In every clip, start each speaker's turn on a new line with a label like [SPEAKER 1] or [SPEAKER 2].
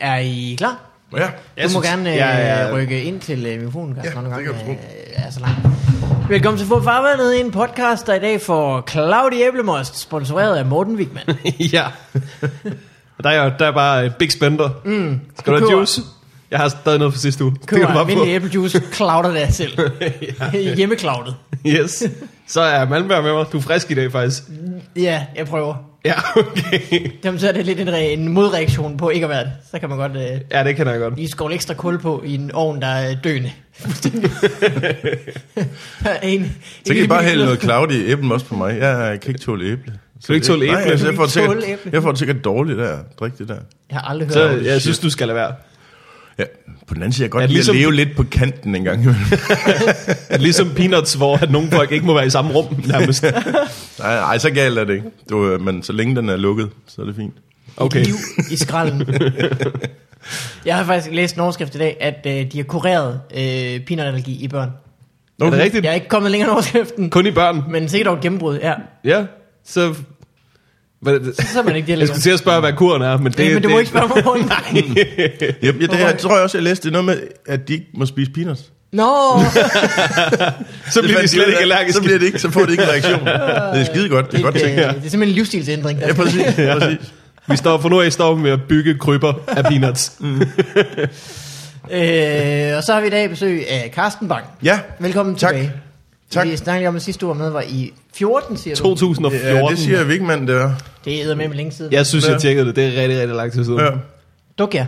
[SPEAKER 1] Mm,
[SPEAKER 2] Jeg
[SPEAKER 1] du må
[SPEAKER 2] synes-
[SPEAKER 1] gerne øh,
[SPEAKER 2] ja, ja.
[SPEAKER 1] rykke ind til øh, mikrofonen, Carsten,
[SPEAKER 3] Ja,
[SPEAKER 1] når du
[SPEAKER 3] det
[SPEAKER 1] gerne
[SPEAKER 3] kan du
[SPEAKER 1] øh, er så langt. Velkommen til Fod Farvandet, en podcast, der i dag får Claudia Æblemost, sponsoreret af Morten Wigman.
[SPEAKER 2] ja. Og der er jeg, der er bare øh, big spender. Mm. Skal du have
[SPEAKER 1] Køber-
[SPEAKER 2] juice? Jeg har stadig noget fra sidste uge. det kan du
[SPEAKER 1] Køber
[SPEAKER 2] bare få.
[SPEAKER 1] almindelig æblejuice, klauder det af selv. Hjemmeklaudet.
[SPEAKER 2] Yes. Så er Malmberg med mig. Du er frisk i dag, faktisk.
[SPEAKER 1] Ja, jeg prøver.
[SPEAKER 2] Ja, okay.
[SPEAKER 1] Jamen, så er det lidt en, re- en modreaktion på ikke at være det. Så kan man godt øh,
[SPEAKER 2] Ja, det kender jeg godt.
[SPEAKER 1] lige skåle ekstra kul på i en ovn, der er døende. en,
[SPEAKER 3] Så kan I bare hælde noget cloud i æblen også på mig. Jeg kan ikke tåle æble. Kan
[SPEAKER 2] ikke tåle æble?
[SPEAKER 3] Nej, altså, jeg,
[SPEAKER 1] Du
[SPEAKER 3] får
[SPEAKER 1] kan ikke tåle
[SPEAKER 3] sikkert,
[SPEAKER 1] æble.
[SPEAKER 3] jeg får sikkert dårligt der. Drik det der.
[SPEAKER 1] Jeg har aldrig hørt
[SPEAKER 2] Så
[SPEAKER 1] om det.
[SPEAKER 2] jeg synes, du skal lade være.
[SPEAKER 3] Ja, på den anden side, jeg kan
[SPEAKER 2] Ja,
[SPEAKER 3] godt lide
[SPEAKER 2] ligesom-
[SPEAKER 3] at leve lidt på kanten en gang imellem.
[SPEAKER 2] At Ligesom peanuts, hvor at nogle folk ikke må være i samme rum nærmest.
[SPEAKER 3] Nej, nej, så galt er det ikke. Du, øh, men så længe den er lukket, så er det fint.
[SPEAKER 2] Okay.
[SPEAKER 1] liv i skralden. jeg har faktisk læst en overskrift i dag, at øh, de har kureret øh, peanutallergi i børn.
[SPEAKER 2] Er det rigtigt?
[SPEAKER 1] Jeg er ikke kommet længere end overskriften,
[SPEAKER 2] Kun i børn?
[SPEAKER 1] men sikkert over gennembrud, ja.
[SPEAKER 2] Ja. Så... Hvad, er det?
[SPEAKER 1] Så er man ikke det
[SPEAKER 2] jeg
[SPEAKER 1] længere.
[SPEAKER 2] skulle til at spørge, hvad kuren er, men det...
[SPEAKER 1] Det, ja, men du må ikke spørge mig om det.
[SPEAKER 3] Jeg, jeg, det her,
[SPEAKER 1] Hvorfor?
[SPEAKER 3] tror jeg også, jeg læste det er noget med, at de ikke må spise peanuts.
[SPEAKER 1] Nå,
[SPEAKER 2] Så bliver de
[SPEAKER 3] fandt
[SPEAKER 2] slet
[SPEAKER 3] ud af.
[SPEAKER 2] ikke allergiske.
[SPEAKER 3] Så bliver det ikke, så får det ikke en reaktion. Det er skide godt, det er
[SPEAKER 1] det,
[SPEAKER 3] godt
[SPEAKER 1] det,
[SPEAKER 3] tænkt.
[SPEAKER 1] det, er simpelthen en livsstilsændring. Der
[SPEAKER 3] Ja,
[SPEAKER 1] skal-
[SPEAKER 3] præcis, præcis.
[SPEAKER 2] Vi står for nu af står vi med at bygge krybber af peanuts.
[SPEAKER 3] Mm.
[SPEAKER 1] øh, og så har vi i dag besøg af Carsten Bang.
[SPEAKER 3] Ja,
[SPEAKER 1] Velkommen
[SPEAKER 3] Tak.
[SPEAKER 1] tilbage.
[SPEAKER 3] Tak.
[SPEAKER 1] Vi snakkede lige om, at sidste uge var med var i 14, siger du.
[SPEAKER 2] 2014.
[SPEAKER 3] ja, det siger Vigman, det er.
[SPEAKER 1] Det er med længe siden.
[SPEAKER 2] Jeg synes, jeg tjekkede det. Det er rigtig, rigtig lang tid siden.
[SPEAKER 3] Ja.
[SPEAKER 1] Duk jer.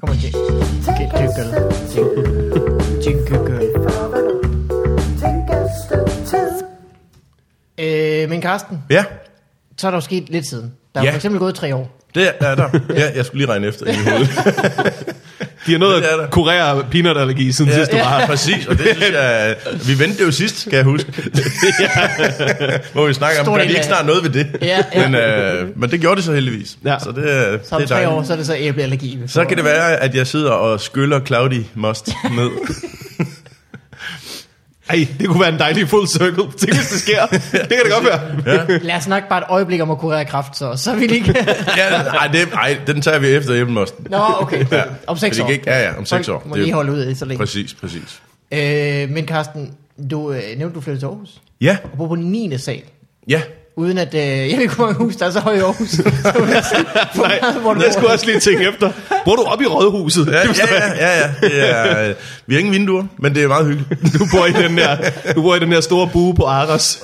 [SPEAKER 1] Kom og tjek. Okay, jingle. Jingle girl. Øh, men Carsten,
[SPEAKER 3] ja,
[SPEAKER 1] så er der jo sket lidt siden. Der er ja.
[SPEAKER 3] Ja.
[SPEAKER 1] for eksempel gået tre år.
[SPEAKER 3] det er der. Ja, jeg skulle lige regne efter i hovedet.
[SPEAKER 2] De har nået
[SPEAKER 3] Det er der.
[SPEAKER 2] at kurere peanutallergi siden ja. sidst, du
[SPEAKER 3] ja.
[SPEAKER 2] var her.
[SPEAKER 3] præcis, og det synes jeg... Vi vendte jo sidst, skal jeg huske. Hvor vi snakker om,
[SPEAKER 1] Stor
[SPEAKER 3] gør de
[SPEAKER 1] del
[SPEAKER 3] ikke
[SPEAKER 1] af-
[SPEAKER 3] snart noget ved det?
[SPEAKER 1] Ja, ja.
[SPEAKER 3] Men, øh, men det gjorde det så heldigvis.
[SPEAKER 2] Ja.
[SPEAKER 3] Så det, øh, det
[SPEAKER 1] Så om
[SPEAKER 3] er
[SPEAKER 1] tre
[SPEAKER 3] dejligt.
[SPEAKER 1] år, så er det så æbleallergi. vi
[SPEAKER 3] Så
[SPEAKER 1] får.
[SPEAKER 3] kan det være, at jeg sidder og skyller Cloudy Must ned.
[SPEAKER 2] Ej, det kunne være en dejlig full circle. Tænk, hvis det sker. Det kan det godt være.
[SPEAKER 1] Lad os snakke bare et øjeblik om at kurere kræft, så, så vil I ikke...
[SPEAKER 3] ja, nej, det, ej, den tager vi efter æblen Must.
[SPEAKER 1] Nå, okay. Om seks
[SPEAKER 3] Fordi
[SPEAKER 1] år.
[SPEAKER 3] det gik- Ja, ja, om seks år.
[SPEAKER 1] Folk må
[SPEAKER 3] Det er
[SPEAKER 1] lige
[SPEAKER 3] jo-
[SPEAKER 1] holde ud i så længe.
[SPEAKER 3] Præcis, præcis.
[SPEAKER 1] Øh, men Carsten, du øh, nævnte, du flyttede til Aarhus.
[SPEAKER 3] Ja,
[SPEAKER 1] Og bor på 9. sal.
[SPEAKER 3] ja.
[SPEAKER 1] Uden at... Øh, jeg ved ikke, hvor mange hus, der er så høje i Aarhus. Så må jeg se, hvor meget- hvor du
[SPEAKER 2] Jeg skulle
[SPEAKER 1] bor.
[SPEAKER 2] også lige tænke efter. Bor du op i rådhuset?
[SPEAKER 3] Ja, ja, ja, ja, ja. Det er, øh, vi har ingen vinduer, men det er meget hyggeligt.
[SPEAKER 2] Du bor i den der, du bor i den der store bue på Aros.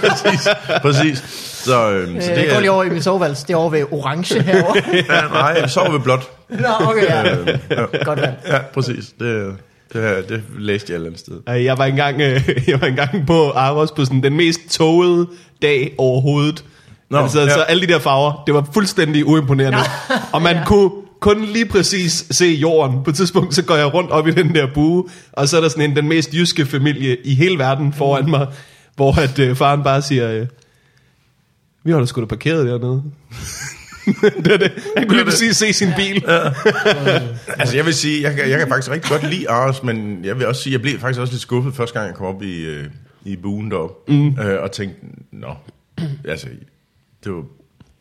[SPEAKER 3] Præcis, præcis. Så, øhm, så
[SPEAKER 1] Øh,
[SPEAKER 3] det
[SPEAKER 1] jeg går lige
[SPEAKER 3] er...
[SPEAKER 1] over i min soveværelse. Det er over ved orange herovre.
[SPEAKER 3] Ja, nej, jeg sover ved blot.
[SPEAKER 1] Nå, okay. Ja.
[SPEAKER 3] Øhm, ja.
[SPEAKER 1] Godt valg.
[SPEAKER 3] Ja, præcis. Det, det, her, det læste jeg et eller andet sted.
[SPEAKER 2] Ej, Jeg var engang, øh, jeg var engang på Aros på sådan den mest tågede dag overhovedet. Nå,
[SPEAKER 3] Nå,
[SPEAKER 2] altså, ja.
[SPEAKER 3] ja.
[SPEAKER 2] så alle de der farver, det var fuldstændig uimponerende. Ja. Og man ja. kunne kun lige præcis se jorden. På et tidspunkt, så går jeg rundt op i den der bue, og så er der sådan en, den mest jyske familie i hele verden foran mig, hvor at øh, faren bare siger, øh, vi har da sgu da parkeret dernede. det er det. Han kunne lige præcis se sin bil. Ja.
[SPEAKER 3] Altså, jeg vil sige, jeg, kan- jeg kan faktisk rigtig godt lide Aros, men jeg vil også sige, jeg blev faktisk også lidt skuffet første gang, jeg kom op i, øh, i buen deroppe, mm. øh, og tænkte, nå, altså, det var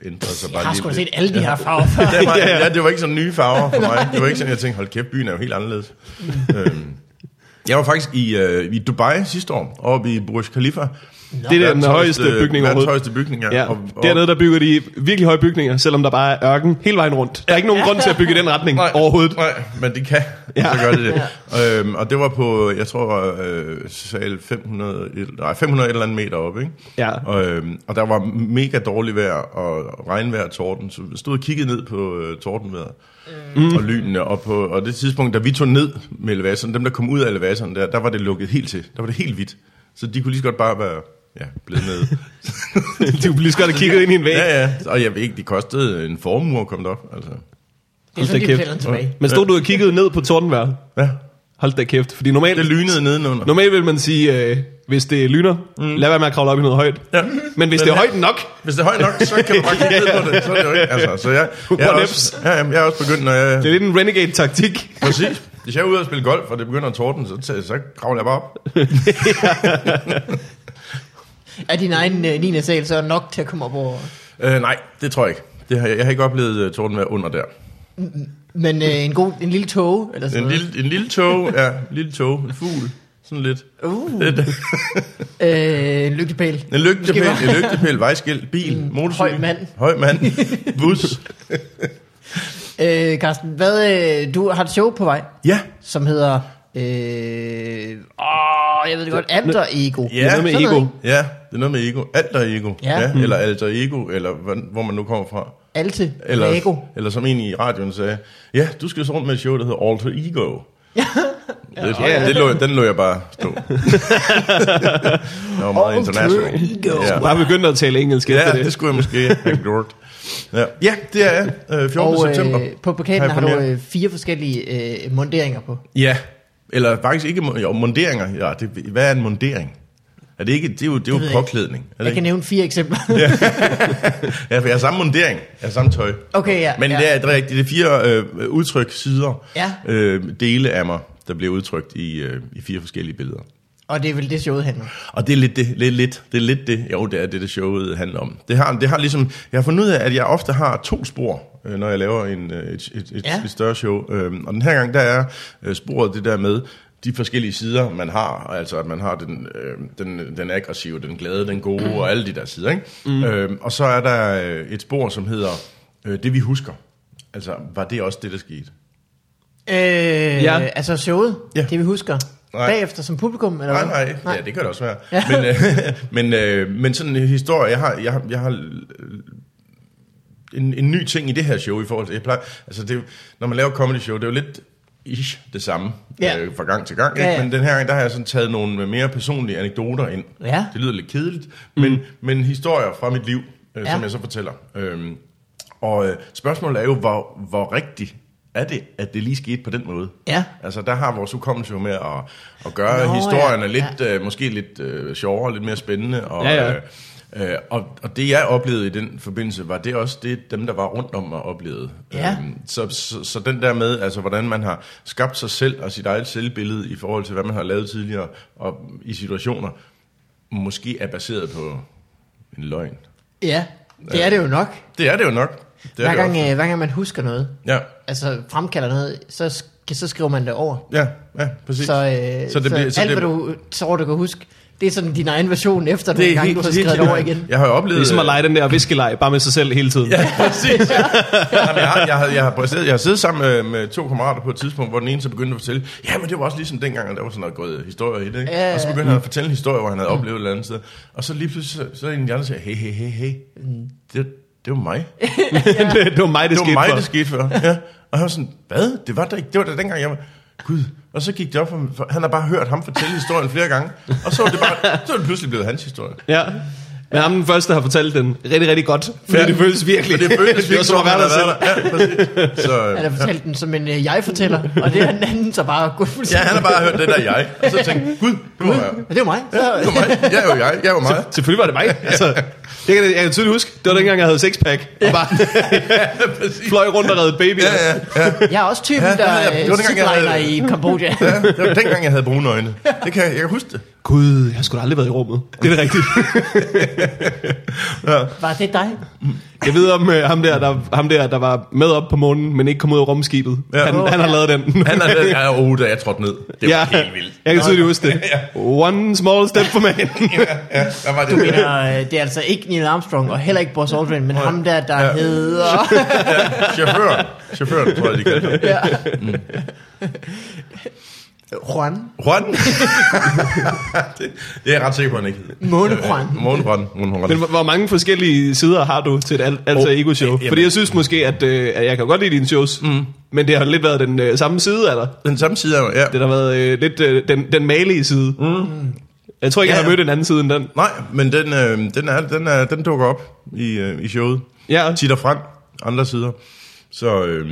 [SPEAKER 3] ændret sig bare
[SPEAKER 1] Jeg har
[SPEAKER 3] lige
[SPEAKER 1] sgu da set
[SPEAKER 3] lidt.
[SPEAKER 1] alle de her farver før.
[SPEAKER 3] Det var, ja, det var ikke sådan nye farver for mig. Det var ikke sådan, jeg tænkte, hold kæft, byen er jo helt anderledes.
[SPEAKER 2] Mm.
[SPEAKER 3] øhm, jeg var faktisk i, øh, i Dubai sidste år, oppe i Burj Khalifa.
[SPEAKER 2] Det er den
[SPEAKER 3] Verdens
[SPEAKER 2] højeste bygning
[SPEAKER 3] verdens
[SPEAKER 2] overhovedet.
[SPEAKER 3] højeste bygning, ja.
[SPEAKER 2] Ja, og, og dernede der bygger de virkelig høje bygninger, selvom der bare er ørken hele vejen rundt. Der er ikke nogen grund til at bygge i den retning
[SPEAKER 3] Nej,
[SPEAKER 2] overhovedet.
[SPEAKER 3] Nej, men de kan,
[SPEAKER 2] Ja.
[SPEAKER 3] ja. så gør de det. ja. øhm, og det var på, jeg tror, øh, sal 500, et- nej, 500 et eller andet meter op, ikke?
[SPEAKER 2] Ja.
[SPEAKER 3] Og, øhm, og der var mega dårligt vejr og regnvejr og torden, så vi stod og kiggede ned på øh, tordenvejret. Mm. og lynene, og på og det tidspunkt, da vi tog ned med elevatoren, dem der kom ud af elevatoren der, der var det lukket helt til, der var det helt hvidt, så de kunne lige så godt bare være, ja, blevet nede.
[SPEAKER 2] De kunne lige så godt have kigget ind i en væg.
[SPEAKER 3] ja, ja, og jeg ved ikke, det kostede en formue at komme derop, altså.
[SPEAKER 1] Det er
[SPEAKER 2] Hold da
[SPEAKER 1] sådan, de
[SPEAKER 2] kæft.
[SPEAKER 1] betaler tilbage.
[SPEAKER 2] Men stod du og kiggede ned på tordenvejr?
[SPEAKER 3] Ja,
[SPEAKER 2] Hold da kæft. Fordi normalt,
[SPEAKER 3] det lynede nedenunder.
[SPEAKER 2] normalt vil man sige, øh, hvis det lyner, mm. lad være med at kravle op i noget højt.
[SPEAKER 3] Ja.
[SPEAKER 2] Men hvis
[SPEAKER 3] Men
[SPEAKER 2] det er
[SPEAKER 3] her-
[SPEAKER 2] højt nok,
[SPEAKER 3] Hvis det er højt nok, så kan du bare kigge ned på det. Så er det jo ikke. Altså, så jeg, jeg, er
[SPEAKER 2] What
[SPEAKER 3] også, ja, jamen, jeg er også begyndt, når jeg...
[SPEAKER 2] det er lidt en renegade-taktik.
[SPEAKER 3] Præcis. Hvis jeg er ude og spille golf, og det begynder at torden, så, tager- så kravler jeg bare op.
[SPEAKER 1] Er din egen øh, 9. sal så nok til at komme op over?
[SPEAKER 3] Øh, nej, det tror jeg ikke. Det har, jeg jeg har ikke oplevet uh, torden være under der.
[SPEAKER 1] Men øh, en, god, en lille tog, eller sådan
[SPEAKER 3] En
[SPEAKER 1] noget.
[SPEAKER 3] lille, en lille tog, ja, en lille tog, en fugl, sådan lidt.
[SPEAKER 1] Uh,
[SPEAKER 3] Lidt.
[SPEAKER 1] øh, en lygtepæl.
[SPEAKER 3] En lygtepæl,
[SPEAKER 1] Måske Mm.
[SPEAKER 3] en lygtepæl, vejskilt, bil, motorcykel.
[SPEAKER 1] høj mand.
[SPEAKER 3] Høj mand, bus.
[SPEAKER 1] Øh, Carsten, hvad, øh, du har et show på vej,
[SPEAKER 3] Ja,
[SPEAKER 1] som hedder... Øh, åh, jeg ved det godt, Alter Ego.
[SPEAKER 2] Ja, det er noget med
[SPEAKER 1] sådan
[SPEAKER 2] ego.
[SPEAKER 1] noget.
[SPEAKER 3] ja, det er noget med ego. Alter ego,
[SPEAKER 1] Ja. Mm.
[SPEAKER 3] ja. ja eller alter ego, eller hvordan- hvor man nu kommer fra.
[SPEAKER 1] Alte
[SPEAKER 3] Eller,
[SPEAKER 1] Ego.
[SPEAKER 3] eller som en i radioen sagde, ja, du skal så rundt med et show, der hedder Alter Ego. ja, det, ja. Det lå, den lå jeg bare stå. det var meget international.
[SPEAKER 1] Ego.
[SPEAKER 3] Ja.
[SPEAKER 2] Bare begyndt at tale engelsk efter
[SPEAKER 3] Ja, det
[SPEAKER 2] det.
[SPEAKER 3] skulle jeg måske have gjort. Ja, ja det er jeg. Øh, 14.
[SPEAKER 1] Og
[SPEAKER 3] september.
[SPEAKER 1] øh, på plakaten
[SPEAKER 3] jeg
[SPEAKER 1] har du
[SPEAKER 3] premiere.
[SPEAKER 1] øh, fire forskellige øh, monteringer på.
[SPEAKER 3] Ja, eller faktisk ikke mon- jo, monderinger. Ja, det, hvad er en mondering? Er det ikke, det er jo, det er
[SPEAKER 1] ved jeg
[SPEAKER 3] jo
[SPEAKER 1] ikke.
[SPEAKER 3] påklædning. Er det
[SPEAKER 1] Jeg kan
[SPEAKER 3] ikke?
[SPEAKER 1] nævne fire eksempler.
[SPEAKER 3] Ja, for jeg har samme mondering, jeg har samme tøj.
[SPEAKER 1] Okay, ja.
[SPEAKER 3] Men
[SPEAKER 1] ja.
[SPEAKER 3] det er det er rigtigt. Det er fire øh, udtryk, sider,
[SPEAKER 1] Ja.
[SPEAKER 3] øh, dele af mig, der bliver udtrykt i, øh, i fire forskellige billeder.
[SPEAKER 1] Og det er vel det showet handler. om.
[SPEAKER 3] Og det er lidt det, lidt, lidt, det er lidt det, jo, det er det, det showet handler om. Det har, det har ligesom, jeg har fundet ud af, at jeg ofte har to spor, øh, når jeg laver en, øh, et, et, et,
[SPEAKER 1] Ja.
[SPEAKER 3] ja. et større show. Øhm, Og den her gang, der er øh, sporet det der med de forskellige sider, man har. Altså, at man har den, øh, den, den aggressive, den glade, den gode og alle de der sider. Ikke? Mm. Øhm, og så er der øh, et spor, som hedder øh, Det vi husker. Altså, var det også det, der skete?
[SPEAKER 1] Øh, ja.
[SPEAKER 2] Ja.
[SPEAKER 1] Altså showet, ja.
[SPEAKER 3] Ja.
[SPEAKER 1] det vi husker. Nej.
[SPEAKER 3] Nej.
[SPEAKER 1] Bagefter som publikum, eller
[SPEAKER 3] Nej,
[SPEAKER 1] hvad?
[SPEAKER 3] nej, nej. Ja, det kan det også være.
[SPEAKER 1] Ja.
[SPEAKER 3] Ja. Men, øh, men, øh, men sådan en historie, jeg har, jeg, har- jeg har øh, en, en ny ting i det her show i forhold til, jeg plejer, altså det, er jo- når man laver comedy show, det er jo lidt ish det samme
[SPEAKER 1] Ja.
[SPEAKER 3] ja. øh, fra gang til gang,
[SPEAKER 1] Ja,
[SPEAKER 3] ja,
[SPEAKER 1] ja.
[SPEAKER 3] ja. men den her gang, der har jeg sådan taget nogle mere personlige anekdoter ind.
[SPEAKER 1] Ja. Mm.
[SPEAKER 3] Det lyder lidt kedeligt, men, men historier fra mit liv, øh,
[SPEAKER 1] Ja.
[SPEAKER 3] som jeg så fortæller. Øhm, og øh, spørgsmålet er jo, hvor, hvor rigtigt er det, at det lige skete på den måde?
[SPEAKER 1] Ja.
[SPEAKER 3] Altså, der har vores hukommelse jo med at, at gøre
[SPEAKER 1] Nå,
[SPEAKER 3] Nå, historien
[SPEAKER 1] ja,
[SPEAKER 3] er lidt, øh, måske lidt øh, sjovere, lidt mere spændende. Og,
[SPEAKER 2] Ja, ja.
[SPEAKER 3] Øh, øh, og, og det, jeg oplevede i den forbindelse, var det også det, dem, der var rundt om mig, oplevede.
[SPEAKER 1] Ja.
[SPEAKER 3] så, så, så den der med, altså, hvordan man har skabt sig selv og sit eget selvbillede i forhold til, hvad man har lavet tidligere og i situationer, måske er baseret på en løgn.
[SPEAKER 1] Ja, det er det jo nok.
[SPEAKER 3] Det er det jo nok. Det er
[SPEAKER 1] Hver
[SPEAKER 3] det
[SPEAKER 1] gang,
[SPEAKER 3] ofte.
[SPEAKER 1] øh, hver gang man husker noget,
[SPEAKER 3] Ja,
[SPEAKER 1] altså fremkalder noget, så, sk- så skriver man det over.
[SPEAKER 3] ja, ja, præcis.
[SPEAKER 1] Så, øh, så, det bliver, så alt, hvad du tror, du kan huske, det er sådan din egen version, efter du
[SPEAKER 3] Det er
[SPEAKER 1] engang
[SPEAKER 3] helt-
[SPEAKER 1] har
[SPEAKER 3] helt-
[SPEAKER 1] skrevet det over igen.
[SPEAKER 3] Jeg har jo oplevet... øh,
[SPEAKER 2] Det er som Ligesom at lege den der viskeleg, bare med sig selv hele tiden.
[SPEAKER 3] Ja, præcis. Jamen, jeg, har, jeg, har, jeg, har præsteret, jeg har siddet sammen med, med to kammerater på et tidspunkt, hvor den ene så begyndte at fortælle, ja, men det var også ligesom dengang, at der var sådan noget gået øh, historie i det, ikke?
[SPEAKER 1] Ja, Mm.
[SPEAKER 3] og så
[SPEAKER 1] ja,
[SPEAKER 3] begyndte han at fortælle en historie, hvor han havde oplevet et eller andet sted. Og så lige pludselig, så, så er en af de andre, der siger, hey, hey, hey, hey,
[SPEAKER 1] Mm.
[SPEAKER 3] det, det var mig. Det
[SPEAKER 2] det, det var mig, det,
[SPEAKER 3] var
[SPEAKER 2] skete
[SPEAKER 3] mig,
[SPEAKER 2] for.
[SPEAKER 3] det skete for. Ja. Og han var sådan, hvad? Det var der ikke. Det var da dengang, jeg var... Gud. Og så gik det op for, for han har bare hørt ham fortælle historien flere gange. Og så var det, bare, så var det pludselig blevet hans historie.
[SPEAKER 2] Ja. Men ham den første har fortalt den rigtig, rigtig godt. Fordi ja.
[SPEAKER 3] Ja.
[SPEAKER 2] det føles virkelig.
[SPEAKER 3] Og det føles
[SPEAKER 2] det var
[SPEAKER 3] virkelig,
[SPEAKER 2] som at være der selv.
[SPEAKER 3] Ja, præcis. Så, øh,
[SPEAKER 1] Han har fortalt den som en øh, jeg-fortæller, og det er den anden, så bare gået
[SPEAKER 3] Ja,
[SPEAKER 1] fuldstændig.
[SPEAKER 3] han har bare hørt det der jeg, og så tænkt, gud, det var jeg.
[SPEAKER 1] Ja, det er jo mig. Så,
[SPEAKER 3] Det var mig. Jeg er jo jeg, jeg er jo mig.
[SPEAKER 2] Selvfølgelig var det mig. Altså, jeg, kan, jeg kan tydeligt huske,
[SPEAKER 3] Mm.
[SPEAKER 2] det var dengang, jeg havde sixpack. Og bare fløj rundt og redde babyer.
[SPEAKER 3] Ja, ja, ja.
[SPEAKER 1] jeg er også typen,
[SPEAKER 3] Ja, det
[SPEAKER 1] der
[SPEAKER 3] havde jeg. Det
[SPEAKER 1] øh,
[SPEAKER 3] var dengang, jeg
[SPEAKER 1] zipliner
[SPEAKER 3] havde-
[SPEAKER 1] i Kambodja.
[SPEAKER 3] ja. Det var dengang, jeg havde brune øjne. Det kan jeg, jeg kan huske det.
[SPEAKER 2] Gud, jeg har sgu da aldrig været i rummet. Det er det rigtigt.
[SPEAKER 1] Var det dig?
[SPEAKER 2] Jeg ved om uh, ham, der, der, ham der, der var med op på månen, men ikke kom ud af rumskibet.
[SPEAKER 3] Ja.
[SPEAKER 2] Ja. Han,
[SPEAKER 1] Åh,
[SPEAKER 2] han har
[SPEAKER 1] ja.
[SPEAKER 2] lavet den.
[SPEAKER 3] Han er der, jeg er oh, da jeg trådte ned. Det var
[SPEAKER 2] ja,
[SPEAKER 3] helt vildt.
[SPEAKER 2] Jeg kan tydeligt huske det. One small step for man.
[SPEAKER 3] Ja, hvad var det?
[SPEAKER 1] Eller, øh, det er altså ikke Neil Armstrong, og heller ikke Buzz Aldrin, men ham der, der ja.
[SPEAKER 3] Ja.
[SPEAKER 1] hedder...
[SPEAKER 3] Chaufføren. Chaufføren, tror jeg, de kaldte ham.
[SPEAKER 1] Ja.
[SPEAKER 3] Mm.
[SPEAKER 1] Juan.
[SPEAKER 3] Juan. det, det, er jeg ret sikker på, han ikke hed.
[SPEAKER 1] Måne
[SPEAKER 3] Øh,
[SPEAKER 1] Juan.
[SPEAKER 3] Måne Juan. Måne Juan.
[SPEAKER 2] Men hvor, hvor mange forskellige sider har du til et al- alter
[SPEAKER 3] Åh,
[SPEAKER 2] ego show?
[SPEAKER 3] jamen.
[SPEAKER 2] Fordi jeg synes måske, at, øh, at jeg kan godt lide dine shows, mm. men det har lidt været den øh, samme side af dig.
[SPEAKER 3] Den samme side af mig, ja.
[SPEAKER 2] Det har været øh, lidt øh, den, den malige side. Mm. Jeg tror ikke,
[SPEAKER 3] Ja,
[SPEAKER 2] jeg
[SPEAKER 3] ja.
[SPEAKER 2] har mødt en anden side end den.
[SPEAKER 3] Nej, men den, øh, den, er, den, er, den dukker op i, øh, i showet.
[SPEAKER 2] Ja.
[SPEAKER 3] Tit og frem, andre sider. Så, øh,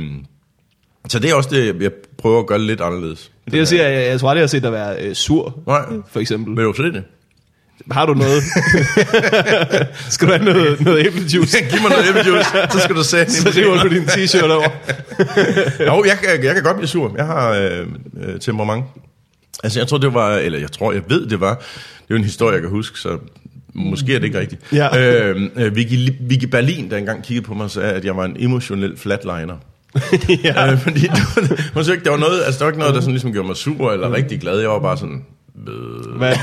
[SPEAKER 3] så det er også det, jeg prøver at gøre lidt anderledes.
[SPEAKER 2] Det jeg siger, jeg, jeg tror aldrig, jeg har set dig være øh, sur,
[SPEAKER 3] Nej,
[SPEAKER 2] for eksempel.
[SPEAKER 3] men jo, så er det.
[SPEAKER 2] Har du noget? Skal du have noget, noget æblejuice?
[SPEAKER 3] Giv mig noget æblejuice, så skal du sætte
[SPEAKER 2] Så river du din t-shirt over.
[SPEAKER 3] Jo, jeg, kan- jeg kan godt blive sur. Jeg har øh, øh, temperament. Altså, jeg tror, det var... Eller jeg tror, jeg ved, det var... Det er jo en historie, jeg kan huske, så... Måske er det ikke rigtigt.
[SPEAKER 2] Ja.
[SPEAKER 3] Øh, øh, Vicky, Vicky Berlin, der engang kiggede på mig, sagde, at jeg var en emotionel flatliner. ja. øh, fordi det var, hun synes ikke, der var noget, altså, der var ikke noget, der sådan ligesom gjorde mig sur eller rigtig glad. Jeg var bare sådan,
[SPEAKER 2] Øh, Hvad?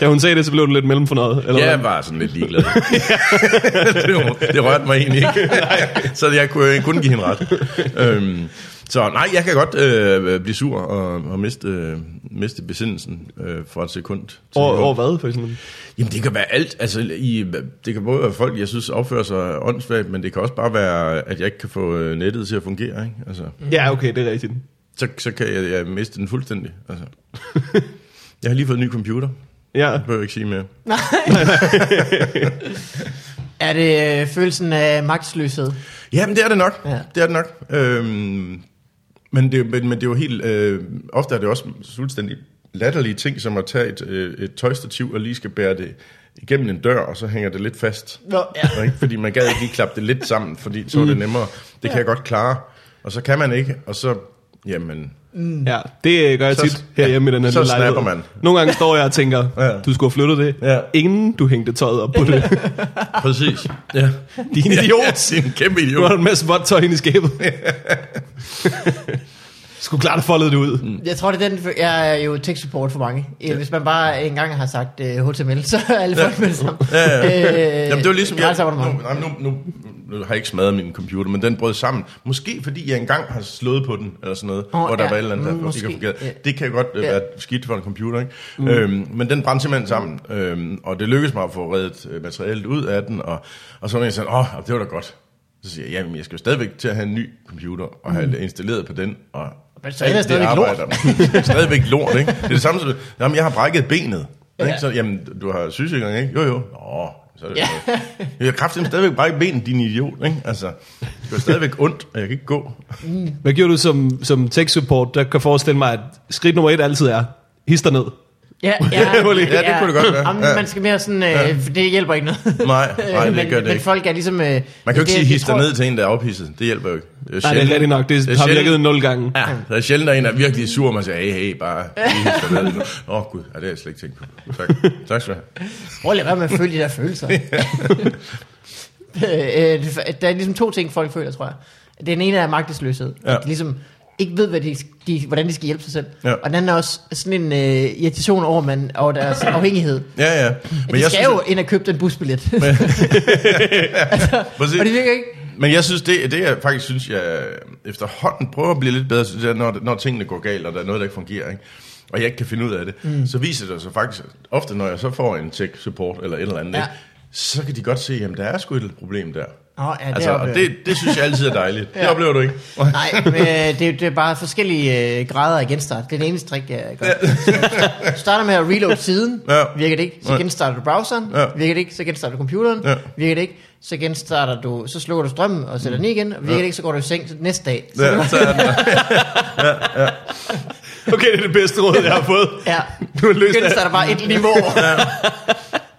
[SPEAKER 2] Da hun sagde det, så blev du lidt mellemfornøjet, eller
[SPEAKER 3] Ja,
[SPEAKER 2] hvad?
[SPEAKER 3] jeg var sådan lidt ligeglad. det, det rørte mig egentlig ikke. så jeg kunne, jeg kunne give hende ret. Øhm, så nej, jeg kan godt øh, blive sur og, og miste, øh, miste besindelsen øh, for et sekund. til
[SPEAKER 2] Over,
[SPEAKER 3] et
[SPEAKER 2] over
[SPEAKER 3] år.
[SPEAKER 2] hvad, for eksempel?
[SPEAKER 3] Jamen det kan være alt. Altså, i, det kan både være folk, jeg synes opfører sig åndssvagt, men det kan også bare være, at jeg ikke kan få øh, nettet til at fungere. Ikke? Altså,
[SPEAKER 2] Ja, okay, det er rigtigt.
[SPEAKER 3] så, så kan jeg, jeg miste den fuldstændig. Altså. jeg har lige fået en ny computer.
[SPEAKER 2] Ja.
[SPEAKER 3] Det behøver jeg ikke sige mere.
[SPEAKER 1] Nej. er det øh, følelsen af magtsløshed?
[SPEAKER 3] Ja, men det er det nok.
[SPEAKER 1] Ja.
[SPEAKER 3] Ja. Det er det nok. Øhm, men, det, men, men det er jo helt... Øh, ofte er det også fuldstændig latterlige ting, som at tage et, øh, et tøjstativ og lige skal bære det igennem en dør, og så hænger det lidt fast.
[SPEAKER 1] Nå, ja.
[SPEAKER 3] Og Ikke? Fordi man gad ikke lige klappe det lidt sammen, fordi så er det nemmere. Det kan jeg godt klare. Og så kan man ikke, og så... Jamen,
[SPEAKER 2] Ja, det øh, gør jeg
[SPEAKER 3] Mm. Så-
[SPEAKER 2] tit herhjemme i den her
[SPEAKER 3] så
[SPEAKER 2] lille lejlighed.
[SPEAKER 3] snapper man.
[SPEAKER 2] Nogle gange står jeg og tænker,
[SPEAKER 3] Ja.
[SPEAKER 2] du skulle have flyttet det,
[SPEAKER 3] Ja.
[SPEAKER 2] inden du hængte tøjet op på det.
[SPEAKER 3] præcis. ja.
[SPEAKER 2] Din idiot!
[SPEAKER 3] Ja, en kæmpe
[SPEAKER 2] Nu har
[SPEAKER 3] idiot.
[SPEAKER 2] du en masse vådt tøj inde i skabet. Skulle klart have foldet det ud.
[SPEAKER 1] Mm.
[SPEAKER 3] Mm.
[SPEAKER 1] Jeg tror, det er den, fø- jeg er jo tech support for mange. Ja. Hvis man bare engang har sagt øh, HTML, så er alle folk med det samme.
[SPEAKER 3] Ja, ja.
[SPEAKER 1] Øh,
[SPEAKER 3] Jamen, det var ligesom, jeg,
[SPEAKER 1] gratis
[SPEAKER 3] nu,
[SPEAKER 1] abonnement.
[SPEAKER 3] nej, nu, nu, nu har jeg ikke smadret min computer, men den brød sammen. Måske fordi jeg engang har slået på den, eller sådan noget,
[SPEAKER 1] Åh,
[SPEAKER 3] oh, hvor der
[SPEAKER 1] ja.
[SPEAKER 3] var et eller andet, der
[SPEAKER 1] Mm,
[SPEAKER 3] mm, ikke
[SPEAKER 1] måske,
[SPEAKER 3] har fungeret.
[SPEAKER 1] ja.
[SPEAKER 3] Det kan jo godt øh,
[SPEAKER 1] Ja.
[SPEAKER 3] være skidt for en computer, ikke? Mm. Øhm, men den brændte simpelthen sammen, øhm, og det lykkedes mig at få reddet øh, materialet ud af den, og, og så var jeg sådan, åh, det var da godt. Så siger jeg, jamen, jeg skal jo stadigvæk til at have en ny computer, og have det installeret på den, og
[SPEAKER 1] Mm. Men så er det stadigvæk
[SPEAKER 3] lort. stadigvæk lort, ikke? Det er det samme som, jamen, jeg har brækket benet. Ikke?
[SPEAKER 1] Ja.
[SPEAKER 3] Så, jamen, du har sygesikring, ikke? Jo, jo. Nå, så er det
[SPEAKER 1] Ja.
[SPEAKER 3] ja. Jeg har kraftigt stadigvæk brækket benet, din idiot, ikke? Altså, det var stadigvæk ondt, og jeg kan ikke gå.
[SPEAKER 2] Hvad gjorde du som, som tech support, der kan forestille mig, at skridt nummer et altid er, hister ned.
[SPEAKER 1] Ja, ja,
[SPEAKER 3] Ja, det kunne det godt være.
[SPEAKER 1] Jamen,
[SPEAKER 3] Ja.
[SPEAKER 1] Man skal mere sådan, øh, for det hjælper ikke noget.
[SPEAKER 3] Nej, nej, det
[SPEAKER 1] men,
[SPEAKER 3] gør det
[SPEAKER 1] men
[SPEAKER 3] ikke.
[SPEAKER 1] folk er ligesom... Øh,
[SPEAKER 3] Man kan jo ikke sige, hist dig
[SPEAKER 1] tror-
[SPEAKER 3] ned til en, der er ophidset. Det hjælper jo ikke. Det
[SPEAKER 2] Nej, det er rigtigt nok. Det, har
[SPEAKER 3] sjældent-
[SPEAKER 2] virket nul gange.
[SPEAKER 3] Ja, der er sjældent, der er en, der er virkelig sur, og man siger, hey, hey, bare lige hist dig ned. Åh, oh, gud, ja, det har jeg slet ikke tænkt på. Tak, tak skal du have.
[SPEAKER 1] Prøv at lade være med at føle de der følelser. Øh, det- der er ligesom to ting, folk føler, tror jeg. Den ene er magtesløshed. Ja.
[SPEAKER 3] Ja.
[SPEAKER 1] At de ligesom ikke ved, hvad de, de, hvordan de skal hjælpe sig selv.
[SPEAKER 3] Ja.
[SPEAKER 1] Og den anden er også sådan en øh, irritation over, man, over deres afhængighed.
[SPEAKER 3] Ja, ja.
[SPEAKER 1] Men de skal jo ind og købe den busbillet. Men,
[SPEAKER 3] Præcis.
[SPEAKER 1] og det virker ikke.
[SPEAKER 3] Men jeg synes, det, det jeg faktisk synes, jeg øh, efterhånden prøver at blive lidt bedre, synes jeg, når, når tingene går galt, og der er noget, der ikke fungerer, ikke? og jeg ikke kan finde ud af det, mm. så viser det sig faktisk, ofte når jeg så får en tech-support eller et eller andet,
[SPEAKER 1] Ja.
[SPEAKER 3] ja. så kan de godt se, at der er sgu et problem der.
[SPEAKER 1] Nå, ja, det
[SPEAKER 3] altså, og
[SPEAKER 1] oplever
[SPEAKER 3] det, det synes jeg altid er dejligt. ja. Det oplever du ikke.
[SPEAKER 1] Nej, men, øh, det, er- det er bare forskellige øh, grader af genstart. Det er det eneste trick, jeg gør. Så Du starter med at reload siden,
[SPEAKER 3] Ja.
[SPEAKER 1] virker det ikke, så
[SPEAKER 3] Ja.
[SPEAKER 1] genstarter du browseren,
[SPEAKER 3] Ja.
[SPEAKER 1] virker det ikke, så genstarter du computeren,
[SPEAKER 3] Ja.
[SPEAKER 1] virker det ikke, så genstarter du, så slukker du strømmen og sætter den i igen, og virker det ikke, så går du i seng til næste dag. Så,
[SPEAKER 3] Mm. Ja, så er den der.
[SPEAKER 2] Okay, det er det bedste råd, jeg har fået.
[SPEAKER 1] ja,
[SPEAKER 2] Du har løst det.
[SPEAKER 1] genstarter bare et niveau,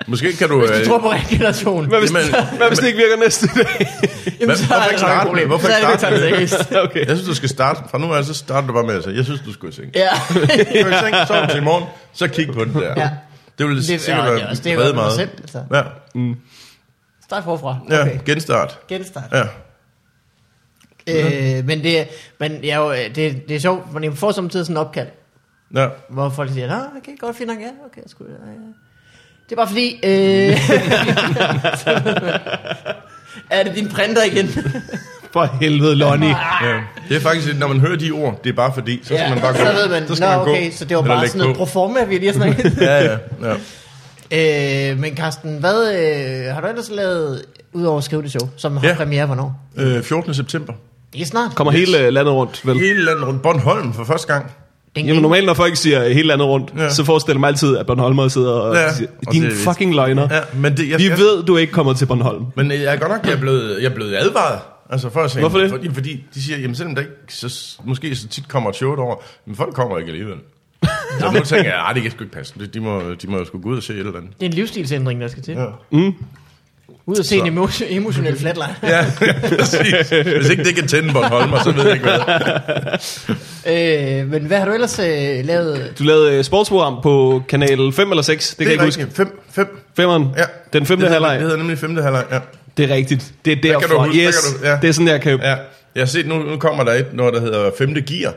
[SPEAKER 3] Måske kan du... øh,
[SPEAKER 1] hvis du tror på regeneration.
[SPEAKER 2] Hvad hvis,
[SPEAKER 3] Jamen-
[SPEAKER 2] hvad hvis det ikke virker næste dag?
[SPEAKER 1] Jamen,
[SPEAKER 3] hvorfor ikke
[SPEAKER 1] nok
[SPEAKER 3] starte
[SPEAKER 1] et
[SPEAKER 3] med-
[SPEAKER 1] problem.
[SPEAKER 3] hvorfor
[SPEAKER 1] så er
[SPEAKER 3] ikke
[SPEAKER 1] det, vi
[SPEAKER 3] starte
[SPEAKER 1] tager det
[SPEAKER 3] med-
[SPEAKER 1] seriøst.
[SPEAKER 2] okay.
[SPEAKER 3] jeg synes, du skal starte. Fra nu af, så starter du bare med at sige, jeg synes, du skulle i seng.
[SPEAKER 1] Ja,
[SPEAKER 3] Du går i seng, sover til i morgen, så kig på den der.
[SPEAKER 1] Ja.
[SPEAKER 3] Ja. Det vil
[SPEAKER 1] Det-
[SPEAKER 3] sikkert
[SPEAKER 1] ja,
[SPEAKER 3] være
[SPEAKER 1] det er også- det er jo
[SPEAKER 3] redde
[SPEAKER 1] 100%,
[SPEAKER 3] meget.
[SPEAKER 1] altså.
[SPEAKER 3] Ja,
[SPEAKER 1] start forfra.
[SPEAKER 3] ja.
[SPEAKER 1] Okay.
[SPEAKER 3] genstart.
[SPEAKER 1] Genstart.
[SPEAKER 3] Ja.
[SPEAKER 1] Øh, men det, men jeg, er jo- det, det er sjovt, man får samtidig sådan en opkald.
[SPEAKER 3] Ja.
[SPEAKER 1] Hvor folk siger, nej, okay, godt, fint nok, ja, okay, jeg skulle, ja, ja. Det er bare fordi, øh... er det din printer igen?
[SPEAKER 2] For helvede, Lonnie.
[SPEAKER 3] Ja. Det er faktisk, når man hører de ord, det er bare fordi, så skal man bare gå.
[SPEAKER 1] så ved man,
[SPEAKER 3] så
[SPEAKER 1] Nå,
[SPEAKER 3] skal man gå,
[SPEAKER 1] okay, så det var
[SPEAKER 3] eller
[SPEAKER 1] bare
[SPEAKER 3] lægge
[SPEAKER 1] sådan noget
[SPEAKER 3] på.
[SPEAKER 1] proforma, vi lige har snakket.
[SPEAKER 3] Ja, ja, ja.
[SPEAKER 1] øh, men Carsten, hvad øh, har du ellers lavet, udover at skrive det show, som har
[SPEAKER 3] Ja.
[SPEAKER 1] premiere hvornår?
[SPEAKER 3] Øh, 14. september.
[SPEAKER 1] Det er snart.
[SPEAKER 2] Kommer hele øh, landet rundt, vel?
[SPEAKER 3] Hele landet rundt. Bornholm for første gang.
[SPEAKER 1] Ding,
[SPEAKER 2] Jamen
[SPEAKER 1] ding.
[SPEAKER 2] normalt, når folk siger øh, hele landet rundt,
[SPEAKER 3] Ja.
[SPEAKER 2] så forestiller jeg mig altid, at Bornholmer sidder og
[SPEAKER 3] Ja.
[SPEAKER 2] siger,
[SPEAKER 3] Og
[SPEAKER 2] din
[SPEAKER 3] det er vist-
[SPEAKER 2] fucking løgner.
[SPEAKER 3] Ja, men det, jeg,
[SPEAKER 2] Vi
[SPEAKER 3] jeg,
[SPEAKER 2] ved, du ikke kommer til Bornholm.
[SPEAKER 3] Men øh, jeg er godt nok, jeg er blevet, jeg er blevet advaret. Altså for at sige,
[SPEAKER 2] Hvorfor det?
[SPEAKER 3] Fordi, fordi de siger, jamen selvom der ikke så, måske så tit kommer et show over, men folk kommer ikke alligevel. Så nu tænker jeg, at det kan sgu ikke passe. De- De må, de må jo sgu gå ud og se et eller andet.
[SPEAKER 1] Det er en livsstilsændring, der skal til.
[SPEAKER 3] Ja. Mm.
[SPEAKER 1] Ud og se en emo- emotionel flatline.
[SPEAKER 3] Ja, præcis. Hvis ikke det kan tænde Bornholmer, så ved jeg ikke hvad.
[SPEAKER 1] øh, men hvad har du ellers øh, lavet?
[SPEAKER 2] Du lavede øh, sportsprogram på kanal 5 eller 6, det, kan jeg
[SPEAKER 3] Det
[SPEAKER 2] ikke
[SPEAKER 3] er
[SPEAKER 2] huske.
[SPEAKER 3] rigtigt. Fem, fem.
[SPEAKER 2] Femmeren?
[SPEAKER 3] Ja.
[SPEAKER 2] Den femte
[SPEAKER 3] det hedder-
[SPEAKER 2] halvleg?
[SPEAKER 3] Det hedder nemlig femte halvleg, ja.
[SPEAKER 2] Det er rigtigt. Det er
[SPEAKER 3] kan du
[SPEAKER 2] derfor.
[SPEAKER 3] huske,
[SPEAKER 2] yes,
[SPEAKER 3] der kan du- ja.
[SPEAKER 2] det er sådan, jeg kan...
[SPEAKER 3] ja. Jeg har set, nu, nu kommer der et, noget, der hedder 5. gear,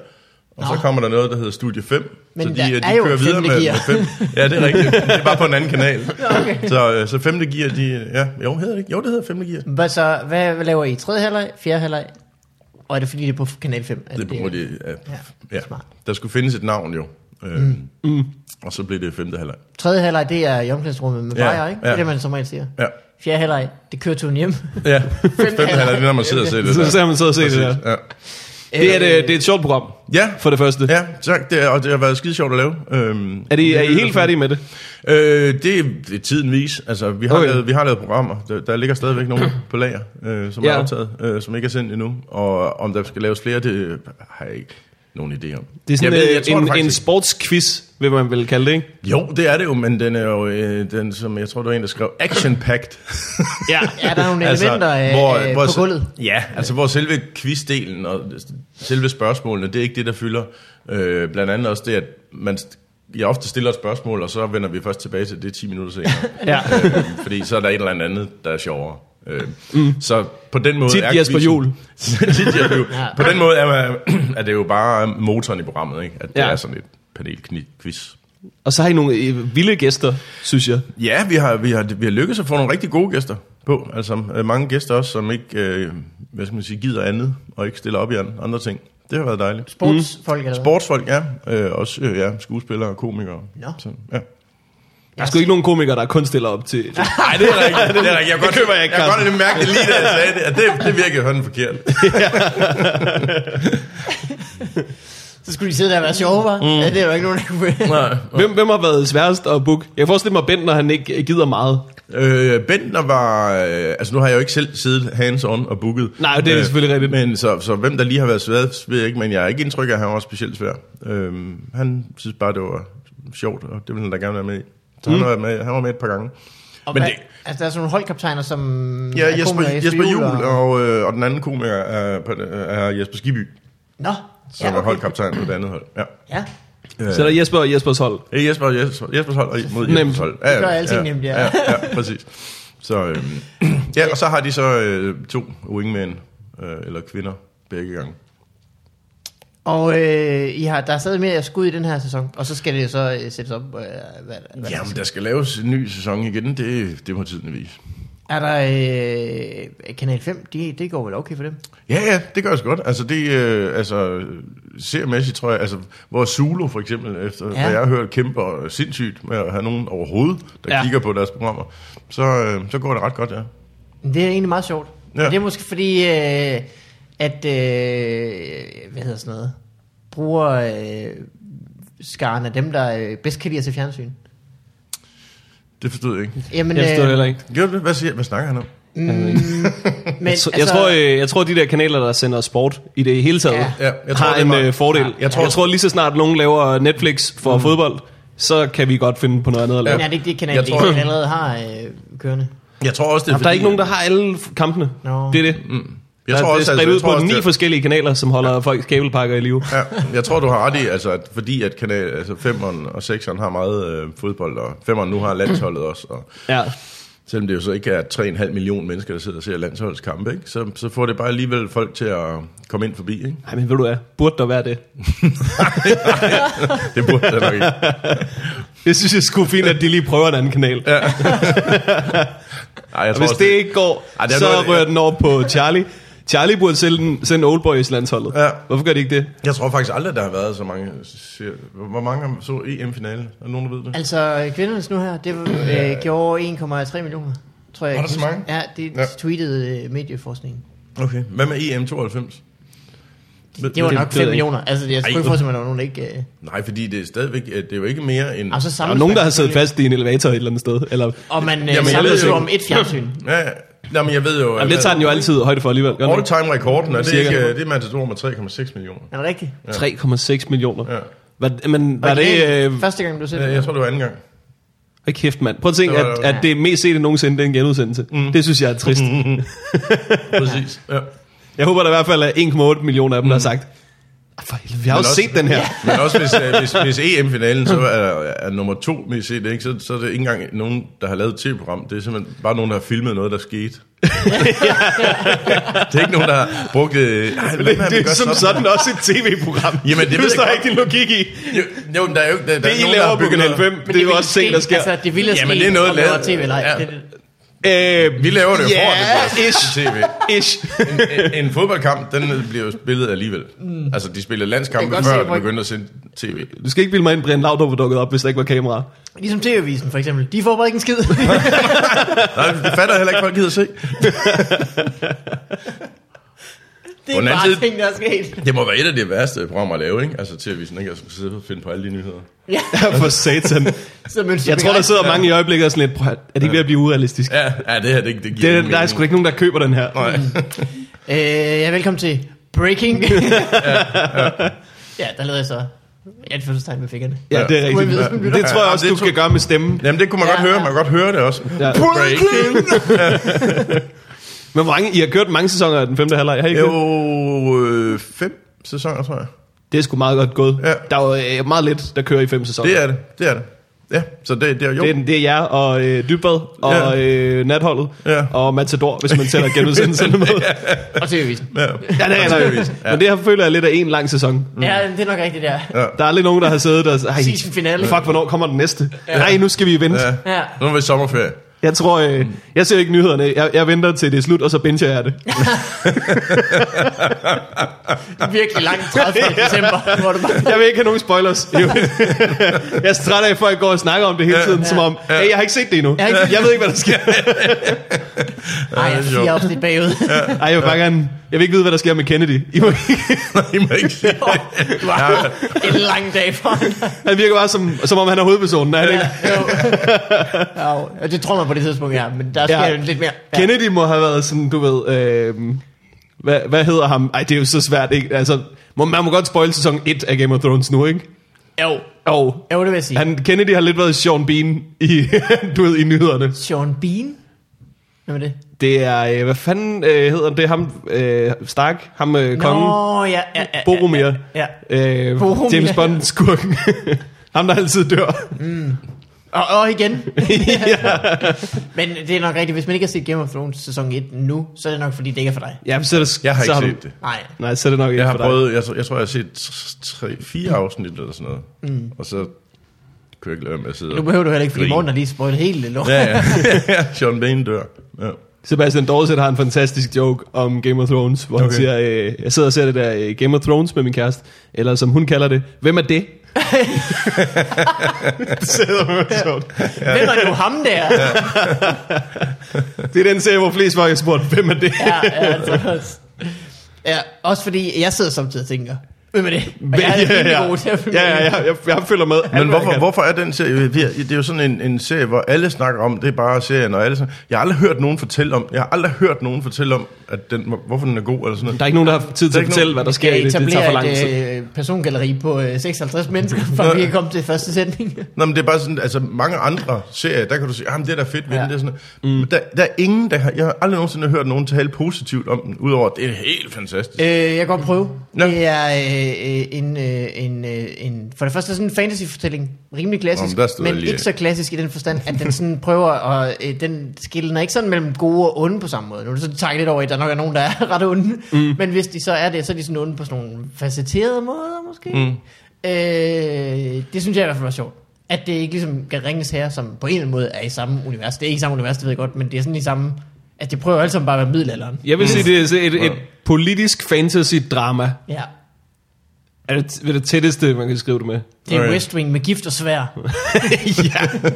[SPEAKER 3] og så
[SPEAKER 1] Nå.
[SPEAKER 3] kommer der noget, der hedder Studie 5.
[SPEAKER 1] Men
[SPEAKER 3] så de,
[SPEAKER 1] der
[SPEAKER 3] øh, de
[SPEAKER 1] er jo
[SPEAKER 3] kører
[SPEAKER 1] et
[SPEAKER 3] videre
[SPEAKER 1] femte
[SPEAKER 3] med,
[SPEAKER 1] gear.
[SPEAKER 3] med 5. Ja, det er rigtigt. Det er bare på en anden kanal. Okay. Så, øh, så 5. gear, de... øh, Ja, jo, hedder det ikke? Jo, det hedder 5. gear.
[SPEAKER 1] Hvad så, hvad hvad laver I? Tredje halvleg? Fjerde halvleg? Og er det fordi, det er på kanal 5?
[SPEAKER 3] Det er på grund af... Ja, ja.
[SPEAKER 1] smart.
[SPEAKER 3] Der skulle findes et navn, jo. Mm. Mm. Og så blev det 5. halvleg.
[SPEAKER 1] Tredje halvleg, det er i omklædningsrummet med
[SPEAKER 3] Ja,
[SPEAKER 1] bajer, ikke? Det er
[SPEAKER 3] ja.
[SPEAKER 1] det, man som regel siger.
[SPEAKER 3] Ja.
[SPEAKER 1] Fjerde halvleg, det kører turen hjem.
[SPEAKER 3] Ja, 5. halvleg, det er, når man sidder og ser det
[SPEAKER 2] Så
[SPEAKER 3] der.
[SPEAKER 2] ser man så og se det der.
[SPEAKER 3] Ja.
[SPEAKER 2] Det er, et, øh, det er et sjovt program,
[SPEAKER 3] Ja,
[SPEAKER 2] for det første.
[SPEAKER 3] Ja, tak. Det er, og det har været skide sjovt at lave. Øhm,
[SPEAKER 2] Er, det, er I helt færdige med det?
[SPEAKER 3] Øh, det, det er tiden vis. Altså, vi har,
[SPEAKER 2] Okay.
[SPEAKER 3] okay. lavet, vi har lavet programmer. Der, der ligger stadigvæk nogen på lager, øh, som ja.
[SPEAKER 2] Ja.
[SPEAKER 3] er optaget, øh, som ikke er sendt endnu. Og om der skal laves flere, det har jeg ikke nogen idé om.
[SPEAKER 2] Det er
[SPEAKER 3] jeg
[SPEAKER 2] sådan jeg
[SPEAKER 3] ved-
[SPEAKER 2] ved,
[SPEAKER 3] jeg tror det
[SPEAKER 2] en, en
[SPEAKER 3] faktisk
[SPEAKER 2] sportsquiz, vil man vel kalde det, ikke?
[SPEAKER 3] ikke. Jo, det er det jo, men den er jo, øh, den, som jeg tror, det var en, der skrev, action-packed.
[SPEAKER 2] Ja.
[SPEAKER 1] er der nogle elementer altså, øh, øh, på gulvet?
[SPEAKER 3] Ja, altså hvor selve quizdelen og selve spørgsmålene, det er ikke det, der fylder. Øh, blandt andet også det, at man, st- jeg ofte stiller et spørgsmål, og så vender vi først tilbage til det 10 minutter senere.
[SPEAKER 2] ja.
[SPEAKER 3] øh, fordi så er der et eller andet andet, der er sjovere. Øh, mm. Så på den måde
[SPEAKER 2] Tit
[SPEAKER 3] er
[SPEAKER 2] Jesper
[SPEAKER 3] quizzen-
[SPEAKER 2] Juhl.
[SPEAKER 3] Tit Jesper Juhl.
[SPEAKER 1] Ja.
[SPEAKER 3] På den måde er, man, er det jo bare motoren i programmet, ikke? at det
[SPEAKER 2] Ja.
[SPEAKER 3] ja. er sådan et panelquiz.
[SPEAKER 2] Og så har I nogle øh, vilde gæster, synes jeg.
[SPEAKER 3] Ja, vi har, vi, har, vi har lykkedes at få nogle rigtig gode gæster på. Altså øh, mange gæster også, som ikke øh, hvad skal man sige, gider andet, og ikke stiller op i an- andre ting. Det har været dejligt.
[SPEAKER 1] Sportsfolk eller hvad?
[SPEAKER 3] Sportsfolk, ja. Øh, også øh, ja, skuespillere og komikere.
[SPEAKER 1] Nå.
[SPEAKER 3] Så, ja.
[SPEAKER 2] Der er sgu ikke nogen komikere, der kun stiller op til...
[SPEAKER 3] Nej, det er der ikke. Det, er der ikke. Jeg, kan godt,
[SPEAKER 2] køber jeg ikke,
[SPEAKER 3] Jeg kan godt
[SPEAKER 2] Carsten.
[SPEAKER 3] lidt mærke det lige, da jeg sagde det. at Det, det virker sådan forkert.
[SPEAKER 1] Så skulle de sidde der og være sjove, var? Mm. Ja, det er jo ikke nogen, der kunne...
[SPEAKER 3] Nej.
[SPEAKER 2] Hvem, hvem har været sværest at booke? Jeg forestiller mig Bent, når han ikke gider meget.
[SPEAKER 3] Øh, Bentner var... Øh, altså, nu har jeg jo ikke selv siddet hands-on og booket. Øh,
[SPEAKER 2] Nej, det er selvfølgelig rigtigt.
[SPEAKER 3] Men så, så hvem der lige har været svær, ved jeg ikke, men jeg er ikke indtryk af, at han var specielt svær. Øh, han synes bare, det var sjovt, og det ville han da gerne være med i. Så mm. han, var med, han var med et par gange.
[SPEAKER 1] Og
[SPEAKER 3] Men
[SPEAKER 1] hvad,
[SPEAKER 3] det-
[SPEAKER 1] altså, der er sådan nogle holdkaptajner, som...
[SPEAKER 3] Ja,
[SPEAKER 1] er
[SPEAKER 3] Jesper,
[SPEAKER 1] komikere,
[SPEAKER 3] Jesper Juhl og, øh, og den anden komiker er, på det- er Jesper Skiby,
[SPEAKER 1] Nå,
[SPEAKER 3] som ja, okay. er holdkaptajn på det andet hold. Ja.
[SPEAKER 1] Ja,
[SPEAKER 3] Øh,
[SPEAKER 2] Så er der Jesper og Jespers hold.
[SPEAKER 3] Det er Jesper, og Jesper, Jespers hold og mod
[SPEAKER 2] Nemt.
[SPEAKER 3] Jespers hold. Ja,
[SPEAKER 1] Det gør alting
[SPEAKER 3] ja,
[SPEAKER 1] nemt, ja.
[SPEAKER 3] ja. ja, præcis. Så, øhm, ja, og så har de så øh, to wingmen, øh, eller kvinder, begge gange.
[SPEAKER 1] og øh, I har, der er stadig mere skud i den her sæson, og så skal det jo så øh, sættes op. Øh, hvad, hvad,
[SPEAKER 3] Jamen, der skal laves en ny sæson igen, det, det må tiden vise.
[SPEAKER 1] Er der øh, Kanal 5, det de går vel okay for dem?
[SPEAKER 3] Ja, ja, det gør også godt. Altså, det, øh, altså, seriemæssigt tror jeg, altså, hvor Zulu for eksempel, efter ja.
[SPEAKER 1] Ja.
[SPEAKER 3] hvad jeg har hørt, kæmper sindssygt med at have nogen overhovedet, der
[SPEAKER 2] Ja.
[SPEAKER 3] ja. kigger på deres programmer, så, øh, så går det ret godt, ja.
[SPEAKER 1] Det er egentlig meget sjovt.
[SPEAKER 3] Ja.
[SPEAKER 1] Ja. Det er måske fordi, øh, at, øh, hvad hedder sådan noget, bruger øh, skaren af dem, der øh, bedst kan lide at se fjernsyn.
[SPEAKER 3] Det forstod jeg ikke.
[SPEAKER 1] Jamen, øh,
[SPEAKER 2] Jeg forstår det heller ikke.
[SPEAKER 3] Gjorde du det? Hvad, siger, hvad snakker han om?
[SPEAKER 1] Men,
[SPEAKER 2] Jeg, altså, jeg, tror, øh, jeg tror, de der kanaler, der sender sport i det hele taget,
[SPEAKER 1] Ja.
[SPEAKER 2] ja.
[SPEAKER 3] Ja,
[SPEAKER 2] jeg tror, har en
[SPEAKER 3] var-
[SPEAKER 2] øh, fordel. Ja, jeg, tror, jeg tror lige så snart nogen laver Netflix for mm. fodbold, så kan vi godt finde på noget andet at lave.
[SPEAKER 1] men
[SPEAKER 2] Ja.
[SPEAKER 1] er det ikke det kanal,
[SPEAKER 3] Jeg
[SPEAKER 1] de
[SPEAKER 3] tror-
[SPEAKER 1] allerede har øh, kørende?
[SPEAKER 3] Jeg tror også, det er
[SPEAKER 2] Der er ikke nogen, der har alle f- kampene.
[SPEAKER 1] Nå.
[SPEAKER 2] Det er det. Mm.
[SPEAKER 3] Jeg
[SPEAKER 2] der,
[SPEAKER 3] tror
[SPEAKER 2] er
[SPEAKER 3] også,
[SPEAKER 2] spredt
[SPEAKER 3] altså,
[SPEAKER 2] ud
[SPEAKER 3] jeg tror
[SPEAKER 2] på
[SPEAKER 3] også,
[SPEAKER 2] ni
[SPEAKER 3] det-
[SPEAKER 2] forskellige kanaler, som holder folks kabelpakker i live.
[SPEAKER 3] Ja, jeg tror, du har ret i, altså, at fordi at kanal, altså, femeren og sekseren har meget øh, fodbold, og femeren nu har landsholdet også. Og
[SPEAKER 2] Ja.
[SPEAKER 3] selvom det jo så ikke er 3,5 millioner mennesker, der sidder og ser landsholdskampe, ikke? Så, så får det bare alligevel folk til at komme ind forbi. Ikke?
[SPEAKER 2] Ej, men ved du hvad? Burde der være det?
[SPEAKER 3] Det burde der nok ikke.
[SPEAKER 2] Jeg synes, jeg skulle fint, at de lige prøver en anden kanal. Ja,
[SPEAKER 3] Ej, jeg
[SPEAKER 2] og
[SPEAKER 3] tror
[SPEAKER 2] hvis
[SPEAKER 3] også,
[SPEAKER 2] det ikke går,
[SPEAKER 3] Ej,
[SPEAKER 2] Ej,
[SPEAKER 3] det er
[SPEAKER 2] så
[SPEAKER 3] noget af det-
[SPEAKER 2] rører den over på Charlie. Charlie burde sende, den- sende Oldboys landsholdet.
[SPEAKER 3] Ja.
[SPEAKER 2] Hvorfor gør de ikke det?
[SPEAKER 3] Jeg tror faktisk aldrig, der har været så mange... ser- Hvor mange så EM-finale? Er der nogen, der ved det?
[SPEAKER 1] Altså, kvindernes nu her, det øh, gjorde 1,3 millioner, tror jeg.
[SPEAKER 3] Var der så mange?
[SPEAKER 1] Ja, det
[SPEAKER 3] Ja.
[SPEAKER 1] ja. tweetede øh, medieforskningen.
[SPEAKER 3] Okay. Hvad med E EM92?
[SPEAKER 1] Det, det var nok
[SPEAKER 2] det- det ved jeg
[SPEAKER 1] 5
[SPEAKER 2] ikke.
[SPEAKER 1] millioner. Altså, jeg
[SPEAKER 3] Ej.
[SPEAKER 1] skulle ikke forestille mig, at der var nogen, der ikke... Øh,
[SPEAKER 3] Nej, fordi det er stadigvæk... øh, Det er jo ikke mere end...
[SPEAKER 1] altså,
[SPEAKER 2] Der er nogen, der har siddet fast i en elevator et eller andet sted. Eller,
[SPEAKER 1] Og man øh,
[SPEAKER 3] jeg
[SPEAKER 1] samlede
[SPEAKER 3] ved
[SPEAKER 1] sig
[SPEAKER 3] jo-
[SPEAKER 1] om et fjernsyn.
[SPEAKER 3] Ja, ja. Nå, men jeg ved jo...
[SPEAKER 2] Jamen, det tager den jo altid højde for alligevel. gør den
[SPEAKER 3] All time rekorden, og det er,
[SPEAKER 2] Cirka.
[SPEAKER 3] ikke, øh, det er Matador med 3,6 millioner.
[SPEAKER 1] Er det rigtigt?
[SPEAKER 2] ikke? 3,6 millioner.
[SPEAKER 3] Ja.
[SPEAKER 2] Hvad, men var det... Øh,
[SPEAKER 1] Første gang, du ser
[SPEAKER 3] Ja,
[SPEAKER 1] det?
[SPEAKER 3] jeg tror, det var anden gang.
[SPEAKER 2] hold kæft, mand. Prøv at tænke,
[SPEAKER 3] Det var-
[SPEAKER 2] at, at det mest sete nogensinde, det er en genudsendelse. Mm. Det synes jeg er trist. Mm.
[SPEAKER 3] Præcis. Ja.
[SPEAKER 2] Jeg håber, der i hvert fald er 1,8 millioner af dem, der har sagt, "Ah, for helvede, vi har jo
[SPEAKER 3] Men også-
[SPEAKER 2] set den her.
[SPEAKER 3] Men også hvis, øh, hvis, hvis EM-finalen så er, er nummer to med set, ikke? Så, så er det ikke engang nogen, der har lavet et tv-program. Det er simpelthen bare nogen, der har filmet noget, der skete. Det er ikke nogen, der har brugt... Øh, ej, hvad
[SPEAKER 2] Det,
[SPEAKER 3] med, at vi
[SPEAKER 2] det
[SPEAKER 3] gør
[SPEAKER 2] er som sådan også et tv-program.
[SPEAKER 3] Jamen, det ved
[SPEAKER 2] det
[SPEAKER 3] jeg
[SPEAKER 2] der
[SPEAKER 3] godt.
[SPEAKER 2] ikke din logik i.
[SPEAKER 3] Jo, jo, men der er jo der, der
[SPEAKER 2] Det,
[SPEAKER 3] er
[SPEAKER 2] I
[SPEAKER 3] nogen, der
[SPEAKER 2] laver
[SPEAKER 3] har
[SPEAKER 2] på
[SPEAKER 3] bygget
[SPEAKER 2] Kanal
[SPEAKER 3] noget.
[SPEAKER 2] 5, det er jo
[SPEAKER 1] ville
[SPEAKER 2] også ting, der
[SPEAKER 1] ske.
[SPEAKER 2] sker.
[SPEAKER 1] Altså, det ville ske,
[SPEAKER 3] Jamen, det er noget
[SPEAKER 1] om det var
[SPEAKER 3] lavet-
[SPEAKER 1] tv eller ej.
[SPEAKER 3] Ja.
[SPEAKER 1] Det, det,
[SPEAKER 2] Øh,
[SPEAKER 3] Vi laver det jo for, at
[SPEAKER 2] Ja,
[SPEAKER 3] det bliver sendt på tv.
[SPEAKER 2] ish.
[SPEAKER 3] En- En, en fodboldkamp, den bliver jo spillet alligevel. Mm. Altså, de spillede
[SPEAKER 1] Jeg kan
[SPEAKER 3] landskampe,
[SPEAKER 1] godt se,
[SPEAKER 3] før
[SPEAKER 1] hvor-
[SPEAKER 3] de begyndte at sende tv.
[SPEAKER 2] Du skal ikke bilde mig ind, Brian Laudrup var dukket op, hvis der ikke var kamera.
[SPEAKER 1] ligesom TV-avisen for eksempel. De får bare ikke en skid.
[SPEAKER 3] Nej, det fatter jeg heller ikke, folk gider se.
[SPEAKER 1] det
[SPEAKER 3] På
[SPEAKER 1] er
[SPEAKER 3] den
[SPEAKER 1] bare
[SPEAKER 3] anden side-
[SPEAKER 1] ting, der er sket.
[SPEAKER 3] Det må være et af de værste programmer at lave, ikke? Altså, til at vi sådan ikke skal sidde og finde på alle de nyheder.
[SPEAKER 1] Ja,
[SPEAKER 2] For satan.
[SPEAKER 1] så mønster
[SPEAKER 2] Jeg
[SPEAKER 1] vi
[SPEAKER 2] tror, der
[SPEAKER 1] ret.
[SPEAKER 2] sidder mange i øjeblikket og sådan lidt, "Prøv at- er det ikke ved at blive urealistisk?
[SPEAKER 3] Ja, ja det her, det, det giver
[SPEAKER 2] Det, er-
[SPEAKER 3] ingen
[SPEAKER 2] der er
[SPEAKER 3] mening.
[SPEAKER 2] sgu da ikke nogen, der køber den her.
[SPEAKER 3] Nej.
[SPEAKER 1] Øh, ja, velkommen til Breaking. ja, der lavede jeg så anførselstegn med fingrene.
[SPEAKER 2] Ja, det er rigtigt.
[SPEAKER 1] Uanvidende lytter.
[SPEAKER 2] Det tror jeg også,
[SPEAKER 3] Ja,
[SPEAKER 2] du
[SPEAKER 3] det
[SPEAKER 2] skal gøre med stemmen.
[SPEAKER 3] Jamen, det kunne man
[SPEAKER 1] Ja,
[SPEAKER 3] godt høre.
[SPEAKER 1] ja.
[SPEAKER 3] Man kunne godt høre det også.
[SPEAKER 2] Ja. Men hvor mange, I har kørt mange sæsoner af den femte halvleg, har I ikke det?
[SPEAKER 3] Jo, øh, fem sæsoner, tror jeg.
[SPEAKER 2] Det er sgu meget godt gået.
[SPEAKER 3] Ja.
[SPEAKER 2] Der er jo øh, meget lidt, der kører i fem sæsoner.
[SPEAKER 3] Det er det, det er det. Ja, så det, det er jo...
[SPEAKER 2] Det er, det er jer og øh, Dybbad og
[SPEAKER 3] Ja.
[SPEAKER 2] øh, Natholdet
[SPEAKER 3] Ja.
[SPEAKER 2] og Matador, hvis man tæller genudsendelserne med. ja,
[SPEAKER 1] Og TV-avisen.
[SPEAKER 3] Ja.
[SPEAKER 2] det er,
[SPEAKER 3] Naturligvis,
[SPEAKER 2] der,
[SPEAKER 3] ja.
[SPEAKER 2] Men det her føler jeg lidt af en lang sæson.
[SPEAKER 1] Ja, det er nok rigtigt, der.
[SPEAKER 2] Der er lidt nogen, der har siddet og... Ej,
[SPEAKER 1] Season finale.
[SPEAKER 2] fuck, hvornår kommer den næste? Nej, nu skal vi vente.
[SPEAKER 3] Ja.
[SPEAKER 1] Ja.
[SPEAKER 3] Nu er vi i sommerferie.
[SPEAKER 2] Jeg tror, øh,
[SPEAKER 1] Mm.
[SPEAKER 2] jeg ser ikke nyhederne. Jeg, jeg venter til det er slut, og så binger jeg det.
[SPEAKER 1] Virkelig langt 30. december, hvor du bare...
[SPEAKER 2] Jeg vil ikke have nogen spoilers. Jo. jeg er træt af, at folk går og snakker om det hele
[SPEAKER 3] Ja.
[SPEAKER 2] tiden, som om, hey, jeg har ikke set det endnu.
[SPEAKER 1] Jeg har ikke set
[SPEAKER 2] Jeg ved ikke, hvad der sker.
[SPEAKER 1] Ej, jeg er fire afsnit bagud.
[SPEAKER 2] Ej, jeg vil bare gerne... Jeg vil ikke vide, hvad der sker med Kennedy. I må ikke-
[SPEAKER 3] I må ikke sige det. Ja,
[SPEAKER 1] en lang dag for
[SPEAKER 2] Han virker bare som, som om, han er hovedpersonen. Er han ikke?
[SPEAKER 1] ja, jo. Ja, det tror man på det tidspunkt, ja. Men der sker
[SPEAKER 2] Ja.
[SPEAKER 1] ja. lidt mere. Ja.
[SPEAKER 2] Kennedy må have været sådan, du ved... Øh, hvad, hvad hedder ham? Ej, det er jo så svært, ikke? Altså, må, man må godt spoil sæson 1 af Game of Thrones nu, ikke?
[SPEAKER 1] Jo.
[SPEAKER 2] Og
[SPEAKER 1] jo, det vil jeg sige. Han...
[SPEAKER 2] han, Kennedy har lidt været Sean Bean i, du ved, i nyhederne.
[SPEAKER 1] Sean Bean? Hvem er det?
[SPEAKER 2] Det er, øh, hvad fanden øh, hedder han? Det er ham, øh, Stark, ham øh, kongen,
[SPEAKER 1] Nå, ja, ja, ja,
[SPEAKER 2] Boromir,
[SPEAKER 1] Ja, ja.
[SPEAKER 2] øh,
[SPEAKER 1] Boromir. Mm.
[SPEAKER 2] James Bond, skurken. ham, der altid dør.
[SPEAKER 1] Og, og igen.
[SPEAKER 2] ja.
[SPEAKER 1] Men det er nok rigtigt. Hvis man ikke har set Game of Thrones sæson 1 nu, så er det nok, fordi det ikke er for dig.
[SPEAKER 2] ja, men så er det,
[SPEAKER 3] jeg har
[SPEAKER 2] så
[SPEAKER 3] ikke
[SPEAKER 2] du-
[SPEAKER 3] set det.
[SPEAKER 1] Nej.
[SPEAKER 2] Nej, så er det nok ikke
[SPEAKER 3] Jeg har
[SPEAKER 2] for dig.
[SPEAKER 3] prøvet, jeg, tror- jeg tror, jeg har set tre- tre, fire afsnit eller sådan noget. Mm. Og så kunne jeg ikke lade være med at sidde
[SPEAKER 1] Nu
[SPEAKER 3] og-
[SPEAKER 1] behøver du heller ikke, fordi
[SPEAKER 3] Grin.
[SPEAKER 1] Morten har lige spoilet hele lort.
[SPEAKER 3] Ja, ja. Sean Bain dør. Ja.
[SPEAKER 2] Sebastian Dorset har en fantastisk joke om Game of Thrones, hvor okay. han
[SPEAKER 3] Okay.
[SPEAKER 2] siger, øh, jeg sidder og ser det der øh, Game of Thrones med min kæreste, eller som hun kalder det, hvem er det? det, sidder med sjovt.
[SPEAKER 1] Hvem er nu ham der?
[SPEAKER 2] det er den serie, hvor flest folk har spurgt, hvem er det?
[SPEAKER 1] Ja, ja, altså også. Ja, også fordi jeg sidder samtidig og tænker, hvem er det? Og jeg er
[SPEAKER 2] ja,
[SPEAKER 1] rimelig
[SPEAKER 2] ja.
[SPEAKER 1] god til at følge
[SPEAKER 2] ja,
[SPEAKER 1] med.
[SPEAKER 2] ja, ja, jeg, jeg følger med.
[SPEAKER 3] Men hvorfor,
[SPEAKER 2] Amerika.
[SPEAKER 3] hvorfor er den serie? Det er jo sådan en, en serie, hvor alle snakker om, det er bare serien, og alle snakker. Jeg har aldrig hørt nogen fortælle om, jeg har aldrig hørt nogen fortælle om, at den, hvorfor den er god, eller sådan noget.
[SPEAKER 2] Der er ikke nogen, der har tid til at
[SPEAKER 3] ikke
[SPEAKER 2] fortælle,
[SPEAKER 3] nogen-
[SPEAKER 2] hvad der
[SPEAKER 1] Skal
[SPEAKER 2] sker i
[SPEAKER 1] jeg
[SPEAKER 2] det. Det
[SPEAKER 1] etablere
[SPEAKER 2] tager for lang
[SPEAKER 1] et
[SPEAKER 2] tid.
[SPEAKER 1] øh, persongalleri på øh, 56 mennesker, for at vi kan komme til første sætning?
[SPEAKER 3] Nå, men det er bare sådan, altså mange andre serier, der kan du sige, jamen det er da fedt ved
[SPEAKER 1] Ja.
[SPEAKER 3] ja. det er sådan, mm. der, der er ingen, der har, jeg har aldrig nogensinde hørt nogen tale positivt om den, udover, at det er helt fantastisk.
[SPEAKER 1] Øh, jeg kan godt prøve.
[SPEAKER 3] Nå.
[SPEAKER 1] Det er øh, øh, en, øh, en, øh, en, for det første er sådan en fantasyfortælling, rimelig klassisk,
[SPEAKER 3] Nå, men der stod
[SPEAKER 1] men
[SPEAKER 3] jeg lige
[SPEAKER 1] ikke så klassisk i den forstand, at den sådan prøver, og øh, den skiller ikke sådan mellem gode og onde på samme måde. Nu er det sådan takket lidt over, at der nok er nogen, der er ret onde, mm. men hvis de så er det, så er de sådan onde på sådan nogle facetterede måder måske. Mm. Øh, det synes jeg i hvert fald var sjovt. At det ikke ligesom kan ringes her, som på en eller anden måde er i samme univers. Det er ikke i samme univers, det ved jeg godt, men det er sådan i samme... At det prøver jo alle sammen bare at være middelalderen.
[SPEAKER 2] Jeg vil sige, det er sådan et, et politisk fantasy-drama.
[SPEAKER 1] Ja.
[SPEAKER 2] Er det, er det tætteste, man kan skrive det med?
[SPEAKER 1] Det er
[SPEAKER 3] Okay.
[SPEAKER 1] West Wing med gift og svær.
[SPEAKER 2] ja.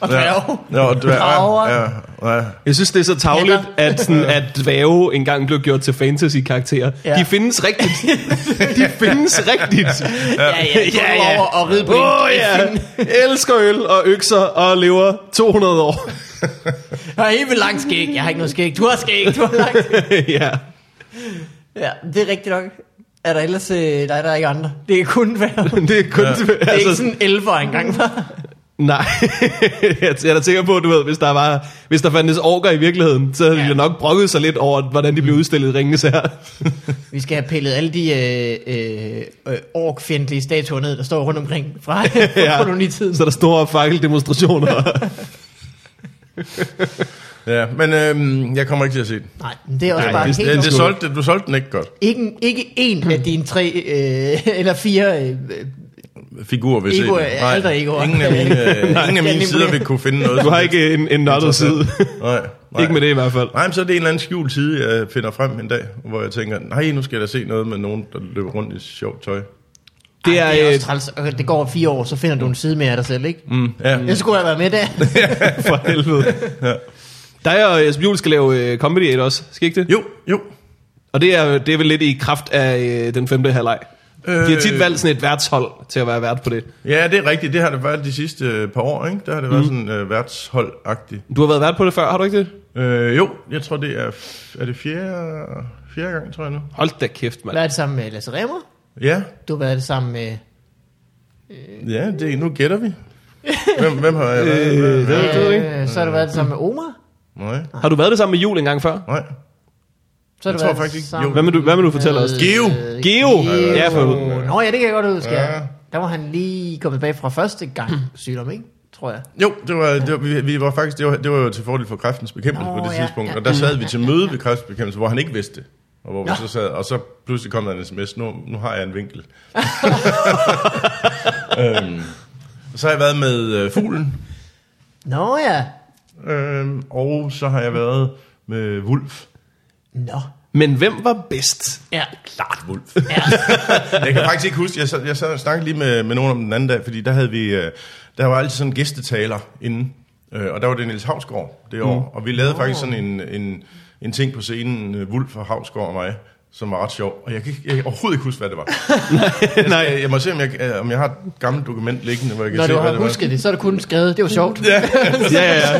[SPEAKER 1] Og dværge.
[SPEAKER 3] Ja, og du
[SPEAKER 1] Drager.
[SPEAKER 3] er, ja, ja.
[SPEAKER 2] Jeg synes, det er så tavligt,
[SPEAKER 1] Hanner.
[SPEAKER 2] at, sådan, at dvæve engang blev gjort til fantasy-karakterer.
[SPEAKER 1] Ja.
[SPEAKER 2] Ja. De findes rigtigt. De findes rigtigt.
[SPEAKER 1] Ja, ja. ja, ja. Over og ride på
[SPEAKER 2] Åh oh,
[SPEAKER 1] en-
[SPEAKER 2] ja.
[SPEAKER 1] en-
[SPEAKER 2] Elsker øl og økser og lever 200 år.
[SPEAKER 1] Og helt vildt langt skæg. Jeg har ikke noget skæg. Du har skæg. Du har langt skæg.
[SPEAKER 2] ja.
[SPEAKER 1] Ja, det er rigtigt nok. Er der ellers øh, dig, der er ikke andre? Det er kun dværge. Det
[SPEAKER 2] Det er kun... altså, Ja.
[SPEAKER 1] er ikke sådan en elver engang. hva'?
[SPEAKER 2] Nej, jeg er da sikker på, at du ved, hvis der, var, hvis der fandtes orker i virkeligheden, så havde
[SPEAKER 1] Ja.
[SPEAKER 2] ja. de jo nok brokket sig lidt over, hvordan de blev udstillet i Ringenes Herre.
[SPEAKER 1] Vi skal have pillet alle de øh, øh, øh, orkfjendtlige statuer ned, der står rundt omkring fra, fra kolonitiden.
[SPEAKER 2] Så er der store fakkeldemonstrationer.
[SPEAKER 3] Ja, men øhm, jeg kommer ikke til at se den.
[SPEAKER 1] Nej, men det er også
[SPEAKER 2] Nej,
[SPEAKER 1] bare
[SPEAKER 2] det-
[SPEAKER 1] helt...
[SPEAKER 3] Ja,
[SPEAKER 1] okay.
[SPEAKER 3] det solgte, du solgte den ikke godt.
[SPEAKER 1] Ikke, ikke en af dine tre, øh, eller fire, øh,
[SPEAKER 3] Figur vil se
[SPEAKER 1] Ego
[SPEAKER 3] den.
[SPEAKER 1] er-
[SPEAKER 3] Nej,
[SPEAKER 1] alter egoer.
[SPEAKER 3] Ingen af mine, øh, ingen af
[SPEAKER 1] Kan
[SPEAKER 3] mine sider
[SPEAKER 1] imponere.
[SPEAKER 3] vil kunne finde noget. Altså,
[SPEAKER 2] Du har ikke en, en nuttet side.
[SPEAKER 3] Nej, nej.
[SPEAKER 2] ikke med det i hvert fald.
[SPEAKER 3] Nej, men så er det en eller anden skjult side, jeg finder frem en dag, hvor jeg tænker, nej, nu skal jeg da se noget med nogen, der løber rundt i sjovt tøj.
[SPEAKER 2] Det er,
[SPEAKER 1] det er
[SPEAKER 2] øh,
[SPEAKER 1] også træls. Og Det går fire år, så finder du en side mere af dig selv, ikke?
[SPEAKER 3] Mm, ja.
[SPEAKER 1] Jeg skulle have været med der.
[SPEAKER 2] for helvede. Dig og Jesper Juhl skal lave øh, Comedy 8 også, skal I ikke det?
[SPEAKER 3] Jo, jo.
[SPEAKER 2] Og det er, det er vel lidt i kraft af øh, den femte halvleg. De har tit
[SPEAKER 3] Øh.
[SPEAKER 2] valgt sådan et værtshold til at være vært på det.
[SPEAKER 3] Ja, det er rigtigt. Det har det været de sidste øh, par år, ikke? Der har det
[SPEAKER 2] Mm.
[SPEAKER 3] været sådan øh, værtsholdagtigt.
[SPEAKER 2] Du har været vært på det før, har du ikke det?
[SPEAKER 3] Øh, jo, jeg tror, det er, f- er det fjerde, fjerde gang, tror jeg nu.
[SPEAKER 2] Hold da kæft, mand.
[SPEAKER 1] Hvad er det sammen med Lasse Remmer?
[SPEAKER 3] Ja,
[SPEAKER 1] Du har været det sammen med...
[SPEAKER 3] ja det, nu gætter vi. Hvem, hvem har jeg været?
[SPEAKER 2] Øh, det ved du ikke.
[SPEAKER 1] Øh, så har du været det sammen med Omar.
[SPEAKER 3] Nej,
[SPEAKER 2] Har du været det sammen med Jul engang før?
[SPEAKER 3] nej.
[SPEAKER 1] Så har du
[SPEAKER 3] Jeg tror
[SPEAKER 1] været
[SPEAKER 3] faktisk ikke-
[SPEAKER 1] sammen
[SPEAKER 3] jo.
[SPEAKER 2] Hvad vil du, hvad vil du fortælle os?
[SPEAKER 3] Geo.
[SPEAKER 1] øh,
[SPEAKER 2] Geo. Ja, for
[SPEAKER 1] Geo. Nå ja, det kan jeg godt huske. Ja.
[SPEAKER 3] Ja.
[SPEAKER 1] Der var han lige kommet tilbage fra første gang sygdom, ikke? Tror jeg.
[SPEAKER 3] Jo, det var, det var, vi, vi var faktisk, det var, det var jo til fordel for kræftens bekæmpelse
[SPEAKER 1] Nå,
[SPEAKER 3] på det
[SPEAKER 1] ja,
[SPEAKER 3] tidspunkt,
[SPEAKER 1] ja.
[SPEAKER 3] og der sad vi til møde ved kræftens bekæmpelse, hvor han ikke vidste det. Og hvor vi
[SPEAKER 1] Nå.
[SPEAKER 3] så sad, og så pludselig kom der en sms, nu, nu har jeg en vinkel. øhm, så har jeg været med øh, fuglen,
[SPEAKER 1] Nå ja.
[SPEAKER 3] øhm, og så har jeg været med Wulf.
[SPEAKER 1] Nå.
[SPEAKER 2] Men hvem var bedst?
[SPEAKER 1] Ja.
[SPEAKER 3] Klart Wulf. jeg kan faktisk ikke huske, jeg, sad, jeg sad og snakkede lige med, med nogen om den anden dag, fordi der havde vi, øh, der var altid sådan en gæstetaler inden, øh, og der var det Niels Havsgaard det år,
[SPEAKER 2] Mm.
[SPEAKER 3] og vi lavede faktisk sådan en, en, en ting på scenen, øh, Wulf og Havsgaard og mig, som var ret sjov, og jeg kan, ikke- jeg kan overhovedet ikke huske, hvad det var.
[SPEAKER 2] Nej.
[SPEAKER 3] Jeg, jeg må se, om jeg, øh, om jeg har et gammelt dokument liggende, hvor jeg kan
[SPEAKER 1] Når
[SPEAKER 3] se,
[SPEAKER 1] du
[SPEAKER 3] hvad
[SPEAKER 1] har
[SPEAKER 3] det var.
[SPEAKER 1] husket det, så er du kun skrevet. Det var sjovt.
[SPEAKER 2] Ja, ja, ja.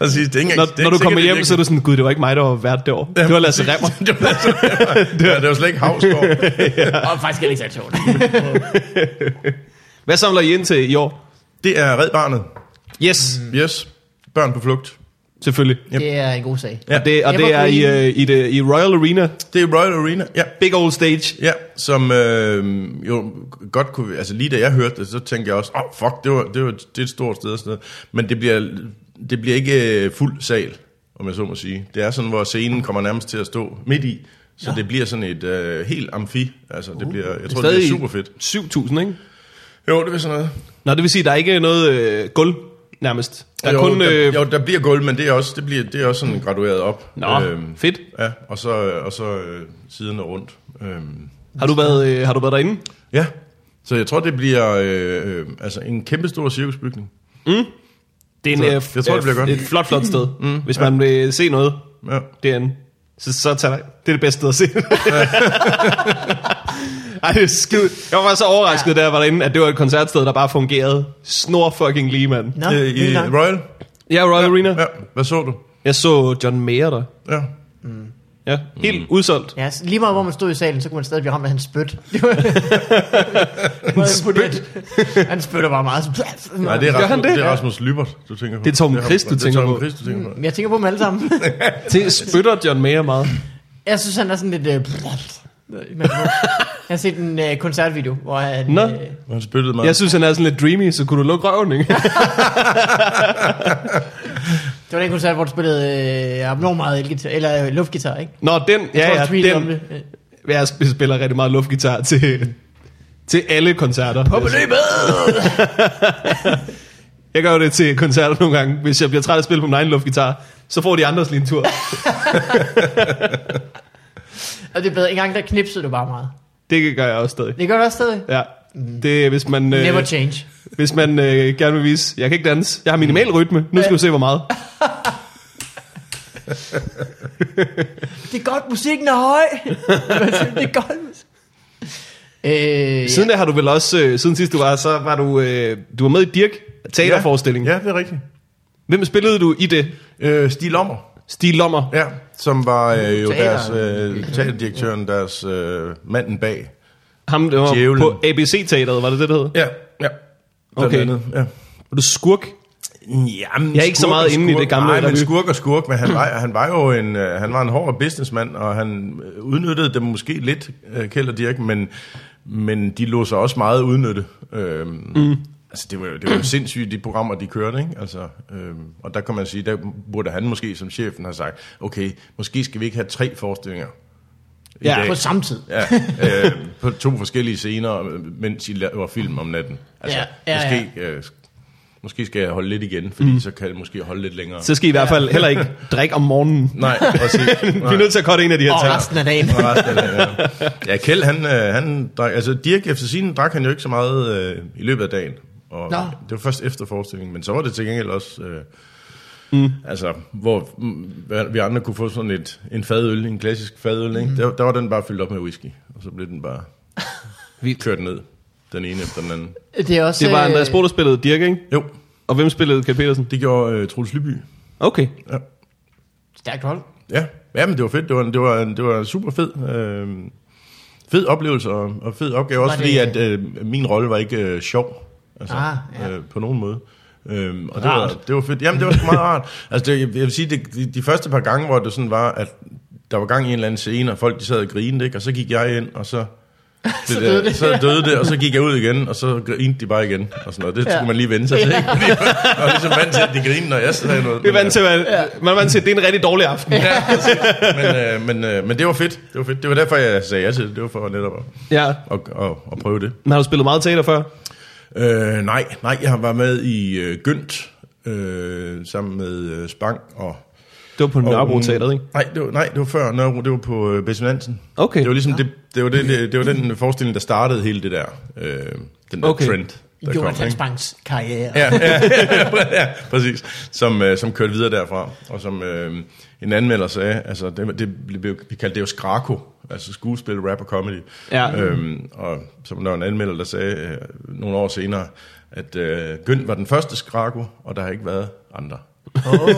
[SPEAKER 3] Altså, det er ikke, det
[SPEAKER 2] Når,
[SPEAKER 3] er ikke
[SPEAKER 2] når du kommer
[SPEAKER 3] sikkert,
[SPEAKER 2] hjem,
[SPEAKER 3] det
[SPEAKER 2] så er du sådan, gud, det var ikke mig, der var vært det år. Det var Lasse Remmer.
[SPEAKER 3] det var, altså, det var, det var slet ikke Havsgaard.
[SPEAKER 1] Og faktisk heller ikke særlig sjovt.
[SPEAKER 2] Hvad samler I ind til i år?
[SPEAKER 3] Det er Red Barnet.
[SPEAKER 2] Yes,
[SPEAKER 3] Yes. Børn på flugt.
[SPEAKER 2] selvfølgelig.
[SPEAKER 1] Det er en god sag.
[SPEAKER 3] Ja.
[SPEAKER 2] Og det, og det er i, øh, i, det, i Royal Arena.
[SPEAKER 3] Det er Royal Arena. Ja.
[SPEAKER 2] Big old stage.
[SPEAKER 3] Ja, som øh, jo godt kunne... Altså lige da jeg hørte det, så tænkte jeg også, åh oh, fuck, det, var, det, var, det er et stort sted og sådan noget. Men det bliver, det bliver ikke øh, fuld sal, om jeg så må sige. Det er sådan, hvor scenen kommer nærmest til at stå midt i. Så ja. det bliver sådan et øh, helt amfi. Altså, det bliver, jeg tror, det bliver super fedt.
[SPEAKER 2] 7.000, ikke?
[SPEAKER 3] Jo, det bliver sådan noget.
[SPEAKER 2] Nå, det vil sige, der er ikke noget øh, gulv, nærmest. Der er
[SPEAKER 3] jo,
[SPEAKER 2] kun...
[SPEAKER 3] der,
[SPEAKER 2] Øh,
[SPEAKER 3] jo, der bliver gulv, men det er også, det bliver, det er også sådan gradueret op.
[SPEAKER 2] nå,
[SPEAKER 3] Øhm,
[SPEAKER 2] fedt.
[SPEAKER 3] Ja, og så, og så øh, siderne rundt. Øhm,
[SPEAKER 2] Har du været, øh, har du været derinde?
[SPEAKER 3] Ja, så jeg tror, det bliver øh, øh, altså en kæmpestor cirkusbygning.
[SPEAKER 2] Det er
[SPEAKER 3] Så,
[SPEAKER 2] en,
[SPEAKER 3] jeg tror, det bliver godt.
[SPEAKER 2] et flot, flot sted. Mm, Hvis man vil se noget
[SPEAKER 3] Ja.
[SPEAKER 2] derinde, så, så tager jeg. Det er det bedste sted at se. Ej, det er skide. Jeg var så overrasket, ja. da jeg var derinde, at det var et koncertsted, der bare fungerede. Snor fucking lige, mand.
[SPEAKER 1] Nå,
[SPEAKER 3] Øh,
[SPEAKER 1] øh,
[SPEAKER 3] I Royal?
[SPEAKER 2] Ja, Royal Arena.
[SPEAKER 3] Ja, hvad så du?
[SPEAKER 2] Jeg så John Mayer der.
[SPEAKER 3] Ja.
[SPEAKER 2] Ja, helt udsolgt.
[SPEAKER 1] Mm. Ja, så lige meget hvor man stod i salen, så kunne man stadig blive ramt med hans spyt. Det var- Det var imponerende. Han spytter bare meget.
[SPEAKER 3] Nej, det er,
[SPEAKER 2] Gør han
[SPEAKER 3] Rasmus,
[SPEAKER 2] det?
[SPEAKER 3] det? er
[SPEAKER 2] Ja.
[SPEAKER 3] Rasmus Lybert, du tænker på.
[SPEAKER 2] Det er Torben
[SPEAKER 3] ham-
[SPEAKER 2] Chris,
[SPEAKER 3] det
[SPEAKER 2] du
[SPEAKER 3] er
[SPEAKER 2] tænker
[SPEAKER 3] Torben
[SPEAKER 2] på.
[SPEAKER 3] Chris, du tænker på.
[SPEAKER 1] Men jeg tænker på dem alle sammen.
[SPEAKER 2] Det spytter John Mayer meget.
[SPEAKER 1] Jeg synes, han er sådan lidt... Øh, jeg har set en øh, koncertvideo, hvor han...
[SPEAKER 2] Nå.
[SPEAKER 1] Øh,
[SPEAKER 3] Og han spyttede mig.
[SPEAKER 2] Mm. Jeg synes, han er sådan lidt dreamy, så kunne du lukke røven, ikke?
[SPEAKER 1] det var den koncert, hvor du spillede øh, abnormt meget elgitar, eller øh, luftgitar, ikke?
[SPEAKER 2] Nå, den,
[SPEAKER 1] Jeg tror,
[SPEAKER 2] ja,
[SPEAKER 1] jeg tweetede
[SPEAKER 2] ja,
[SPEAKER 1] om
[SPEAKER 2] den.
[SPEAKER 1] det. Øh,
[SPEAKER 2] Jeg sp- spiller rigtig meget luftgitar til, til alle koncerter. På beløbet! jeg gør jo det til koncerter nogle gange. Hvis jeg bliver træt af at spille på min egen luftgitar, så får de andres lige en tur.
[SPEAKER 1] Og det er bedre. En gang der knipsede du bare meget.
[SPEAKER 2] Det gør jeg også stadig.
[SPEAKER 1] Det gør du også stadig.
[SPEAKER 2] Ja, det er, hvis man,
[SPEAKER 1] Never
[SPEAKER 2] øh,
[SPEAKER 1] change.
[SPEAKER 2] hvis man øh, gerne vil vise, jeg kan ikke danse, jeg har minimal rytme, nu skal du se, hvor meget.
[SPEAKER 1] Det er godt, musikken er høj. det er godt musik. Øh,
[SPEAKER 2] Siden der har du vel også, øh, siden sidst du var, så var du, øh, du var med i Dirk teaterforestilling. Ja.
[SPEAKER 3] Ja, det er rigtigt.
[SPEAKER 2] Hvem spillede du i det?
[SPEAKER 3] Øh, Stig Lommer,
[SPEAKER 2] Stig Lommer.
[SPEAKER 3] ja, som var øh, jo
[SPEAKER 1] Teater-
[SPEAKER 3] deres, øh, teaterdirektøren, deres øh, manden bag.
[SPEAKER 2] Ham, der var
[SPEAKER 3] Djævlen.
[SPEAKER 2] på ABC-teateret, var det det, der hed?
[SPEAKER 3] Ja, ja.
[SPEAKER 2] Okay.
[SPEAKER 3] Dernede, ja.
[SPEAKER 2] Var du skurk?
[SPEAKER 3] Jamen,
[SPEAKER 2] Jeg er ikke så
[SPEAKER 3] skurk
[SPEAKER 2] meget
[SPEAKER 3] og
[SPEAKER 2] inde i
[SPEAKER 3] skurk.
[SPEAKER 2] det gamle
[SPEAKER 3] Nej, men
[SPEAKER 2] revy.
[SPEAKER 3] skurk og skurk, men han var, han var jo en, øh, han var en hård businessman, og han øh, udnyttede dem måske lidt, øh, Kjeld og Dirk, men, men de lå sig også meget udnytte. Øhm, mm. Altså, det var, jo- det var jo sindssygt, de programmer, de kørte, ikke? Altså, øhm, og der kan man sige, der burde han måske som chefen have sagt, okay, måske skal vi ikke have tre forestillinger. i
[SPEAKER 2] Ja,
[SPEAKER 3] dag."
[SPEAKER 1] På samme tid.
[SPEAKER 3] Ja, øh, på to forskellige scener, øh, mens I laver film om natten. Altså,
[SPEAKER 1] Ja, ja, ja.
[SPEAKER 3] måske, Øh, måske skal jeg holde lidt igen, fordi mm. så kan jeg måske holde lidt længere.
[SPEAKER 2] Så skal I i hvert fald heller ikke drikke om morgenen.
[SPEAKER 3] Nej, præcis.
[SPEAKER 2] Vi er nødt til at korte en af de her
[SPEAKER 1] Og
[SPEAKER 2] ting.
[SPEAKER 1] resten af dagen.
[SPEAKER 3] Og resten af dagen, ja. ja, Kjeld, han, øh, han drak, altså Dirk efter sin drak han jo ikke så meget øh, i løbet af dagen. Og
[SPEAKER 1] Nå.
[SPEAKER 3] Det var først efter forestillingen, men så var det til gengæld også, øh, mm. altså, hvor mm, hvad- vi andre kunne få sådan et, en fadøl, en klassisk fadøl, ikke? Mm. Der, der var den bare fyldt op med whisky, og så blev den bare
[SPEAKER 2] Vildt.
[SPEAKER 3] kørt ned, den ene efter den anden.
[SPEAKER 1] Det, er også,
[SPEAKER 2] Det var
[SPEAKER 1] øh,
[SPEAKER 2] Andreas Bo, der spillede Dirk, ikke?
[SPEAKER 3] Jo,
[SPEAKER 2] Og hvem spillede Kjeld Petersen?
[SPEAKER 3] det gjorde øh, Troels Lyby.
[SPEAKER 2] Okay.
[SPEAKER 3] Ja.
[SPEAKER 1] Stærkt hold.
[SPEAKER 3] Ja, ja men det var fedt. Det var, det var, det var en super fed, øh, fed oplevelse og, og fed opgave. Også
[SPEAKER 1] det-
[SPEAKER 3] fordi, at øh, min rolle var ikke øh, sjov. Altså,
[SPEAKER 1] Ah,
[SPEAKER 3] ah,
[SPEAKER 1] ja.
[SPEAKER 3] ja. øh, på nogen måde. Øhm, og det
[SPEAKER 1] Rart.
[SPEAKER 3] var, det var fedt. Jamen, det var sgu meget rart. Altså, det, jeg vil sige, det, de, de første par gange, hvor det sådan var, at der var gang i en eller anden scene, og folk de sad og grinede, ikke? og så gik jeg ind, og så... så,
[SPEAKER 1] døde det.
[SPEAKER 3] så døde det, og så gik jeg ud igen, og så grinede de bare igen. Og sådan noget. Det
[SPEAKER 1] Ja.
[SPEAKER 3] ja. skulle man lige vende sig til, ikke? Fordi jeg var ligesom vant til, at de grinede, når jeg sagde noget.
[SPEAKER 2] Vi er
[SPEAKER 3] Men,
[SPEAKER 2] vant til, at, man er vant til, at det er en rigtig dårlig aften.
[SPEAKER 3] men, øh, men, øh, men det var fedt. Det var fedt. Det var derfor, jeg sagde ja til det. Det var for netop at,
[SPEAKER 2] Ja.
[SPEAKER 3] at, at, at prøve det.
[SPEAKER 2] Men har du spillet meget teater før?
[SPEAKER 3] Øh, nej, nej, jeg har været med i øh, Gynt, øh, sammen med øh, Spang og...
[SPEAKER 2] Det var på
[SPEAKER 3] og
[SPEAKER 2] Nørrebro Teateret, ikke?
[SPEAKER 3] Nej, det var, nej, det var før Nørrebro, det var på øh, Bessie Nansen.
[SPEAKER 2] Okay.
[SPEAKER 3] Det var ligesom det, det, var det, det, det var den forestilling, der startede hele det der, øh, den der
[SPEAKER 2] Okay.
[SPEAKER 3] trend, der
[SPEAKER 1] Jonathan
[SPEAKER 3] ikke?
[SPEAKER 1] Spangs karriere.
[SPEAKER 3] Ja, ja, ja, præcis. Som, øh, som kørte videre derfra. Og som øh, en anmelder sagde, altså, det, det blev, vi kaldte det jo skrako, altså skuespil, rap og comedy.
[SPEAKER 2] Ja.
[SPEAKER 3] Øhm, og som der var en anmelder, der sagde øh, nogle år senere, at øh, Gynt var den første skrako, og der har ikke været andre. Oh.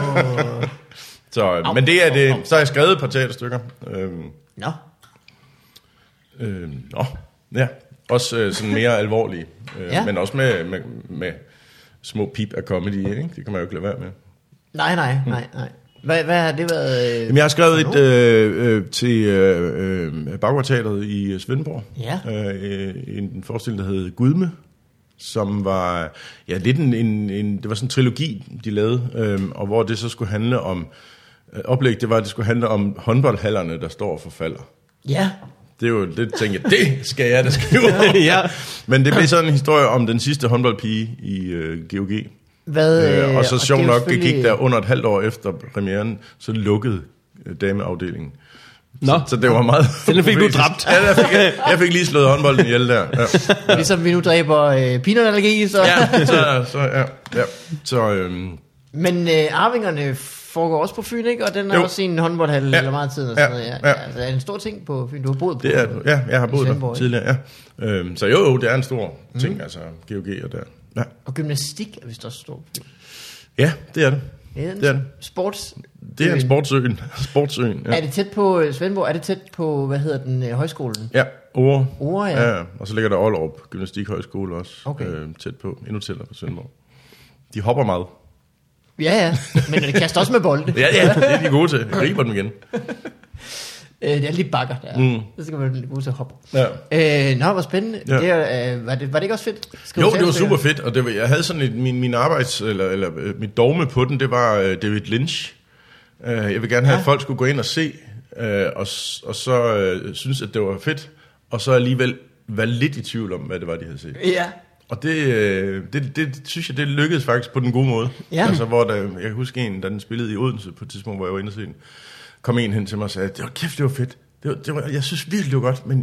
[SPEAKER 3] så, øh, men det er det. Så har jeg skrevet et par teaterstykker. Øhm,
[SPEAKER 1] Nå.
[SPEAKER 3] Øh, nå, ja. Også øh, sådan mere alvorlige. Øh,
[SPEAKER 1] Ja.
[SPEAKER 3] ja. Men også med, med, med små pip af comedy, ikke? Det kan man jo ikke lade være med.
[SPEAKER 1] Nej, nej, nej, nej. Hvad, hvad har det været?
[SPEAKER 3] Mm. Jamen, jeg har skrevet et øh, øh, til øh, øh, Baggerteateret i Svendborg.
[SPEAKER 1] Ja.
[SPEAKER 3] Øh, øh, en forestilling, der hed Gudme, som var ja, lidt en, en, en... Det var sådan en trilogi, de lavede, øh, og hvor det så skulle handle om... Øh, oplæg, det var, at det skulle handle om håndboldhallerne, der står og forfalder.
[SPEAKER 1] Ja.
[SPEAKER 3] Det er jo det, tænkte jeg, det skal jeg da skrive.
[SPEAKER 2] Ja.
[SPEAKER 3] Men det blev sådan en historie om den sidste håndboldpige i øh, GOG.
[SPEAKER 1] Hvad,
[SPEAKER 3] Øh, og så sjovt
[SPEAKER 1] det er
[SPEAKER 3] nok,
[SPEAKER 1] jo
[SPEAKER 3] det gik
[SPEAKER 1] selvfølgelig-
[SPEAKER 3] der under et halvt år efter premieren, så lukkede øh, dameafdelingen.
[SPEAKER 2] Nå,
[SPEAKER 3] Så det var meget...
[SPEAKER 2] Den fik du
[SPEAKER 3] profetisk.
[SPEAKER 2] dræbt.
[SPEAKER 3] Ja, der fik jeg, jeg fik lige slået håndbolden ihjel der. Ja,
[SPEAKER 1] Ligesom vi nu dræber øh, pinallergi, så...
[SPEAKER 3] ja så, så, ja, ja. så øhm,
[SPEAKER 1] Men øh, Arvingerne foregår også på Fyn, ikke? Og den er
[SPEAKER 3] Jo.
[SPEAKER 1] også i en håndboldhal ja. eller meget tid og sådan
[SPEAKER 3] Ja.
[SPEAKER 1] noget. Ja.
[SPEAKER 3] Ja.
[SPEAKER 1] Altså, er det en stor ting på Fyn? Du har boet på
[SPEAKER 3] det er, ja, jeg har boet
[SPEAKER 1] Svendborg,
[SPEAKER 3] der
[SPEAKER 1] ikke?
[SPEAKER 3] tidligere. Ja. Øhm, så jo, jo, det er en stor ting, altså GOG og der. Ja.
[SPEAKER 1] Og gymnastik er vist også stor på Fyn.
[SPEAKER 3] ja, det er det.
[SPEAKER 1] Det er en
[SPEAKER 3] Det er det.
[SPEAKER 1] sports...
[SPEAKER 3] Det er en
[SPEAKER 1] ø.
[SPEAKER 3] sportsøen. sportsøen ja.
[SPEAKER 1] Er det tæt på øh, Svendborg? Er det tæt på, hvad hedder den, øh, højskolen?
[SPEAKER 3] Ja, Ore.
[SPEAKER 1] Ore, ja.
[SPEAKER 3] ja. Og så ligger der Aalrup Gymnastikhøjskole også,
[SPEAKER 1] Okay.
[SPEAKER 3] okay. øh, tæt på, endnu tættere på Sønderborg. De hopper meget.
[SPEAKER 1] Ja, ja. Men det kaster også med bolde.
[SPEAKER 3] Ja, ja, det er de gode til. Jeg griber dem igen.
[SPEAKER 1] Øh, det er lige bakker der. Mm. Så skal man ud til at hoppe.
[SPEAKER 3] Ja.
[SPEAKER 1] Øh, nå, hvor spændende. Ja.
[SPEAKER 3] Ja.
[SPEAKER 1] Det, er, øh, var, det, var det ikke også fedt? Skrive
[SPEAKER 3] Jo, det var
[SPEAKER 1] teaterstykker?
[SPEAKER 3] super fedt, og det var, jeg havde sådan et, min, min arbejds, eller, eller øh, mit dogme på den, det var øh, David Lynch. Øh, jeg vil gerne have,
[SPEAKER 1] Ja.
[SPEAKER 3] at folk skulle gå ind og se, øh, og, s- og så øh, synes, at det var fedt, og så alligevel være lidt i tvivl om, hvad det var, de havde set.
[SPEAKER 1] Ja.
[SPEAKER 3] Og det, øh, det, det synes jeg, det lykkedes faktisk på den gode måde.
[SPEAKER 1] Ja.
[SPEAKER 3] Altså, hvor der, jeg kan huske en, da den spillede i Odense på et tidspunkt, hvor jeg var inde og se den, kom en hen til mig og sagde, det var kæft, det var fedt. Det var, det var, jeg synes virkelig, det var godt, men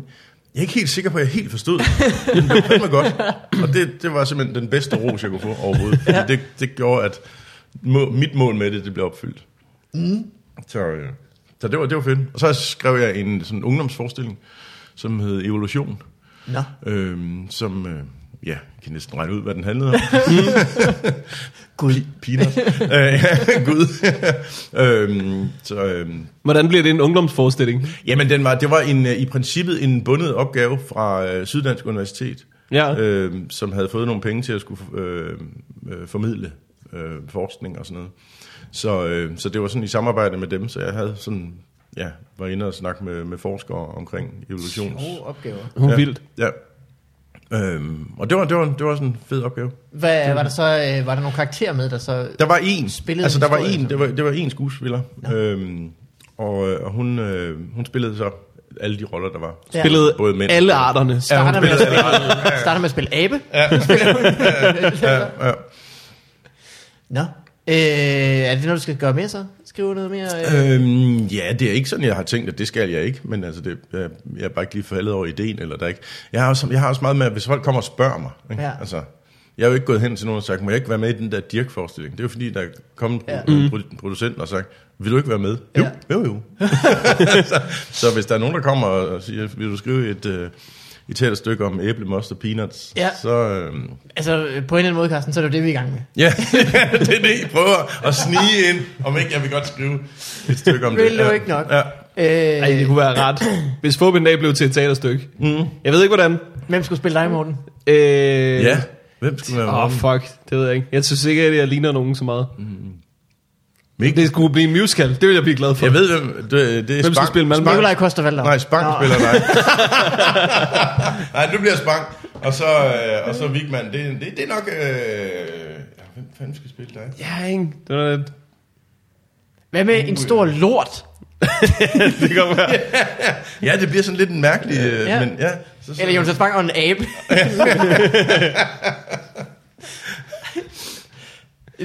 [SPEAKER 3] jeg er ikke helt sikker på, at jeg helt forstod det. Men det. var fandme godt. Og det, det var simpelthen den bedste ros, jeg kunne få overhovedet. Fordi det, det gjorde, at må, mit mål med det, det blev opfyldt. Mm. Så, øh, så det, var, det var fedt. Og så skrev jeg en sådan ungdomsforestilling, som hed Evolution
[SPEAKER 1] Nå.
[SPEAKER 3] øhm, som, øh, ja, jeg kan næsten regne ud, hvad den handlede om.
[SPEAKER 1] Gud.
[SPEAKER 3] Peanut. øh, ja, Gud. øhm, så, øhm,
[SPEAKER 2] Hvordan bliver det en ungdomsforestilling?
[SPEAKER 3] jamen, den var, det var en, øh, i princippet en bundet opgave fra øh, Syddansk Universitet,
[SPEAKER 2] Ja.
[SPEAKER 3] øh, som havde fået nogle penge til at skulle øh, øh, formidle øh, forskning og sådan noget. Så, øh, så det var sådan i samarbejde med dem, så jeg havde sådan, ja, var inde og snakke med, med forskere omkring evolutions...
[SPEAKER 1] Gode opgaver.
[SPEAKER 2] Hun
[SPEAKER 3] Ja.
[SPEAKER 2] vildt.
[SPEAKER 3] Ja. Øhm, og det var, det, var, det var sådan en fed opgave.
[SPEAKER 1] Hvad, var, der så, øh, var der nogle karakterer med, der så...
[SPEAKER 3] Der var en,
[SPEAKER 1] Spillede
[SPEAKER 3] altså der var
[SPEAKER 1] historien,
[SPEAKER 3] en,
[SPEAKER 1] så?
[SPEAKER 3] det var, det var en skuespiller, øhm, og, øh, og hun, øh, hun spillede så alle de roller, der var.
[SPEAKER 1] Ja.
[SPEAKER 2] Spillede
[SPEAKER 3] Både mænd og
[SPEAKER 2] alle
[SPEAKER 3] kvinder.
[SPEAKER 2] arterne.
[SPEAKER 3] Ja, hun
[SPEAKER 1] Starter med, at
[SPEAKER 3] spillede alle
[SPEAKER 1] spille, starter med at spille abe.
[SPEAKER 3] Ja,
[SPEAKER 1] Nå. Øh, er det noget, du skal gøre mere så? Skrive noget mere? Øh?
[SPEAKER 3] øhm, ja, det er ikke sådan, jeg har tænkt, at det skal jeg ikke, men altså det, jeg, jeg er bare ikke lige faldet over ideen, eller der er ikke. Jeg har, også, jeg har også meget med, at hvis folk kommer og spørger mig, ikke?
[SPEAKER 1] Ja.
[SPEAKER 3] altså, jeg er jo ikke gået hen til nogen og sagt, må jeg ikke være med i den der Dirk-forestilling? Det er jo fordi, der er kommet
[SPEAKER 1] Ja.
[SPEAKER 3] ja. en produ- producent og har sagt, vil du ikke være med? Jo,
[SPEAKER 1] Ja.
[SPEAKER 3] jo, jo. Så hvis der er nogen, der kommer og siger, vil du skrive et, øh, et tæt stykke om æblemost og peanuts,
[SPEAKER 1] Ja.
[SPEAKER 3] så... Øh,
[SPEAKER 1] Altså, øh, på en eller anden måde, Carsten, så er det jo det, vi er i gang med.
[SPEAKER 3] ja, det er det, I prøver at snige ind, om ikke jeg vil godt skrive et stykke om det.
[SPEAKER 1] Vil du
[SPEAKER 3] Ja.
[SPEAKER 1] ikke nok?
[SPEAKER 3] Ja.
[SPEAKER 1] Øh,
[SPEAKER 2] Ej, det kunne være ret. Hvis Fåben dag blev til et teaterstykke. Mm. Jeg ved ikke, hvordan.
[SPEAKER 1] Hvem skulle spille dig, Morten?
[SPEAKER 2] Øh,
[SPEAKER 3] ja, hvem skulle være
[SPEAKER 2] Åh, oh,
[SPEAKER 3] oh,
[SPEAKER 2] fuck. Det ved jeg ikke. Jeg synes ikke, at jeg ligner nogen så meget.
[SPEAKER 3] Mm. Mikkel.
[SPEAKER 2] Det skulle blive en musical. Det vil jeg blive glad for.
[SPEAKER 3] Jeg ved, hvem øh, det, det er
[SPEAKER 2] Hvem skal
[SPEAKER 3] Spang.
[SPEAKER 2] spille Malmø?
[SPEAKER 1] Nikolaj Kostervalder.
[SPEAKER 3] Nej, Spang
[SPEAKER 1] Nå.
[SPEAKER 3] spiller dig. Nej, du bliver Spang. Og så, øh, og så Vigman. Det, det, det er nok... Øh, ja, hvem fanden skal spille dig?
[SPEAKER 2] Ja, ikke? Det, var, det
[SPEAKER 1] Hvad med en stor lort?
[SPEAKER 2] kan godt være.
[SPEAKER 3] Ja, det bliver sådan lidt en mærkelig... Øh,
[SPEAKER 1] Ja.
[SPEAKER 3] ja. Men, ja, så, så,
[SPEAKER 1] Eller Jonas Bang og en abe.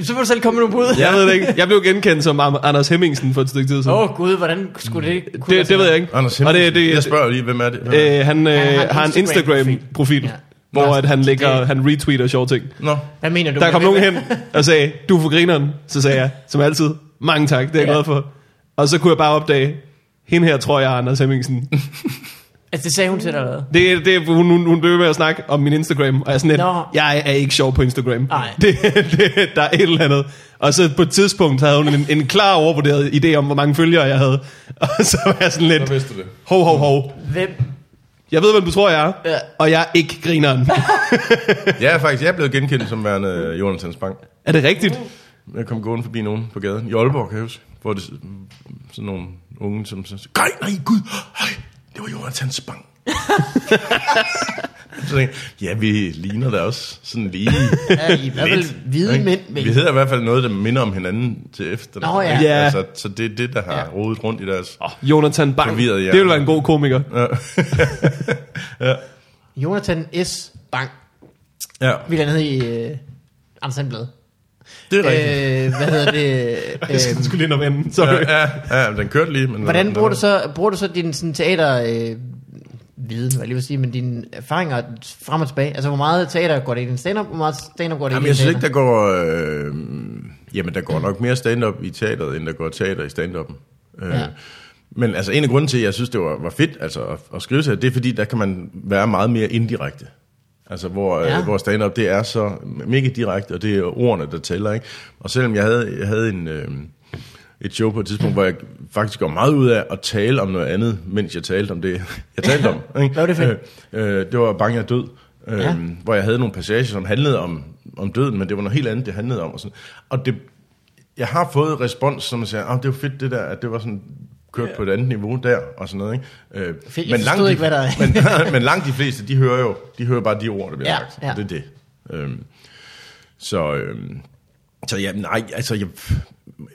[SPEAKER 1] så må du selv komme med nogle bud.
[SPEAKER 2] Jeg ved det ikke. Jeg blev genkendt som Am- Anders Hemmingsen for et stykke tid siden.
[SPEAKER 1] Åh oh, gud, hvordan skulle det kunne
[SPEAKER 2] det, det ved jeg ikke.
[SPEAKER 3] Anders
[SPEAKER 2] Og
[SPEAKER 3] Hemmingsen.
[SPEAKER 2] det, det,
[SPEAKER 3] jeg spørger lige, hvem er det? Hvem er det?
[SPEAKER 2] øh, han, øh,
[SPEAKER 1] Han har en
[SPEAKER 2] har en Instagram-profil,
[SPEAKER 1] Instagram-profil. Ja.
[SPEAKER 2] ja. hvor
[SPEAKER 1] Nå,
[SPEAKER 2] at han,
[SPEAKER 1] det-
[SPEAKER 2] lægger, han retweeter sjove ting.
[SPEAKER 3] Nå.
[SPEAKER 1] Hvad mener du?
[SPEAKER 2] Der kom
[SPEAKER 1] Hvad-
[SPEAKER 2] nogen hen og sagde, du er for grineren. Så sagde jeg, som altid, mange tak, det er jeg
[SPEAKER 1] Ja.
[SPEAKER 2] glad for. Og så kunne jeg bare opdage, hende her tror jeg er Anders Hemmingsen.
[SPEAKER 1] Altså, det sagde hun til dig, eller hvad?
[SPEAKER 2] Det, det, hun, hun, hun blev ved med at snakke om min Instagram, og jeg er sådan lidt,
[SPEAKER 1] Nå.
[SPEAKER 2] jeg er ikke sjov på Instagram.
[SPEAKER 1] Nej.
[SPEAKER 2] Det, det, der er et eller andet. Og så på et tidspunkt havde hun en, en klar overvurderet idé om, hvor mange følgere jeg havde. Og så var jeg sådan
[SPEAKER 3] Så
[SPEAKER 2] lidt,
[SPEAKER 3] vidste du det.
[SPEAKER 2] hov, hov, hov.
[SPEAKER 1] Hvem?
[SPEAKER 2] Jeg ved, hvem du tror, jeg er,
[SPEAKER 1] Ja.
[SPEAKER 2] og jeg er ikke grineren.
[SPEAKER 3] Jeg er faktisk jeg er blevet genkendt som værende øh, Jonathan Spang.
[SPEAKER 2] Er det rigtigt?
[SPEAKER 3] Jeg kom gående forbi nogen på gaden. I Aalborg, kan jeg huske. Hvor det sådan nogle unge, som så Nej, nej, gud, hej, det var Jonathan Spang. så tænkte jeg, ja, vi ligner da også sådan lige.
[SPEAKER 1] Ja, I er i hvert fald hvide
[SPEAKER 3] Ikke?
[SPEAKER 1] mænd med.
[SPEAKER 3] Vi hedder i hvert fald noget, der minder om hinanden til efter.
[SPEAKER 1] Nå, ja.
[SPEAKER 2] Ja.
[SPEAKER 3] Altså, så det er det, der har
[SPEAKER 1] Ja.
[SPEAKER 3] rodet rundt i deres...
[SPEAKER 2] Oh, Jonathan Bang.
[SPEAKER 3] Forvirret, ja.
[SPEAKER 2] Det ville være en god komiker.
[SPEAKER 1] Jonathan S. Bang.
[SPEAKER 3] Ja,
[SPEAKER 1] Vi er nede i øh, Anders Sandblad.
[SPEAKER 3] det er rigtigt.
[SPEAKER 1] Øh, hvad hedder det?
[SPEAKER 2] Jeg
[SPEAKER 1] Øh,
[SPEAKER 2] skulle lige nå venden. Sorry.
[SPEAKER 3] Øh, ja, ja, ja, den kørte lige. Men
[SPEAKER 1] hvordan bruger du så, bruger du så din sådan, teater... Øh, viden, hvad jeg lige vil sige, men dine erfaringer frem og tilbage. Altså, hvor meget teater går det i din stand-up, hvor meget stand-up går det
[SPEAKER 3] Jamen,
[SPEAKER 1] i din
[SPEAKER 3] jeg synes ikke,
[SPEAKER 1] teater?
[SPEAKER 3] der går... Øh, jamen, der går nok mere stand-up i teateret, end der går teater i stand-upen. Øh,
[SPEAKER 1] Ja.
[SPEAKER 3] ja. Men altså, en af grunden til, at jeg synes, det var, var fedt altså, at, at skrive til, det er, fordi der kan man være meget mere indirekte. Altså, hvor,
[SPEAKER 1] Ja.
[SPEAKER 3] ja. øh, hvor stand-up, det er så mega direkte, og det er ordene, der tæller, ikke? Og selvom jeg havde, jeg havde en... Øh, et show på et tidspunkt, hvor jeg faktisk går meget ud af at tale om noget andet, mens jeg talte om det, jeg talte om. Ikke?
[SPEAKER 1] Hvad var det for en?
[SPEAKER 3] Øh, øh, det var Bang, jeg er død. Øh,
[SPEAKER 1] Ja.
[SPEAKER 3] ja. Hvor jeg havde nogle passager, som handlede om, om døden, men det var noget helt andet, det handlede om. Og, sådan. og det, jeg har fået respons, som siger, at oh, det var fedt det der, at det var sådan kørt ja. på et andet niveau der, og sådan noget. Ikke? Øh,
[SPEAKER 1] Jeg forstod ikke, hvad der
[SPEAKER 3] men, men langt de fleste, de hører jo de hører bare de ord, der bliver
[SPEAKER 1] Ja,
[SPEAKER 3] sagt.
[SPEAKER 1] ja.
[SPEAKER 3] Det er det. Øhm, så, øhm, så ja, nej, altså jeg,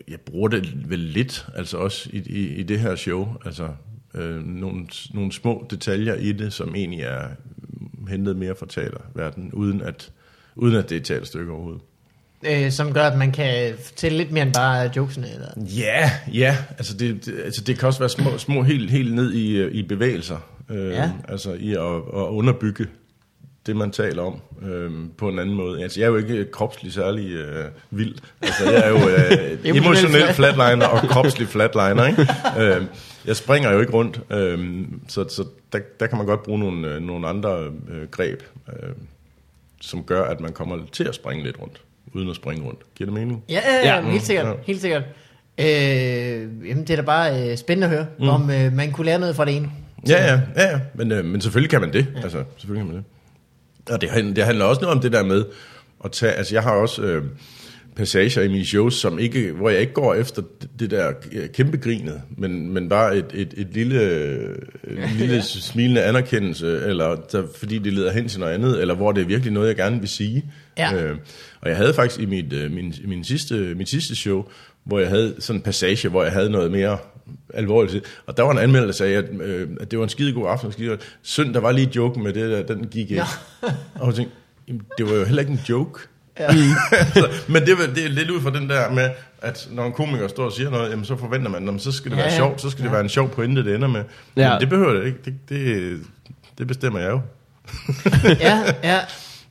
[SPEAKER 3] jeg bruger det vel lidt, altså også i, i, i det her show, altså øh, nogle, nogle små detaljer i det, som egentlig er øh, hentet mere fra teaterverdenen, uden at, uden at det er et teaterstykke overhovedet.
[SPEAKER 1] Øh, som gør, at man kan fortælle lidt mere end bare jokesene. Eller?
[SPEAKER 3] Ja, ja, altså det, det, altså det kan også være små, små helt, helt ned i, øh, i bevægelser, øh,
[SPEAKER 1] Ja.
[SPEAKER 3] ja. altså i at, at underbygge det, man taler om øh, på en anden måde. Altså jeg er jo ikke kropslig særlig øh, vild, altså jeg er jo øh,
[SPEAKER 1] Emotionel
[SPEAKER 3] emotionel flatliner og kropslig flatliner, ikke? Øh, jeg springer jo ikke rundt, øh, så, så der, der kan man godt bruge nogle, øh, nogle andre øh, greb, øh, som gør, at man kommer til at springe lidt rundt, uden at springe rundt. Giver det mening?
[SPEAKER 1] Ja, ja, ja,
[SPEAKER 2] Ja.
[SPEAKER 1] ja, helt sikkert. Ja.
[SPEAKER 3] Ja.
[SPEAKER 1] Helt sikkert. Øh, jamen, det er da bare øh, spændende at høre, mm. om øh, man kunne lære noget fra det ene.
[SPEAKER 3] Ja, ja, ja, ja. Men, øh, men selvfølgelig kan man det. Ja. Altså, selvfølgelig kan man det. Og det, han- det handler også noget om det der med at tage... Altså, jeg har også øh, passager i mine shows, som ikke, hvor jeg ikke går efter det- det der øh, kæmpe grinet, men, men bare et, et, et lille, øh, en lille smilende anerkendelse, eller der, fordi det leder hen til noget andet, eller hvor det er virkelig noget, jeg gerne vil sige.
[SPEAKER 1] Ja.
[SPEAKER 3] Øh, og jeg havde faktisk i mit, øh, min, min sidste, mit sidste show, hvor jeg havde sådan en passage, hvor jeg havde noget mere alvorligt til. Og der var en anmelder, der sagde, at, øh, at det var en skide god aften. Skide god. Synd, der var lige joken med det der, den gik ikke. og jeg tænkte, "Jamen, det var jo heller ikke en joke. Ja. men det, var- det er lidt ud fra den der med, at når en komiker står og siger noget, jamen, så forventer man, jamen, så skal det
[SPEAKER 1] Ja,
[SPEAKER 3] være
[SPEAKER 1] ja.
[SPEAKER 3] sjovt, så skal det være en sjov pointe, det ender med.
[SPEAKER 2] Ja.
[SPEAKER 3] Men det behøver det ikke. Det, det, det bestemmer jeg jo.
[SPEAKER 1] ja, ja.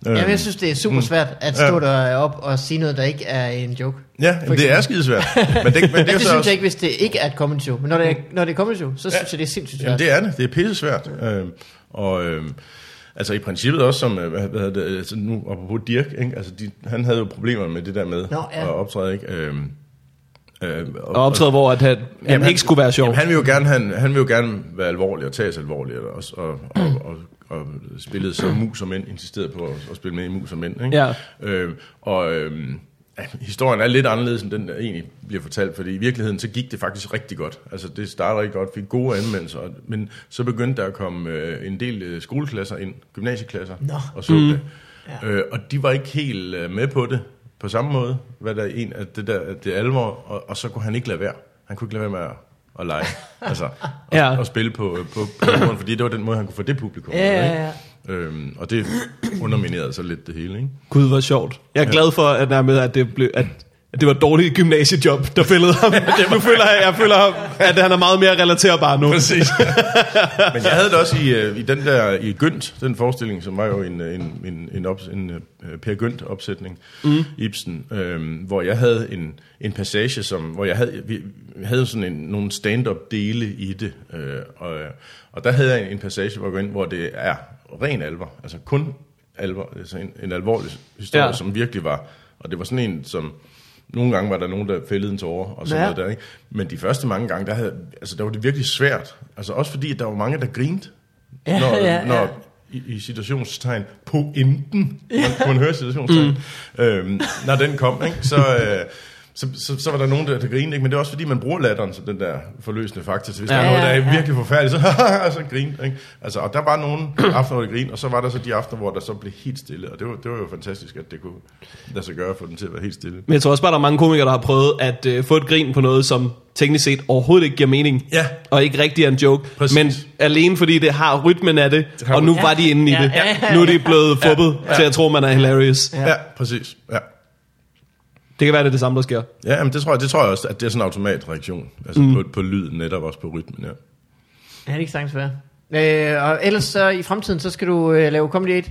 [SPEAKER 3] Øhm,
[SPEAKER 1] Jamen, jeg synes, det er super svært at stå
[SPEAKER 3] Ja.
[SPEAKER 1] derop og sige noget, der ikke er en joke.
[SPEAKER 3] Ja, jamen, det er skidesvært. Men det, men det, er
[SPEAKER 1] Ja,
[SPEAKER 3] jo
[SPEAKER 1] det
[SPEAKER 3] så
[SPEAKER 1] synes
[SPEAKER 3] også- Mm.
[SPEAKER 1] jeg ikke, hvis det ikke er et comedy show. Men når det er, når det er comedy show, så synes jeg, det er sindssygt svært.
[SPEAKER 3] Jamen, det er det. Det er pissesvært. Øhm, og øhm, altså i princippet også som, øh, hvad, hvad hedder det, altså, nu apropos Dirk, ikke? Altså, de, han havde jo problemer med det der med
[SPEAKER 1] Nå, ja.
[SPEAKER 3] at optræde, ikke? Øhm, øh,
[SPEAKER 2] Og optræde, hvor at han, jamen, han
[SPEAKER 3] han-
[SPEAKER 2] ikke skulle være sjov.
[SPEAKER 3] Jamen, han, vil jo gerne, han, han vil jo gerne være alvorlig og tages alvorligt, og, og, og, og, og spillede så mus og mænd, insisterede på at, at spille med i mus og mænd. Ikke?
[SPEAKER 2] Ja.
[SPEAKER 3] Øh, og øh, historien er lidt anderledes, end den der egentlig bliver fortalt, fordi i virkeligheden så gik det faktisk rigtig godt. Altså det startede rigtig godt, fik gode anmeldelser, og- men så begyndte der at komme øh, en del øh, skoleklasser ind, gymnasieklasser,
[SPEAKER 1] Nå.
[SPEAKER 3] og så det. Øh, og de var ikke helt øh, med på det på samme måde, hvad der er en af det der at det er alvor, og, og så kunne han ikke lade være. Han kunne ikke lade være med at, at lege, altså at,
[SPEAKER 2] Ja.
[SPEAKER 3] ja. at spille på, øh, på, på jorden, fordi det var den måde, han kunne få det publikum.
[SPEAKER 1] Ja, ja,
[SPEAKER 3] med,
[SPEAKER 1] ja.
[SPEAKER 3] ikke? Øhm, og det underminerede så lidt det hele, ikke?
[SPEAKER 2] Gud, hvor sjovt. Jeg er ja. glad for, at, nærmest, at, det blev, at, at det var et dårligt gymnasiejob, der fældede ham. nu føler jeg, jeg føler, ham, at han er meget mere relaterbar nu.
[SPEAKER 3] Præcis. Men jeg havde det også i, øh, i den der, i Gynt, den forestilling, som var jo en, øh, en, en, en, op, en øh, Per Gynt opsætning, mm. Ibsen, øh, hvor jeg havde en, en passage, som, hvor jeg havde, vi, vi havde sådan en, nogle stand-up dele i det, øh, og, og der havde jeg en, en passage, hvor, jeg går ind, hvor det er ren alvor, altså kun alvor, altså en, en alvorlig historie,
[SPEAKER 2] Ja.
[SPEAKER 3] ja. som virkelig var, og det var sådan en, som nogle gange var der nogen, der fældede en tårer, og sådan
[SPEAKER 1] Ja.
[SPEAKER 3] ja. noget der, ikke? Men de første mange gange, der, havde, altså, der var det virkelig svært. Altså også fordi, at der var mange, der grinte,
[SPEAKER 1] Ja,
[SPEAKER 3] ja, når,
[SPEAKER 1] ja, ja.
[SPEAKER 3] ja, når I, i situationstegn, pointen, ja. man, kunne man høre situationstegn, mm. øhm, når den kom, ikke? Så, øh, så, så, så var der nogen, der, der grinede, ikke? men det er også fordi, man bruger latteren som den der forløsende faktor. Så hvis ja, der er
[SPEAKER 1] Ja,
[SPEAKER 3] noget, der
[SPEAKER 1] ja,
[SPEAKER 3] er
[SPEAKER 1] ja.
[SPEAKER 3] virkelig forfærdeligt, så, haha, så grinede. Ikke? Altså, og der var nogle aftener, hvor der grinede, og så var der så de aftener, hvor der så blev helt stille. Og det var, det var jo fantastisk, at det kunne lade sig gøre for den til at være helt stille.
[SPEAKER 2] Men jeg tror også bare, der er mange komikere, der har prøvet at øh, få et grin på noget, som teknisk set overhovedet ikke giver mening.
[SPEAKER 3] Ja.
[SPEAKER 2] Og ikke rigtig er en joke.
[SPEAKER 3] Præcis.
[SPEAKER 2] Men alene fordi det har rytmen af det,
[SPEAKER 3] har
[SPEAKER 2] og nu
[SPEAKER 3] rytmen.
[SPEAKER 2] var de inde i
[SPEAKER 1] Ja,
[SPEAKER 2] det.
[SPEAKER 1] ja, ja,
[SPEAKER 2] Nu er de blevet fubbet til at tro, man er hilarious.
[SPEAKER 1] Ja.
[SPEAKER 3] Ja, ja præcis. Ja.
[SPEAKER 2] Det kan være, det er det samme, der sker.
[SPEAKER 3] Ja, men det tror, jeg, det tror jeg også, at det er sådan en automatreaktion. Altså mm. på, på lyden, netop også på rytmen, ja.
[SPEAKER 1] Altså, Ja, det er ikke sagtens være. Øh, og ellers så i fremtiden, så skal du øh, lave Comedy 8.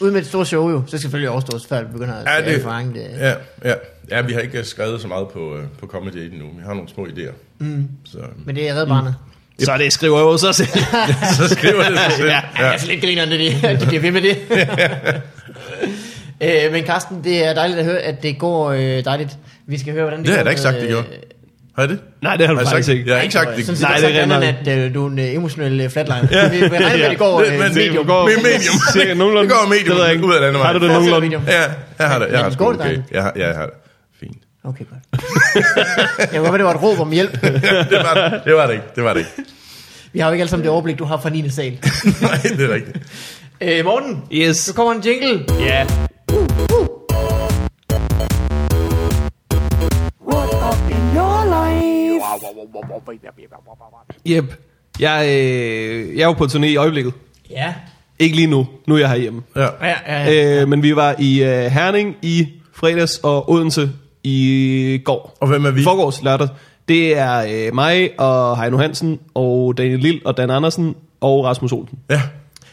[SPEAKER 1] Ud med et stort show jo. Så skal selvfølgelig overstås, før du begynder at ja, det, fange det. Ja.
[SPEAKER 3] Ja, ja. ja, vi har ikke øh, skrevet så meget på, øh, på Comedy Aid endnu. Vi har nogle små idéer. Mm. Så,
[SPEAKER 1] Men det er Red Barnet. Mm.
[SPEAKER 2] Så det skriver jo så selv.
[SPEAKER 3] så skriver det sig selv.
[SPEAKER 1] Ja.
[SPEAKER 3] Ja.
[SPEAKER 1] Altså lidt griner, det de, de bliver ved med det. øh, men Carsten, det er dejligt at høre, at det går øh, dejligt. Vi skal høre, hvordan det,
[SPEAKER 3] Det har
[SPEAKER 1] går
[SPEAKER 3] jeg da ikke
[SPEAKER 1] med,
[SPEAKER 3] sagt, det gjorde.
[SPEAKER 1] øh,
[SPEAKER 3] Har jeg det?
[SPEAKER 2] Nej, det har du
[SPEAKER 3] jeg
[SPEAKER 2] faktisk
[SPEAKER 3] sagt,
[SPEAKER 2] ikke.
[SPEAKER 3] Jeg har ikke sagt
[SPEAKER 1] Sådan
[SPEAKER 3] det.
[SPEAKER 1] set, Nej,
[SPEAKER 2] Nej, det
[SPEAKER 1] det
[SPEAKER 2] er
[SPEAKER 1] er
[SPEAKER 2] rent
[SPEAKER 1] rigtigt. at øh, du er en øh, emotionel øh, flatliner. ja. Vi regner med, at det går
[SPEAKER 3] Det-
[SPEAKER 1] øh,
[SPEAKER 3] men-
[SPEAKER 1] medium.
[SPEAKER 2] går-
[SPEAKER 3] Med medium.
[SPEAKER 2] Cirka nogenlunde.
[SPEAKER 3] Det går medium
[SPEAKER 2] Det ved jeg ikke.
[SPEAKER 3] ud af landevejen.
[SPEAKER 2] Har du det
[SPEAKER 1] Fortsætter
[SPEAKER 2] nogenlunde?
[SPEAKER 1] medium.
[SPEAKER 3] Ja, jeg har det. Jeg har
[SPEAKER 1] Men
[SPEAKER 3] det
[SPEAKER 1] går
[SPEAKER 3] sgu
[SPEAKER 1] det
[SPEAKER 3] okay.
[SPEAKER 1] dejligt?
[SPEAKER 3] Jeg har, ja, jeg har det. Fint.
[SPEAKER 1] Okay, godt. Jeg kunne godt være, det var et råb om hjælp.
[SPEAKER 3] Det var det, det, var det ikke. Det var det ikke.
[SPEAKER 1] Vi har jo ikke alle sammen det overblik, du har fra 9. sal.
[SPEAKER 3] Nej, det er rigtigt.
[SPEAKER 1] Øh, Morten,
[SPEAKER 2] Yes.
[SPEAKER 1] nu kommer en jingle.
[SPEAKER 2] Ja.
[SPEAKER 4] What up in your life?
[SPEAKER 2] Yep. Jeg, øh, jeg er jo på turné i øjeblikket.
[SPEAKER 1] Ja.
[SPEAKER 2] Ikke lige nu. Nu er jeg herhjemme.
[SPEAKER 3] Ja.
[SPEAKER 1] Ja, ja, ja.
[SPEAKER 2] Øh, men vi var i øh, Herning i fredags og Odense i går.
[SPEAKER 3] Og hvem er vi?
[SPEAKER 2] I forgårs lørdag. Det er øh, mig og Heino Hansen og Daniel Lille og Dan Andersen og Rasmus Olsen.
[SPEAKER 3] Ja.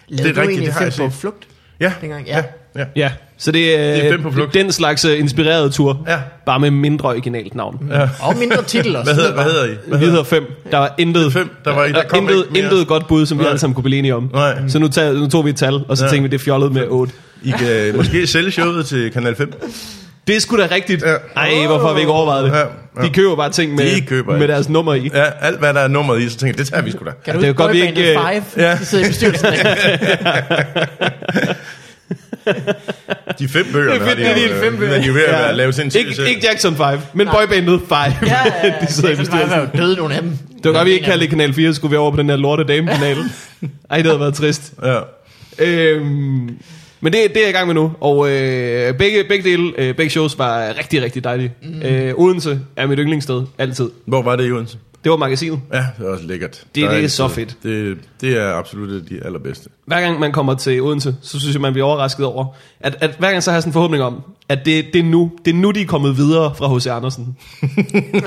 [SPEAKER 1] Lavede
[SPEAKER 3] det er
[SPEAKER 1] du
[SPEAKER 3] rigtigt,
[SPEAKER 1] egentlig
[SPEAKER 3] det har jeg
[SPEAKER 1] fem på
[SPEAKER 3] set.
[SPEAKER 1] flugt?
[SPEAKER 3] Ja.
[SPEAKER 1] Dengang, ja.
[SPEAKER 3] ja. ja.
[SPEAKER 2] Ja, så det, øh,
[SPEAKER 3] Det er fem på flugt.
[SPEAKER 2] den slags øh, inspireret tur.
[SPEAKER 3] Ja.
[SPEAKER 2] Bare med mindre originalt navn. Ja.
[SPEAKER 1] Og mindre titel også.
[SPEAKER 3] Hvad hedder, hvad hedder I? Hvad
[SPEAKER 2] Vi
[SPEAKER 3] hedder?
[SPEAKER 2] hedder fem. Der var intet,
[SPEAKER 3] Fem. Der var- der kom
[SPEAKER 2] intet,
[SPEAKER 3] ikke mere.
[SPEAKER 2] intet godt bud, som vi
[SPEAKER 3] Nej.
[SPEAKER 2] alle sammen kunne blive enige om.
[SPEAKER 3] Nej.
[SPEAKER 2] Så nu, tag, nu tog vi et tal, og så ja.
[SPEAKER 3] Ja.
[SPEAKER 2] tænkte vi, det fjollede med 8.
[SPEAKER 3] I kan måske sælge showet til Kanal 5.
[SPEAKER 2] Det er sgu da rigtigt.
[SPEAKER 3] Ja.
[SPEAKER 2] Ej, hvorfor har vi ikke overvejet det?
[SPEAKER 3] Ja, ja.
[SPEAKER 2] De køber bare ting med,
[SPEAKER 3] De køber
[SPEAKER 2] med
[SPEAKER 3] alt.
[SPEAKER 2] deres nummer i.
[SPEAKER 3] Ja, alt hvad der er nummeret i, så tænker jeg, det tager vi sgu da.
[SPEAKER 1] Kan du
[SPEAKER 2] Det er
[SPEAKER 1] huske
[SPEAKER 2] godt, vi
[SPEAKER 1] boybandet
[SPEAKER 2] ikke, øh,
[SPEAKER 1] Five?
[SPEAKER 3] ja.
[SPEAKER 1] De sidder i bestyrelsen.
[SPEAKER 3] De fem bøger,
[SPEAKER 2] Det er fedt,
[SPEAKER 3] har
[SPEAKER 2] det er
[SPEAKER 3] jo,
[SPEAKER 2] de
[SPEAKER 3] øh,
[SPEAKER 2] fem bøger.
[SPEAKER 3] men De er ved at
[SPEAKER 2] Ja.
[SPEAKER 3] være- lave sin
[SPEAKER 2] Ikke, ikke Jackson 5, men boybandet 5. Ja,
[SPEAKER 1] ja, ja.
[SPEAKER 2] de sidder i
[SPEAKER 1] Jackson Five
[SPEAKER 2] bestyrelsen.
[SPEAKER 1] er jo døde, nogle af dem.
[SPEAKER 2] Det var godt, vi ikke kaldte Kanal 4, skulle vi over på den her lorte damekanal. Ej, det havde været trist.
[SPEAKER 3] Ja.
[SPEAKER 2] Øhm, men det, det er jeg i gang med nu, og øh, begge, begge, dele, øh, begge shows var rigtig, rigtig dejlige. Mm. Øh, Odense er mit yndlingssted, altid.
[SPEAKER 3] Hvor var det, Jørgensen?
[SPEAKER 2] Det var magasinet.
[SPEAKER 3] Ja, det er også lækkert.
[SPEAKER 2] Det-
[SPEAKER 3] Der
[SPEAKER 2] det er
[SPEAKER 3] ikke-
[SPEAKER 2] så fedt.
[SPEAKER 3] Det, det er absolut et af de allerbedste.
[SPEAKER 2] Hver gang man kommer til Odense, så synes jeg, man bliver overrasket over, at, at hver gang så har jeg sådan en forhåbning om, at det, det, er nu, det er nu, de er kommet videre fra H.C. Andersen.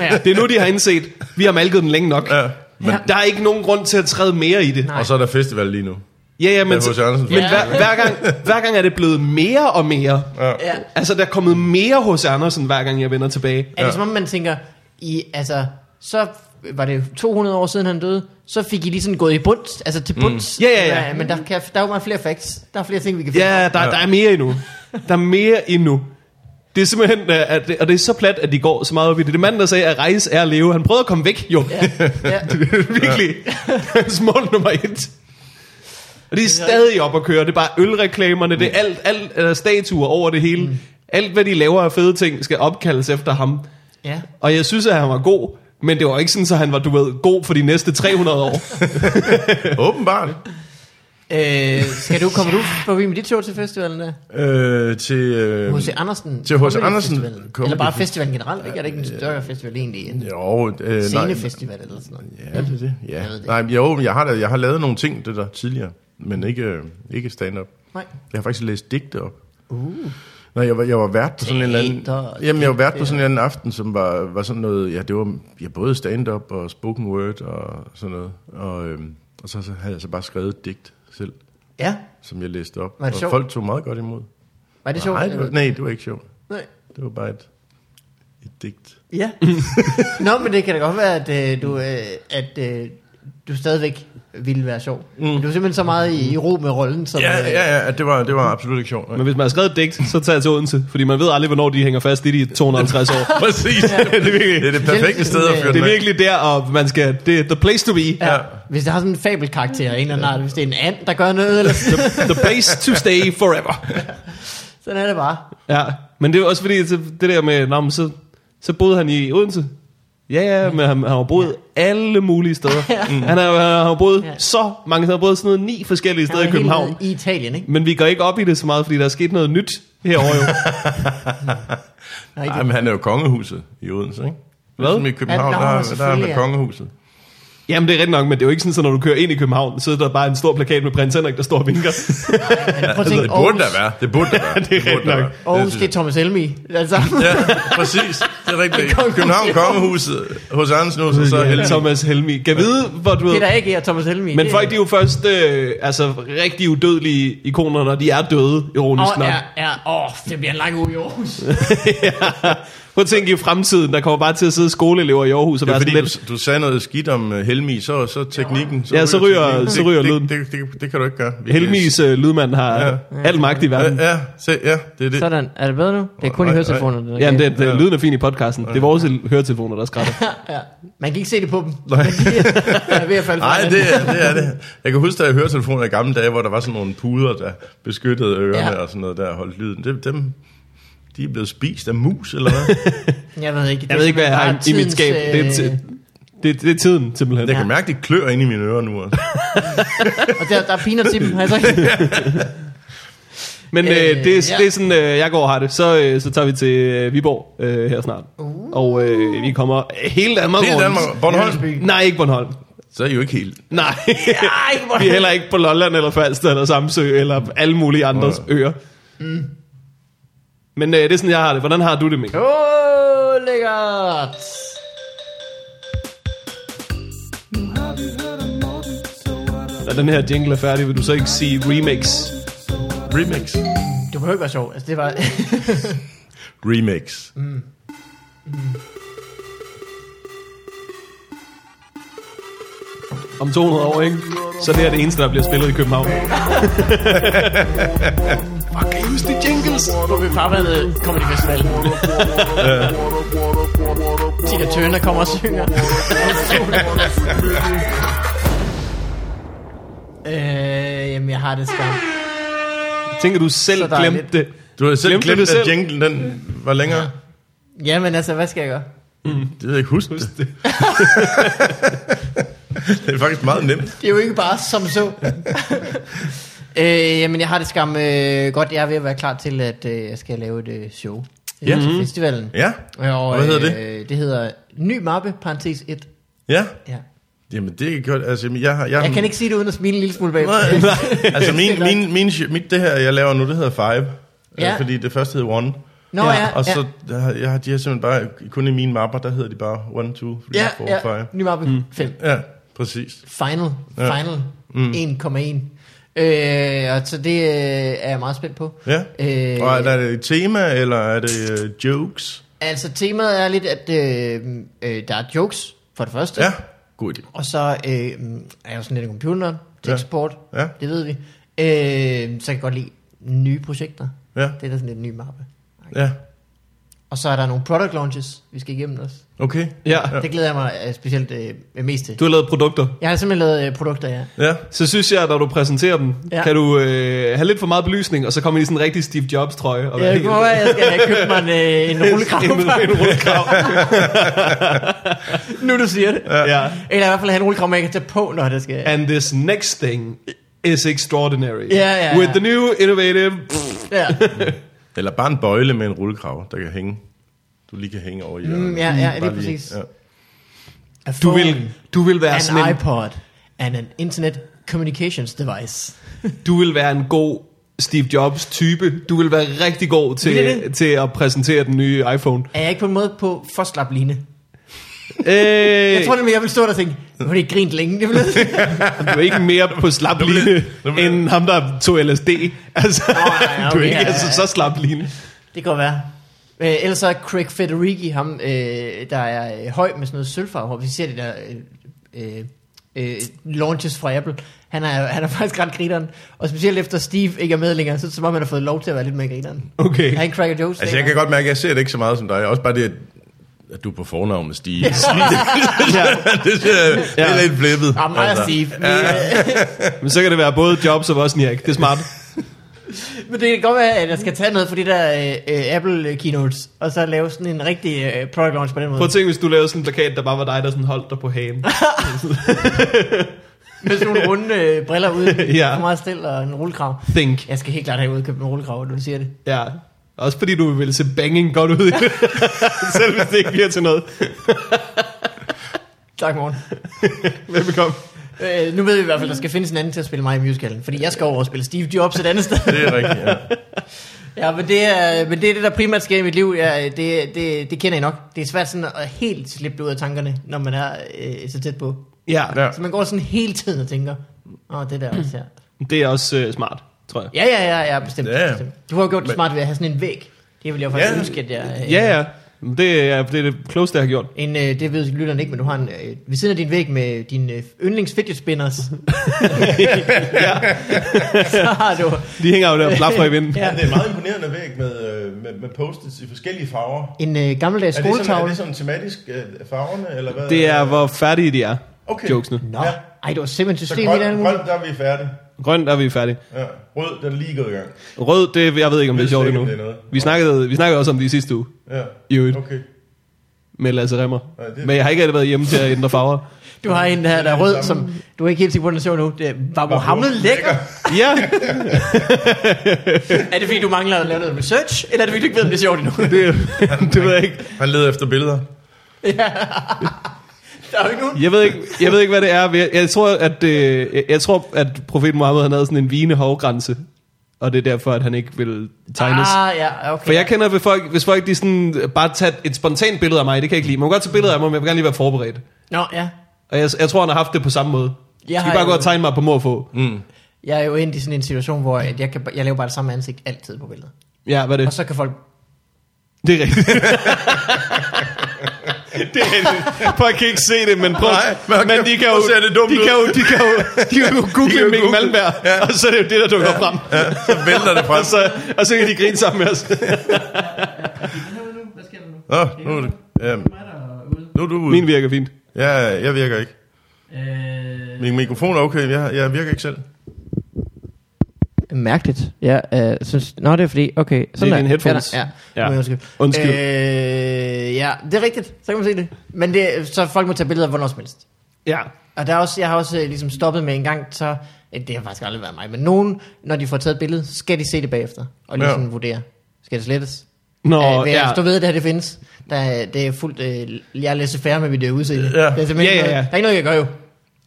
[SPEAKER 1] Ja.
[SPEAKER 2] Det er nu, de har indset, vi har malket den længe nok.
[SPEAKER 3] Ja, men,
[SPEAKER 2] Der er ikke nogen grund til at træde mere i det.
[SPEAKER 3] Og så er der festival lige nu.
[SPEAKER 2] Ja, ja, men,
[SPEAKER 3] Med H.C. Andersen.
[SPEAKER 2] men
[SPEAKER 3] Ja.
[SPEAKER 2] hver, hver, gang, hver gang er det blevet mere og mere.
[SPEAKER 3] Ja.
[SPEAKER 1] Ja.
[SPEAKER 2] Altså, der er kommet mere hos Andersen, hver gang jeg vender tilbage.
[SPEAKER 1] Er det som om, man tænker, I, altså, så var det 200 år siden han døde, så fik I lige sådan gået i bunds, altså til bunds.
[SPEAKER 2] Ja, ja, ja.
[SPEAKER 1] Men der, kan, der er jo meget flere facts. Der er flere ting, vi kan finde. ud af.
[SPEAKER 2] Ja, der, der er mere endnu. Der er mere endnu. Det er simpelthen, øh, at det, og det er så plat, at de går så meget op i det. Det er manden, der sagde, at rejse er at leve. Han prøvede at komme væk, jo. Ja.
[SPEAKER 1] ja.
[SPEAKER 2] Virkelig. Hans mål nummer et. Og de er stadig op at køre. Det er bare ølreklamerne, det er alt, alt er statuer over det hele. Alt, hvad de laver af fede ting, skal opkaldes efter ham.
[SPEAKER 1] ja.
[SPEAKER 2] Og jeg synes, at han var god, men det var ikke sådan, at han var, du ved, god for de næste 300 år.
[SPEAKER 3] Åbenbart.
[SPEAKER 1] Øh, skal du, kommer du forbi med dit show til festivalen der?
[SPEAKER 3] Øh, til... Øh,
[SPEAKER 1] H.C. Andersen?
[SPEAKER 3] til H.C. Andersen
[SPEAKER 1] Festivalen.
[SPEAKER 3] Comedy
[SPEAKER 1] Eller bare
[SPEAKER 3] Festival.
[SPEAKER 1] festivalen generelt, ikke? Er det ikke en større festival egentlig? En
[SPEAKER 3] Jo, øh, nej.
[SPEAKER 1] scenefestival eller sådan noget?
[SPEAKER 3] Ja, det er det. Ja.
[SPEAKER 1] Jeg ved det
[SPEAKER 3] Nej, men jo, men jeg har, da- jeg har lavet nogle ting det der tidligere, men ikke, øh, ikke stand-up.
[SPEAKER 1] Nej.
[SPEAKER 3] Jeg har faktisk læst digte op.
[SPEAKER 1] Uh.
[SPEAKER 3] Nej, jeg var, jeg var vært på sådan en eller anden...
[SPEAKER 1] Teater og
[SPEAKER 3] Jamen, jeg var vært på sådan en eller anden aften, som var, var sådan noget... Ja, det var ja, både stand-up og spoken word og sådan noget. Og, øhm, og så, så havde jeg så bare skrevet et digt selv,
[SPEAKER 1] Ja,
[SPEAKER 3] som jeg læste op.
[SPEAKER 1] Var det
[SPEAKER 3] og
[SPEAKER 1] sjovt?
[SPEAKER 3] folk tog meget godt imod.
[SPEAKER 1] var det sjovt?
[SPEAKER 3] Nej, det var, nej, det var ikke sjovt.
[SPEAKER 1] Nej.
[SPEAKER 3] Det var bare et, et digt.
[SPEAKER 1] Ja. Nå, men det kan da godt være, at øh, du, øh, at, øh, du stadigvæk ville være sjov. Mm. Du er simpelthen så meget i, i ro med rollen, som...
[SPEAKER 3] Ja,
[SPEAKER 1] øh,
[SPEAKER 3] ja, ja, det var, det var absolut ikke sjovt.
[SPEAKER 2] Men hvis man har skrevet et digt, så tager jeg til Odense, fordi man ved aldrig, hvornår de hænger fast i de 250 år.
[SPEAKER 3] Præcis.
[SPEAKER 2] det er virkelig,
[SPEAKER 3] Det er det perfekte sted at fyre
[SPEAKER 2] det
[SPEAKER 1] øh,
[SPEAKER 3] den
[SPEAKER 2] er
[SPEAKER 3] af.
[SPEAKER 2] virkelig der, og man skal, det er the place to be.
[SPEAKER 1] Ja. Hvis det har sådan en fabelkarakter, en eller anden art, hvis det er en and, der gør noget, eller sådan,
[SPEAKER 2] The place to stay forever.
[SPEAKER 1] sådan er det bare.
[SPEAKER 2] Ja, men det er også fordi, så det der med, nå, men så, så boede han i Odense. Ja, ja, men han, han har boet alle mulige steder. Mm. Han har, han har boet
[SPEAKER 1] Ja.
[SPEAKER 2] så mange steder. Han har boet sådan noget ni forskellige
[SPEAKER 1] Han
[SPEAKER 2] steder i
[SPEAKER 1] er helt
[SPEAKER 2] København.
[SPEAKER 1] nede I Italien, ikke?
[SPEAKER 2] Men vi går ikke op i det så meget, fordi der er sket noget nyt herovre jo.
[SPEAKER 1] Nej,
[SPEAKER 3] Nej, men han er jo kongehuset i Odense, ikke?
[SPEAKER 2] Hvad?
[SPEAKER 3] Som i København,
[SPEAKER 1] Ja,
[SPEAKER 3] ja,
[SPEAKER 1] nå,
[SPEAKER 3] der, er- der er
[SPEAKER 1] selvfølgelig,
[SPEAKER 3] med
[SPEAKER 1] ja.
[SPEAKER 3] kongehuset.
[SPEAKER 2] Jamen det er rigtigt nok, men det er jo ikke sådan, at når du kører ind i København, så er der bare en stor plakat med prins Henrik, der står og vinker.
[SPEAKER 1] men prøv at
[SPEAKER 3] Altså,
[SPEAKER 1] tænke,
[SPEAKER 3] det burde
[SPEAKER 1] Aarhus,
[SPEAKER 3] der være. Det burde der være.
[SPEAKER 2] det er
[SPEAKER 3] burde
[SPEAKER 2] rigtigt
[SPEAKER 3] der
[SPEAKER 2] nok.
[SPEAKER 3] være.
[SPEAKER 1] Aarhus, det
[SPEAKER 3] synes
[SPEAKER 1] er Thomas Helmi. Altså,
[SPEAKER 3] jeg. Ja, præcis. Det er rigtigt.
[SPEAKER 1] kongehuset.
[SPEAKER 3] København, kongehuset, hos Andersen, og så
[SPEAKER 2] Ja,
[SPEAKER 3] heldig.
[SPEAKER 2] Thomas Helmi. Kan vide, hvor du ved...
[SPEAKER 1] Peter A.G. og Thomas Helmi.
[SPEAKER 2] Men
[SPEAKER 1] det-
[SPEAKER 2] folk, de er jo først øh, altså, rigtig udødelige ikoner, når de er døde, ironisk
[SPEAKER 1] Åh,
[SPEAKER 2] oh, nok.
[SPEAKER 1] ja, ja. Åh, det bliver en lang uge i Aarhus.
[SPEAKER 2] Prøv at tænke i fremtiden, der kommer bare til at sidde skoleelever i Aarhus og
[SPEAKER 3] Det er
[SPEAKER 2] være sådan
[SPEAKER 3] fordi,
[SPEAKER 2] lidt...
[SPEAKER 3] du, du sagde noget skidt om øh, Helmi, så, så teknikken.
[SPEAKER 2] Ja, så ryger- så ryger
[SPEAKER 3] det,
[SPEAKER 2] lyden.
[SPEAKER 3] Det, det, det, det, kan du ikke gøre. Vi kan-
[SPEAKER 2] Helmis øh, lydmand har ja.
[SPEAKER 3] Ja.
[SPEAKER 2] al magt i verden. Ja,
[SPEAKER 3] Ja, ja, se, ja, det er det.
[SPEAKER 1] Sådan, er det bedre nu? Det er kun i
[SPEAKER 3] Ej, ej.
[SPEAKER 1] høretelefonerne. den er
[SPEAKER 2] Jamen,
[SPEAKER 1] galt.
[SPEAKER 2] det, det, lyden er fin i podcasten. Det er vores høretelefoner, der skrætter.
[SPEAKER 1] Ja. Man kan ikke se det på dem. Nej. jeg er ved at falde fra
[SPEAKER 3] Nej,
[SPEAKER 1] hinanden.
[SPEAKER 3] det er, det er det. Jeg kan huske, da jeg hørte telefoner i gamle dage, hvor der var sådan nogle puder, der beskyttede ørerne
[SPEAKER 1] Ja.
[SPEAKER 3] ja. og sådan noget, der holdt lyden. Dem, dem, de er blevet spist af mus, eller hvad?
[SPEAKER 1] Jeg ved ikke.
[SPEAKER 2] Jeg ved ikke, hvad jeg har i mit skab.
[SPEAKER 1] øh,
[SPEAKER 2] Det er, ti- det, det er tiden, simpelthen.
[SPEAKER 3] Jeg kan mærke, det klør ind i mine ører nu. altså.
[SPEAKER 1] Og der, der er peanuts i dem, har jeg sagt.
[SPEAKER 2] Men øh,
[SPEAKER 1] Øh,
[SPEAKER 2] det, er,
[SPEAKER 1] ja.
[SPEAKER 2] det er sådan, øh, jeg går og har det. Så, øh, så tager vi til øh, Viborg øh, her snart. Uh. Og øh, vi kommer hele Danmark
[SPEAKER 3] Hele
[SPEAKER 2] rundt.
[SPEAKER 3] Danmark, Bornholm.
[SPEAKER 2] Nej, ikke Bornholm.
[SPEAKER 3] Så er I jo ikke helt.
[SPEAKER 2] Nej, vi er heller ikke på Lolland eller Falster eller Samsø eller alle mulige andres øer. Men øh, det er sådan, jeg har det. Hvordan har du det, Mikkel?
[SPEAKER 1] Åh, lækkert.
[SPEAKER 4] Nu har vi hørt om Morten, så er der
[SPEAKER 2] Når den her jingle er færdig, vil du så ikke sige remix?
[SPEAKER 3] Remix.
[SPEAKER 1] Du behøver ikke være sjov. Altså, det var...
[SPEAKER 3] Remix.
[SPEAKER 2] om 200 år, ikke? Så det er det eneste, der bliver spillet i København. Fuck, kan I huske de jingles?
[SPEAKER 1] Hvor vi bare været Comedy Festival. Tina Turner kommer og synger. øh, jamen, jeg har det skam.
[SPEAKER 2] Tænker du selv
[SPEAKER 1] Så dejligt.
[SPEAKER 2] glemte det?
[SPEAKER 3] Du har selv
[SPEAKER 2] Glemte
[SPEAKER 3] glemt,
[SPEAKER 2] det
[SPEAKER 3] at
[SPEAKER 2] selv?
[SPEAKER 3] jinglen den var længere. Ja.
[SPEAKER 1] Jamen altså, hvad skal jeg gøre?
[SPEAKER 3] Det ved jeg ikke, husk, husk det. det er faktisk meget nemt.
[SPEAKER 1] Det er jo ikke bare som så. øh, jamen, jeg har det skam øh, godt. Jeg er ved at være klar til, at øh, jeg skal lave et øh, show
[SPEAKER 3] Ja. Mhm.
[SPEAKER 1] ja. til festivalen.
[SPEAKER 3] Ja,
[SPEAKER 1] Og,
[SPEAKER 3] Hvad hedder
[SPEAKER 1] det? Øh, det hedder Ny Mappe, parentes 1.
[SPEAKER 3] ja.
[SPEAKER 1] Ja.
[SPEAKER 3] Jamen, det er godt. Altså, jeg, har, jeg,
[SPEAKER 1] Jeg kan ikke sige det uden at smile en lille smule bag.
[SPEAKER 3] Nej, nej. altså,
[SPEAKER 1] Det
[SPEAKER 3] min,
[SPEAKER 1] er
[SPEAKER 3] min, min, mit, det her, jeg laver nu, det hedder Five. Ja.
[SPEAKER 1] Ja.
[SPEAKER 3] Fordi det første hed One.
[SPEAKER 1] Nå ja, ja.
[SPEAKER 3] Og så der har- jeg har de her simpelthen bare, kun i mine mapper, der hedder de bare 1, 2, 3,
[SPEAKER 1] ja,
[SPEAKER 3] 4,
[SPEAKER 1] ja.
[SPEAKER 3] 5.
[SPEAKER 1] Ny Mappe 5.
[SPEAKER 3] Ja, præcis.
[SPEAKER 1] Final.
[SPEAKER 3] Mhm. Ja. Mhm.
[SPEAKER 1] Final. 1,1. Øh, og så det øh, er jeg meget spændt på.
[SPEAKER 3] Ja.
[SPEAKER 1] Øh,
[SPEAKER 3] Og er der et tema, eller er det øh, jokes?
[SPEAKER 1] Altså temaet er lidt, at øh, øh, der er jokes, for det første.
[SPEAKER 3] Ja, god idé.
[SPEAKER 1] Og så øh, er jeg jo sådan lidt en computer til
[SPEAKER 3] Ja.
[SPEAKER 1] eksport.
[SPEAKER 3] Ja.
[SPEAKER 1] Det ved vi. Øh, så kan jeg godt lide nye projekter.
[SPEAKER 3] Ja,
[SPEAKER 1] Det er da sådan lidt en ny mappe.
[SPEAKER 3] ja.
[SPEAKER 1] Og så er der nogle product launches, vi skal igennem os.
[SPEAKER 3] Okay.
[SPEAKER 2] Ja.
[SPEAKER 1] Ja. Det glæder jeg mig øh, specielt øh, mest til.
[SPEAKER 2] Du har lavet produkter.
[SPEAKER 1] Jeg har simpelthen lavet øh, produkter, ja.
[SPEAKER 3] Ja.
[SPEAKER 2] Så synes jeg, at når du præsenterer dem, ja.
[SPEAKER 1] Ja.
[SPEAKER 2] kan du øh, have lidt for meget belysning, og så komme i sådan en rigtig Steve Jobs trøje. Og være
[SPEAKER 1] Jeg
[SPEAKER 2] helt-
[SPEAKER 1] håber, jeg skal have købt mig en, øh, en rullekrav.
[SPEAKER 2] en, en rullekrav.
[SPEAKER 1] nu du siger det. Ja.
[SPEAKER 2] ja.
[SPEAKER 1] Eller i hvert fald have en rullekrav, man kan tage på, når det skal.
[SPEAKER 2] And this next thing is extraordinary.
[SPEAKER 1] Ja, ja,
[SPEAKER 2] With
[SPEAKER 1] ja.
[SPEAKER 2] the new innovative...
[SPEAKER 1] Ja,
[SPEAKER 3] Eller bare en bøjle med en rullekrav, der kan hænge. Du lige kan hænge over i hjørnet.
[SPEAKER 1] Mm, ja, ja,
[SPEAKER 3] Bare
[SPEAKER 1] lige præcis.
[SPEAKER 3] Ja.
[SPEAKER 1] A
[SPEAKER 2] Du
[SPEAKER 1] phone,
[SPEAKER 2] vil, du vil være sådan
[SPEAKER 1] an
[SPEAKER 2] en,
[SPEAKER 1] iPod, and an internet communications device.
[SPEAKER 2] du vil være en god Steve Jobs type. Du vil være rigtig god
[SPEAKER 1] Det er
[SPEAKER 2] til,
[SPEAKER 1] det.
[SPEAKER 2] til at præsentere den nye iPhone.
[SPEAKER 1] Er jeg ikke på en måde på for slap line?
[SPEAKER 2] Øh,
[SPEAKER 1] Jeg tror nemlig, jeg ville stå der og tænke, nu har de grint længe. Det blev...
[SPEAKER 2] Du er ikke mere på slap line,
[SPEAKER 3] nu bliver-
[SPEAKER 2] end ham, der tog LSD. Altså,
[SPEAKER 1] ja,
[SPEAKER 2] du er
[SPEAKER 1] okay,
[SPEAKER 2] ikke
[SPEAKER 1] ja, ja,
[SPEAKER 2] altså,
[SPEAKER 1] ja.
[SPEAKER 2] så slap line.
[SPEAKER 1] det kan godt være. Øh, ellers så er Craig Federighi, ham, øh, der er øh, høj med sådan noget sølvfarve, hvor vi ser det der øh, øh, øh, launches fra Apple. Han er, han er faktisk ret grineren. Og specielt efter Steve ikke er med længere, så er det som om, han har fået lov til at være lidt mere grineren.
[SPEAKER 2] Okay.
[SPEAKER 1] Er ikke Craig og Joe's?
[SPEAKER 3] Altså, jeg kan godt mærke, at jeg ser det ikke så meget som dig. Også bare det, at- at du er på fornavn med Stig. det, det, det er lidt flippet. Altså,
[SPEAKER 1] Ah, mig og
[SPEAKER 2] Altså.
[SPEAKER 1] Steve. Vi, øh,
[SPEAKER 2] Men så kan det være både Jobs og Wozniak. Det er smart.
[SPEAKER 1] Men det kan godt være, at jeg skal tage noget fra de der øh, øh, Apple øh, keynotes, og så lave sådan en rigtig øh, product launch på den måde.
[SPEAKER 2] Prøv at tænke, hvis du lavede sådan en plakat, der bare var dig, der sådan holdt dig på hagen.
[SPEAKER 1] Med sådan nogle runde øh, briller ude
[SPEAKER 2] Ja.
[SPEAKER 1] ja. for meget stille og en rullekrav.
[SPEAKER 2] Think.
[SPEAKER 1] Jeg skal helt klart have udkøbt en rullekrav, når du siger det.
[SPEAKER 2] Ja. Også fordi du vil se banging godt ud i det. Selv hvis det ikke bliver til noget.
[SPEAKER 1] Tak, morgen.
[SPEAKER 2] Velbekomme.
[SPEAKER 1] Øh, nu ved vi i hvert fald, der skal findes en anden til at spille mig i musicalen, fordi jeg skal over og spille Steve Jobs et andet sted.
[SPEAKER 3] Det er rigtigt, ja.
[SPEAKER 1] ja, men det, er, men det er det, der primært sker i mit liv. Ja, det, det, det kender I nok. Det er svært sådan at helt slippe det ud af tankerne, når man er øh, så tæt på.
[SPEAKER 2] Ja,
[SPEAKER 3] ja.
[SPEAKER 1] Så man går sådan hele tiden og tænker, åh, det der også her.
[SPEAKER 2] det er også øh, smart, tror jeg.
[SPEAKER 1] Ja, ja, ja, ja, bestemt.
[SPEAKER 3] Ja, ja.
[SPEAKER 1] Ja. bestemt. Du har jo gjort det
[SPEAKER 3] Men-
[SPEAKER 1] smart ved at have sådan en væg. Det ville jeg jo faktisk
[SPEAKER 3] Ja.
[SPEAKER 1] ja. ønske, at jeg... øh,
[SPEAKER 2] Ja, ja. Men Det er det, er det klogeste, jeg har gjort.
[SPEAKER 1] En, øh, det ved lytteren ikke, men du har en, øh, ved siden af din væg med din øh, yndlings fidget spinners,
[SPEAKER 2] ja.
[SPEAKER 1] så har du...
[SPEAKER 2] De hænger jo der og blaffer i vinden.
[SPEAKER 1] Ja.
[SPEAKER 3] Det er en meget imponerende væg med, øh, med, med post-its i forskellige farver.
[SPEAKER 1] En øh, gammeldags
[SPEAKER 3] Er det, sådan, er
[SPEAKER 1] skoletavle.
[SPEAKER 3] det sådan tematisk øh, farverne, eller hvad? Altså,
[SPEAKER 2] Det er, hvor færdige de er,
[SPEAKER 3] Okay.
[SPEAKER 2] jokesene.
[SPEAKER 1] Nå,
[SPEAKER 3] Ja.
[SPEAKER 1] ej, det var simpelthen
[SPEAKER 3] Så
[SPEAKER 1] system i
[SPEAKER 3] grøn,
[SPEAKER 1] det andet
[SPEAKER 3] grøn,
[SPEAKER 1] muligt.
[SPEAKER 3] der er vi færdige.
[SPEAKER 2] Grøn, der er vi færdige.
[SPEAKER 3] Ja. Rød, den er lige gået i gang.
[SPEAKER 2] Rød, det, jeg ved ikke, om det
[SPEAKER 3] Jeg
[SPEAKER 2] er
[SPEAKER 3] ved
[SPEAKER 2] sjovt
[SPEAKER 3] ikke,
[SPEAKER 2] endnu.
[SPEAKER 3] om det er noget.
[SPEAKER 2] Vi snakkede, vi snakkede også om det i sidste uge,
[SPEAKER 3] Ja.
[SPEAKER 2] i øvrigt,
[SPEAKER 3] Okay.
[SPEAKER 2] med Lasse Remmer.
[SPEAKER 3] Ja, det er-
[SPEAKER 2] Men jeg har ikke rigtig været hjemme til at ændre farver.
[SPEAKER 1] Du har en her, der er rød, som du er ikke helt sikker på, den så nu. Det var Mohammed lækker.
[SPEAKER 2] Ja,
[SPEAKER 1] Er det fordi, du mangler at lave noget research, eller er det fordi, du ikke ved, om det er sjovt endnu?
[SPEAKER 2] det, det ved jeg ikke.
[SPEAKER 3] Han leder efter billeder.
[SPEAKER 1] Der er jo ikke nogen.
[SPEAKER 2] Jeg ved ikke, jeg ved ikke hvad det er. men Jeg, jeg tror, at, øh, jeg- jeg tror, at profeten Mohammed han havde sådan en vigende hovgrænse. Og det er derfor, at han ikke vil tegnes. Ah,
[SPEAKER 1] Ah, ja, okay.
[SPEAKER 2] For jeg kender, ved folk, hvis folk de sådan, øh, bare tager et spontant billede af mig, det kan jeg ikke lide. Man må godt tage billeder af mig, men jeg vil gerne lige være forberedt.
[SPEAKER 1] Nå, ja.
[SPEAKER 2] Og jeg, jeg tror, han har haft det på samme måde. Jeg
[SPEAKER 1] Jeg
[SPEAKER 2] Skal I
[SPEAKER 1] har
[SPEAKER 2] bare gå
[SPEAKER 1] jo-
[SPEAKER 2] og tegne mig på morfå? Mm.
[SPEAKER 1] Jeg er jo endt i sådan en situation, hvor at jeg, kan, jeg laver bare det samme ansigt altid på billedet.
[SPEAKER 2] Ja, hvad er
[SPEAKER 1] Og
[SPEAKER 2] det?
[SPEAKER 1] så kan folk...
[SPEAKER 2] Det er rigtigt. det er rigtigt. Folk kan ikke se det, men prøv.
[SPEAKER 3] Nej, man
[SPEAKER 2] men
[SPEAKER 3] kan-
[SPEAKER 2] de kan
[SPEAKER 3] hvor
[SPEAKER 2] jo,
[SPEAKER 3] ser det dumt
[SPEAKER 2] de
[SPEAKER 3] ud.
[SPEAKER 2] kan jo, de kan jo, de kan jo google
[SPEAKER 3] De kan jo
[SPEAKER 2] Mikkel
[SPEAKER 3] google.
[SPEAKER 2] Malmberg,
[SPEAKER 3] Ja.
[SPEAKER 2] og så er det jo det, der dukker ja. frem.
[SPEAKER 3] Ja, så vælter det frem.
[SPEAKER 2] og,
[SPEAKER 1] Altså-
[SPEAKER 2] så, og så kan de grine sammen med os.
[SPEAKER 1] Hvad sker der nu?
[SPEAKER 3] Nå, nu er det... Ja, nu er du ude.
[SPEAKER 2] Min virker fint.
[SPEAKER 3] Ja, jeg virker ikke.
[SPEAKER 1] Øh...
[SPEAKER 3] Min mikrofon er okay, jeg, jeg virker ikke selv.
[SPEAKER 1] mærkeligt. Ja, øh, synes, nå, det er fordi, okay. Sådan
[SPEAKER 2] Det er
[SPEAKER 1] der.
[SPEAKER 2] dine headphones.
[SPEAKER 1] Ja,
[SPEAKER 2] Ja.
[SPEAKER 1] ja. ja. Undskyld.
[SPEAKER 2] Undskyld.
[SPEAKER 1] Øh, ja, det er rigtigt. Så kan man se det. Men det, så folk må tage billeder hvornår som helst.
[SPEAKER 2] Ja.
[SPEAKER 1] Og der er også, jeg har også øh, ligesom stoppet med en gang, så øh, det har faktisk aldrig været mig, men nogen, når de får taget et billede, skal de se det bagefter, og ligesom
[SPEAKER 3] Ja.
[SPEAKER 1] ja. vurdere, skal det slettes?
[SPEAKER 2] Nå,
[SPEAKER 1] Og, øh, ja.
[SPEAKER 2] ja.
[SPEAKER 1] Du ved, det her det findes. Der, er- det er fuldt, øh, jeg er læse færre med mit øh, udseende.
[SPEAKER 3] Ja.
[SPEAKER 1] Det er simpelthen
[SPEAKER 2] Ja, ja,
[SPEAKER 1] ikke
[SPEAKER 2] ja.
[SPEAKER 1] Noget, der er ikke noget, jeg gør jo.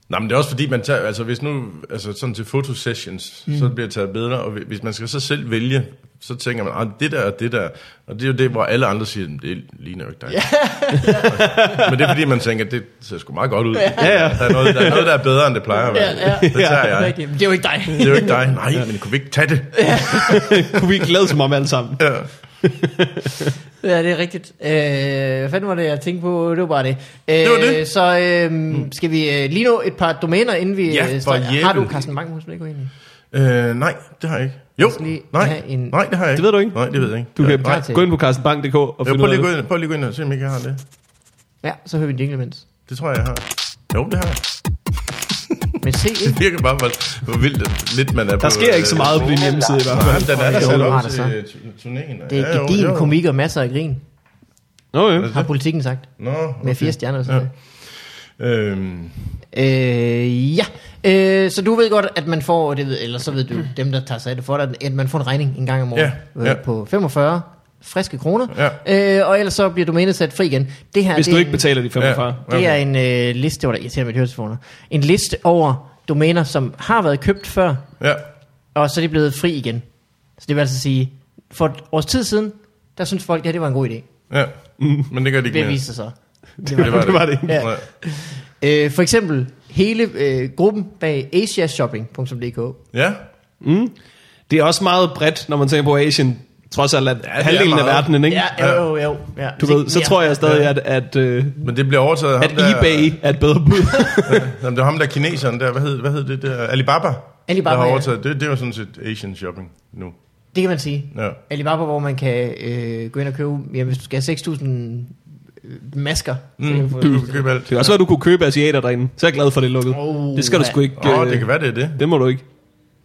[SPEAKER 3] Nej, men det er også fordi, man tager, altså hvis nu, altså sådan til fotosessions, mm. så bliver taget billeder, og hvi- hvis man skal så selv vælge, så tænker man, "Ah, det der og det der, og det er jo det, hvor alle andre siger, det ligner jo ikke dig. men det er fordi, man tænker, det ser sgu meget godt ud.
[SPEAKER 2] Ja, ja.
[SPEAKER 3] Der, er noget, der er noget, der er bedre, end det plejer at være.
[SPEAKER 1] Ja, ja.
[SPEAKER 3] Det tager
[SPEAKER 1] Det er,
[SPEAKER 3] jeg.
[SPEAKER 1] ikke, det er jo ikke dig.
[SPEAKER 3] Det er jo ikke dig. Nej, men kunne vi ikke tage det?
[SPEAKER 2] Kunne vi ikke glæde som om alle sammen?
[SPEAKER 3] Ja.
[SPEAKER 1] ja, det er rigtigt. Øh, hvad fanden var det, jeg tænkte på? Det var bare det. Øh,
[SPEAKER 3] Det var det. Hmm.
[SPEAKER 1] Så øh, skal vi øh, lige nå et par domæner, inden vi...
[SPEAKER 3] Ja,
[SPEAKER 1] øh,
[SPEAKER 3] for
[SPEAKER 1] starter. Har
[SPEAKER 3] jævlen.
[SPEAKER 1] du Carsten Bang hos Lego egentlig?
[SPEAKER 3] Øh, nej, det har jeg ikke. Jo,
[SPEAKER 1] skal lige
[SPEAKER 3] nej,
[SPEAKER 1] have en-
[SPEAKER 3] nej, det har jeg ikke.
[SPEAKER 2] Det ved du ikke?
[SPEAKER 3] Nej, det ved jeg ikke.
[SPEAKER 2] Du
[SPEAKER 3] ja,
[SPEAKER 2] kan
[SPEAKER 3] nej.
[SPEAKER 2] gå ind på carstenbank.dk og
[SPEAKER 3] Jo,
[SPEAKER 2] finde
[SPEAKER 3] prøv
[SPEAKER 2] ud
[SPEAKER 3] lige
[SPEAKER 2] af
[SPEAKER 3] at gå
[SPEAKER 2] det.
[SPEAKER 3] ind, prøv lige at gå ind og se, om ikke jeg har det.
[SPEAKER 1] Ja, så hører vi en jingle imens.
[SPEAKER 3] Det tror jeg, jeg har. Jo, det har jeg.
[SPEAKER 1] Men se ikke.
[SPEAKER 3] Det virker bare, hvor, hvor vildt at lidt man er på...
[SPEAKER 2] Der sker ikke så meget på din hjemmeside i hvert fald.
[SPEAKER 3] Nej, den er
[SPEAKER 1] Jo,
[SPEAKER 3] sat
[SPEAKER 1] du har
[SPEAKER 3] op
[SPEAKER 1] det
[SPEAKER 3] til
[SPEAKER 1] så.
[SPEAKER 3] øh, tu- turneringen.
[SPEAKER 1] Det er ja, gedigen komik og masser af grin,
[SPEAKER 2] Nå, ja.
[SPEAKER 1] har politikken sagt.
[SPEAKER 3] Nå, okay.
[SPEAKER 1] Med fire stjerner og sådan
[SPEAKER 3] Ja.
[SPEAKER 1] ja.
[SPEAKER 3] Øhm,
[SPEAKER 1] Øh, ja. Øh, så du ved godt, at man får, det ved, eller så ved du, dem der tager sig af det for dig, at man får en regning en gang om året
[SPEAKER 3] Ja,
[SPEAKER 1] øh,
[SPEAKER 3] ja.
[SPEAKER 1] på 45 friske kroner. Ja. Øh, og ellers så bliver domænet sat fri igen. Det her,
[SPEAKER 2] Hvis
[SPEAKER 1] det
[SPEAKER 2] du
[SPEAKER 1] er
[SPEAKER 2] ikke
[SPEAKER 1] en,
[SPEAKER 2] betaler de 45. Ja.
[SPEAKER 1] Det er en øh, liste, det var der irriterer mit høretelefoner. En liste over domæner, som har været købt før,
[SPEAKER 3] ja,
[SPEAKER 1] og så er de blevet fri igen. Så det vil altså sige, for et års tid siden, der synes folk, at ja, det var en god idé.
[SPEAKER 3] ja. Men det gør det ikke
[SPEAKER 1] Det
[SPEAKER 3] mere.
[SPEAKER 1] viste sig så.
[SPEAKER 2] Det var det
[SPEAKER 3] ikke. Ja.
[SPEAKER 1] Ja. Øh, for eksempel hele øh, gruppen bag asiashopping.dk.
[SPEAKER 3] ja.
[SPEAKER 2] Det er også meget bredt, når man tænker på Asien. Trods alt, at ja,
[SPEAKER 3] er
[SPEAKER 2] halvdelen af
[SPEAKER 3] meget.
[SPEAKER 2] verdenen, ikke?
[SPEAKER 1] Ja, jo, jo, jo. Ja.
[SPEAKER 2] Du ved, så tror jeg stadig, at, at, øh,
[SPEAKER 3] Men det bliver overtaget af
[SPEAKER 2] at
[SPEAKER 3] ham der...
[SPEAKER 2] eBay er et bedre bud.
[SPEAKER 3] Jamen, det er ham der kineseren der. Hvad hed, hvad hed det der? Alibaba.
[SPEAKER 1] Alibaba,
[SPEAKER 3] der har
[SPEAKER 1] ja.
[SPEAKER 3] overtaget. Det, det er jo sådan set Asian shopping nu.
[SPEAKER 1] Det kan man sige.
[SPEAKER 3] Ja.
[SPEAKER 1] Alibaba, hvor man kan øh, gå ind og købe, ja, hvis du skal have 6.000 øh, masker. Mm. Så kan du få,
[SPEAKER 3] Du kan købe alt.
[SPEAKER 2] Det kan også være, at du kunne købe asiater derinde. Så er jeg glad for, at det er lukket.
[SPEAKER 1] Oh,
[SPEAKER 2] det skal du sgu ikke.
[SPEAKER 3] Åh, oh,
[SPEAKER 2] øh,
[SPEAKER 3] det kan være, det er det.
[SPEAKER 2] Det må du ikke.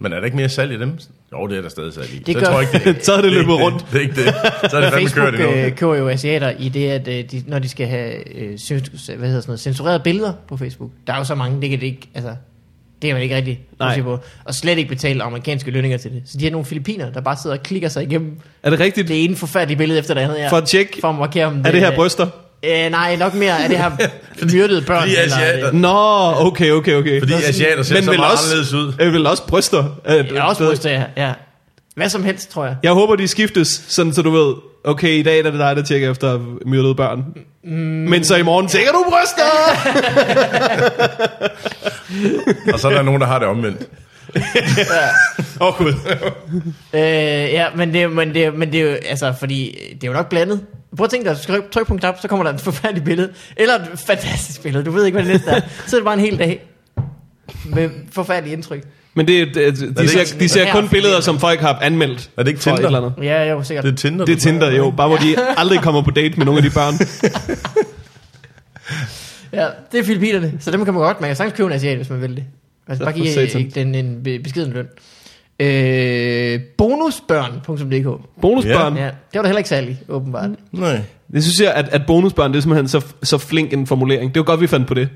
[SPEAKER 3] Men er der ikke mere salg i dem? Jo, det er der stadig salg i.
[SPEAKER 1] Det gør-
[SPEAKER 3] Så jeg tror ikke, det er
[SPEAKER 2] Så er det
[SPEAKER 3] det er
[SPEAKER 2] løbet
[SPEAKER 3] ikke
[SPEAKER 2] rundt.
[SPEAKER 3] Det, det er ikke det. Så er det fandme kørt
[SPEAKER 1] Facebook
[SPEAKER 3] endnu.
[SPEAKER 1] øh, køber jo asiater i det, at øh, de, når de skal have øh, cens- hvad hedder sådan noget, censurerede billeder på Facebook. Der er jo så mange, det kan det ikke, altså, det er man ikke rigtig
[SPEAKER 2] Nej.
[SPEAKER 1] usikker på. Og slet ikke betale amerikanske lønninger til det. Så de har nogle filipiner, der bare sidder og klikker sig igennem
[SPEAKER 2] Er det rigtigt?
[SPEAKER 1] det ene forfærdelige billede efter det andet. Ja.
[SPEAKER 2] For at tjekke,
[SPEAKER 1] for at markere om
[SPEAKER 2] er det her bryster?
[SPEAKER 1] Øh, nej, nok mere er det her myrdede børn.
[SPEAKER 3] fordi asiater-
[SPEAKER 2] Nå, okay, okay, okay.
[SPEAKER 3] Fordi
[SPEAKER 2] Nå, sådan-
[SPEAKER 3] asiater ser
[SPEAKER 2] men
[SPEAKER 3] så
[SPEAKER 2] vel
[SPEAKER 3] meget
[SPEAKER 2] også-
[SPEAKER 3] anderledes ud.
[SPEAKER 2] Øh, vel også bryster. Øh,
[SPEAKER 1] Det er også bryster, ja. ja. Hvad som helst, tror jeg.
[SPEAKER 2] Jeg håber, de skiftes, sådan så du ved, okay, i dag er det dig, der tjekker efter myrdede børn. Men så i morgen tjekker du bryster!
[SPEAKER 3] Og så er der nogen, der har det omvendt.
[SPEAKER 2] Åh, oh, gud.
[SPEAKER 1] Øh, ja, men det, men, det, men det er jo, altså, fordi øh, det er jo nok blandet. Prøv at tænke dig, du skal trykke på en knap, så kommer der et forfærdeligt billede. Eller et fantastisk billede, du ved ikke, hvad det næste er. Så er det bare en hel dag med forfærdelige indtryk.
[SPEAKER 2] Men det, det, de,
[SPEAKER 3] ikke
[SPEAKER 2] de, ser,
[SPEAKER 3] sådan-
[SPEAKER 2] de ser
[SPEAKER 1] Her
[SPEAKER 2] kun
[SPEAKER 1] er
[SPEAKER 2] billeder,
[SPEAKER 1] filmen.
[SPEAKER 2] som folk har anmeldt.
[SPEAKER 3] Er det ikke
[SPEAKER 2] for et
[SPEAKER 3] Tinder?
[SPEAKER 2] eller andet.
[SPEAKER 1] Ja, jo, sikkert.
[SPEAKER 3] Det er Tinder.
[SPEAKER 2] Det er
[SPEAKER 3] du
[SPEAKER 2] Tinder
[SPEAKER 3] bruger,
[SPEAKER 2] jo,
[SPEAKER 3] ikke?
[SPEAKER 2] bare hvor de aldrig kommer på date med nogle af de børn.
[SPEAKER 1] Ja, det er Filippinerne, så dem kan man godt. Man kan sagtens købe en asiat, hvis man vil det. Altså,
[SPEAKER 2] Ja,
[SPEAKER 1] bare
[SPEAKER 2] for
[SPEAKER 1] give
[SPEAKER 2] satan.
[SPEAKER 1] øh, den en be- beskeden løn. Øh, bonusbørn.dk
[SPEAKER 2] Bonusbørn.
[SPEAKER 1] Ja, det var da heller ikke særlig,
[SPEAKER 2] Mm.
[SPEAKER 1] åbenbart.
[SPEAKER 3] Nej.
[SPEAKER 2] Det synes jeg, at, at bonusbørn, det er simpelthen så, så flink en formulering. Det var godt, vi fandt på det.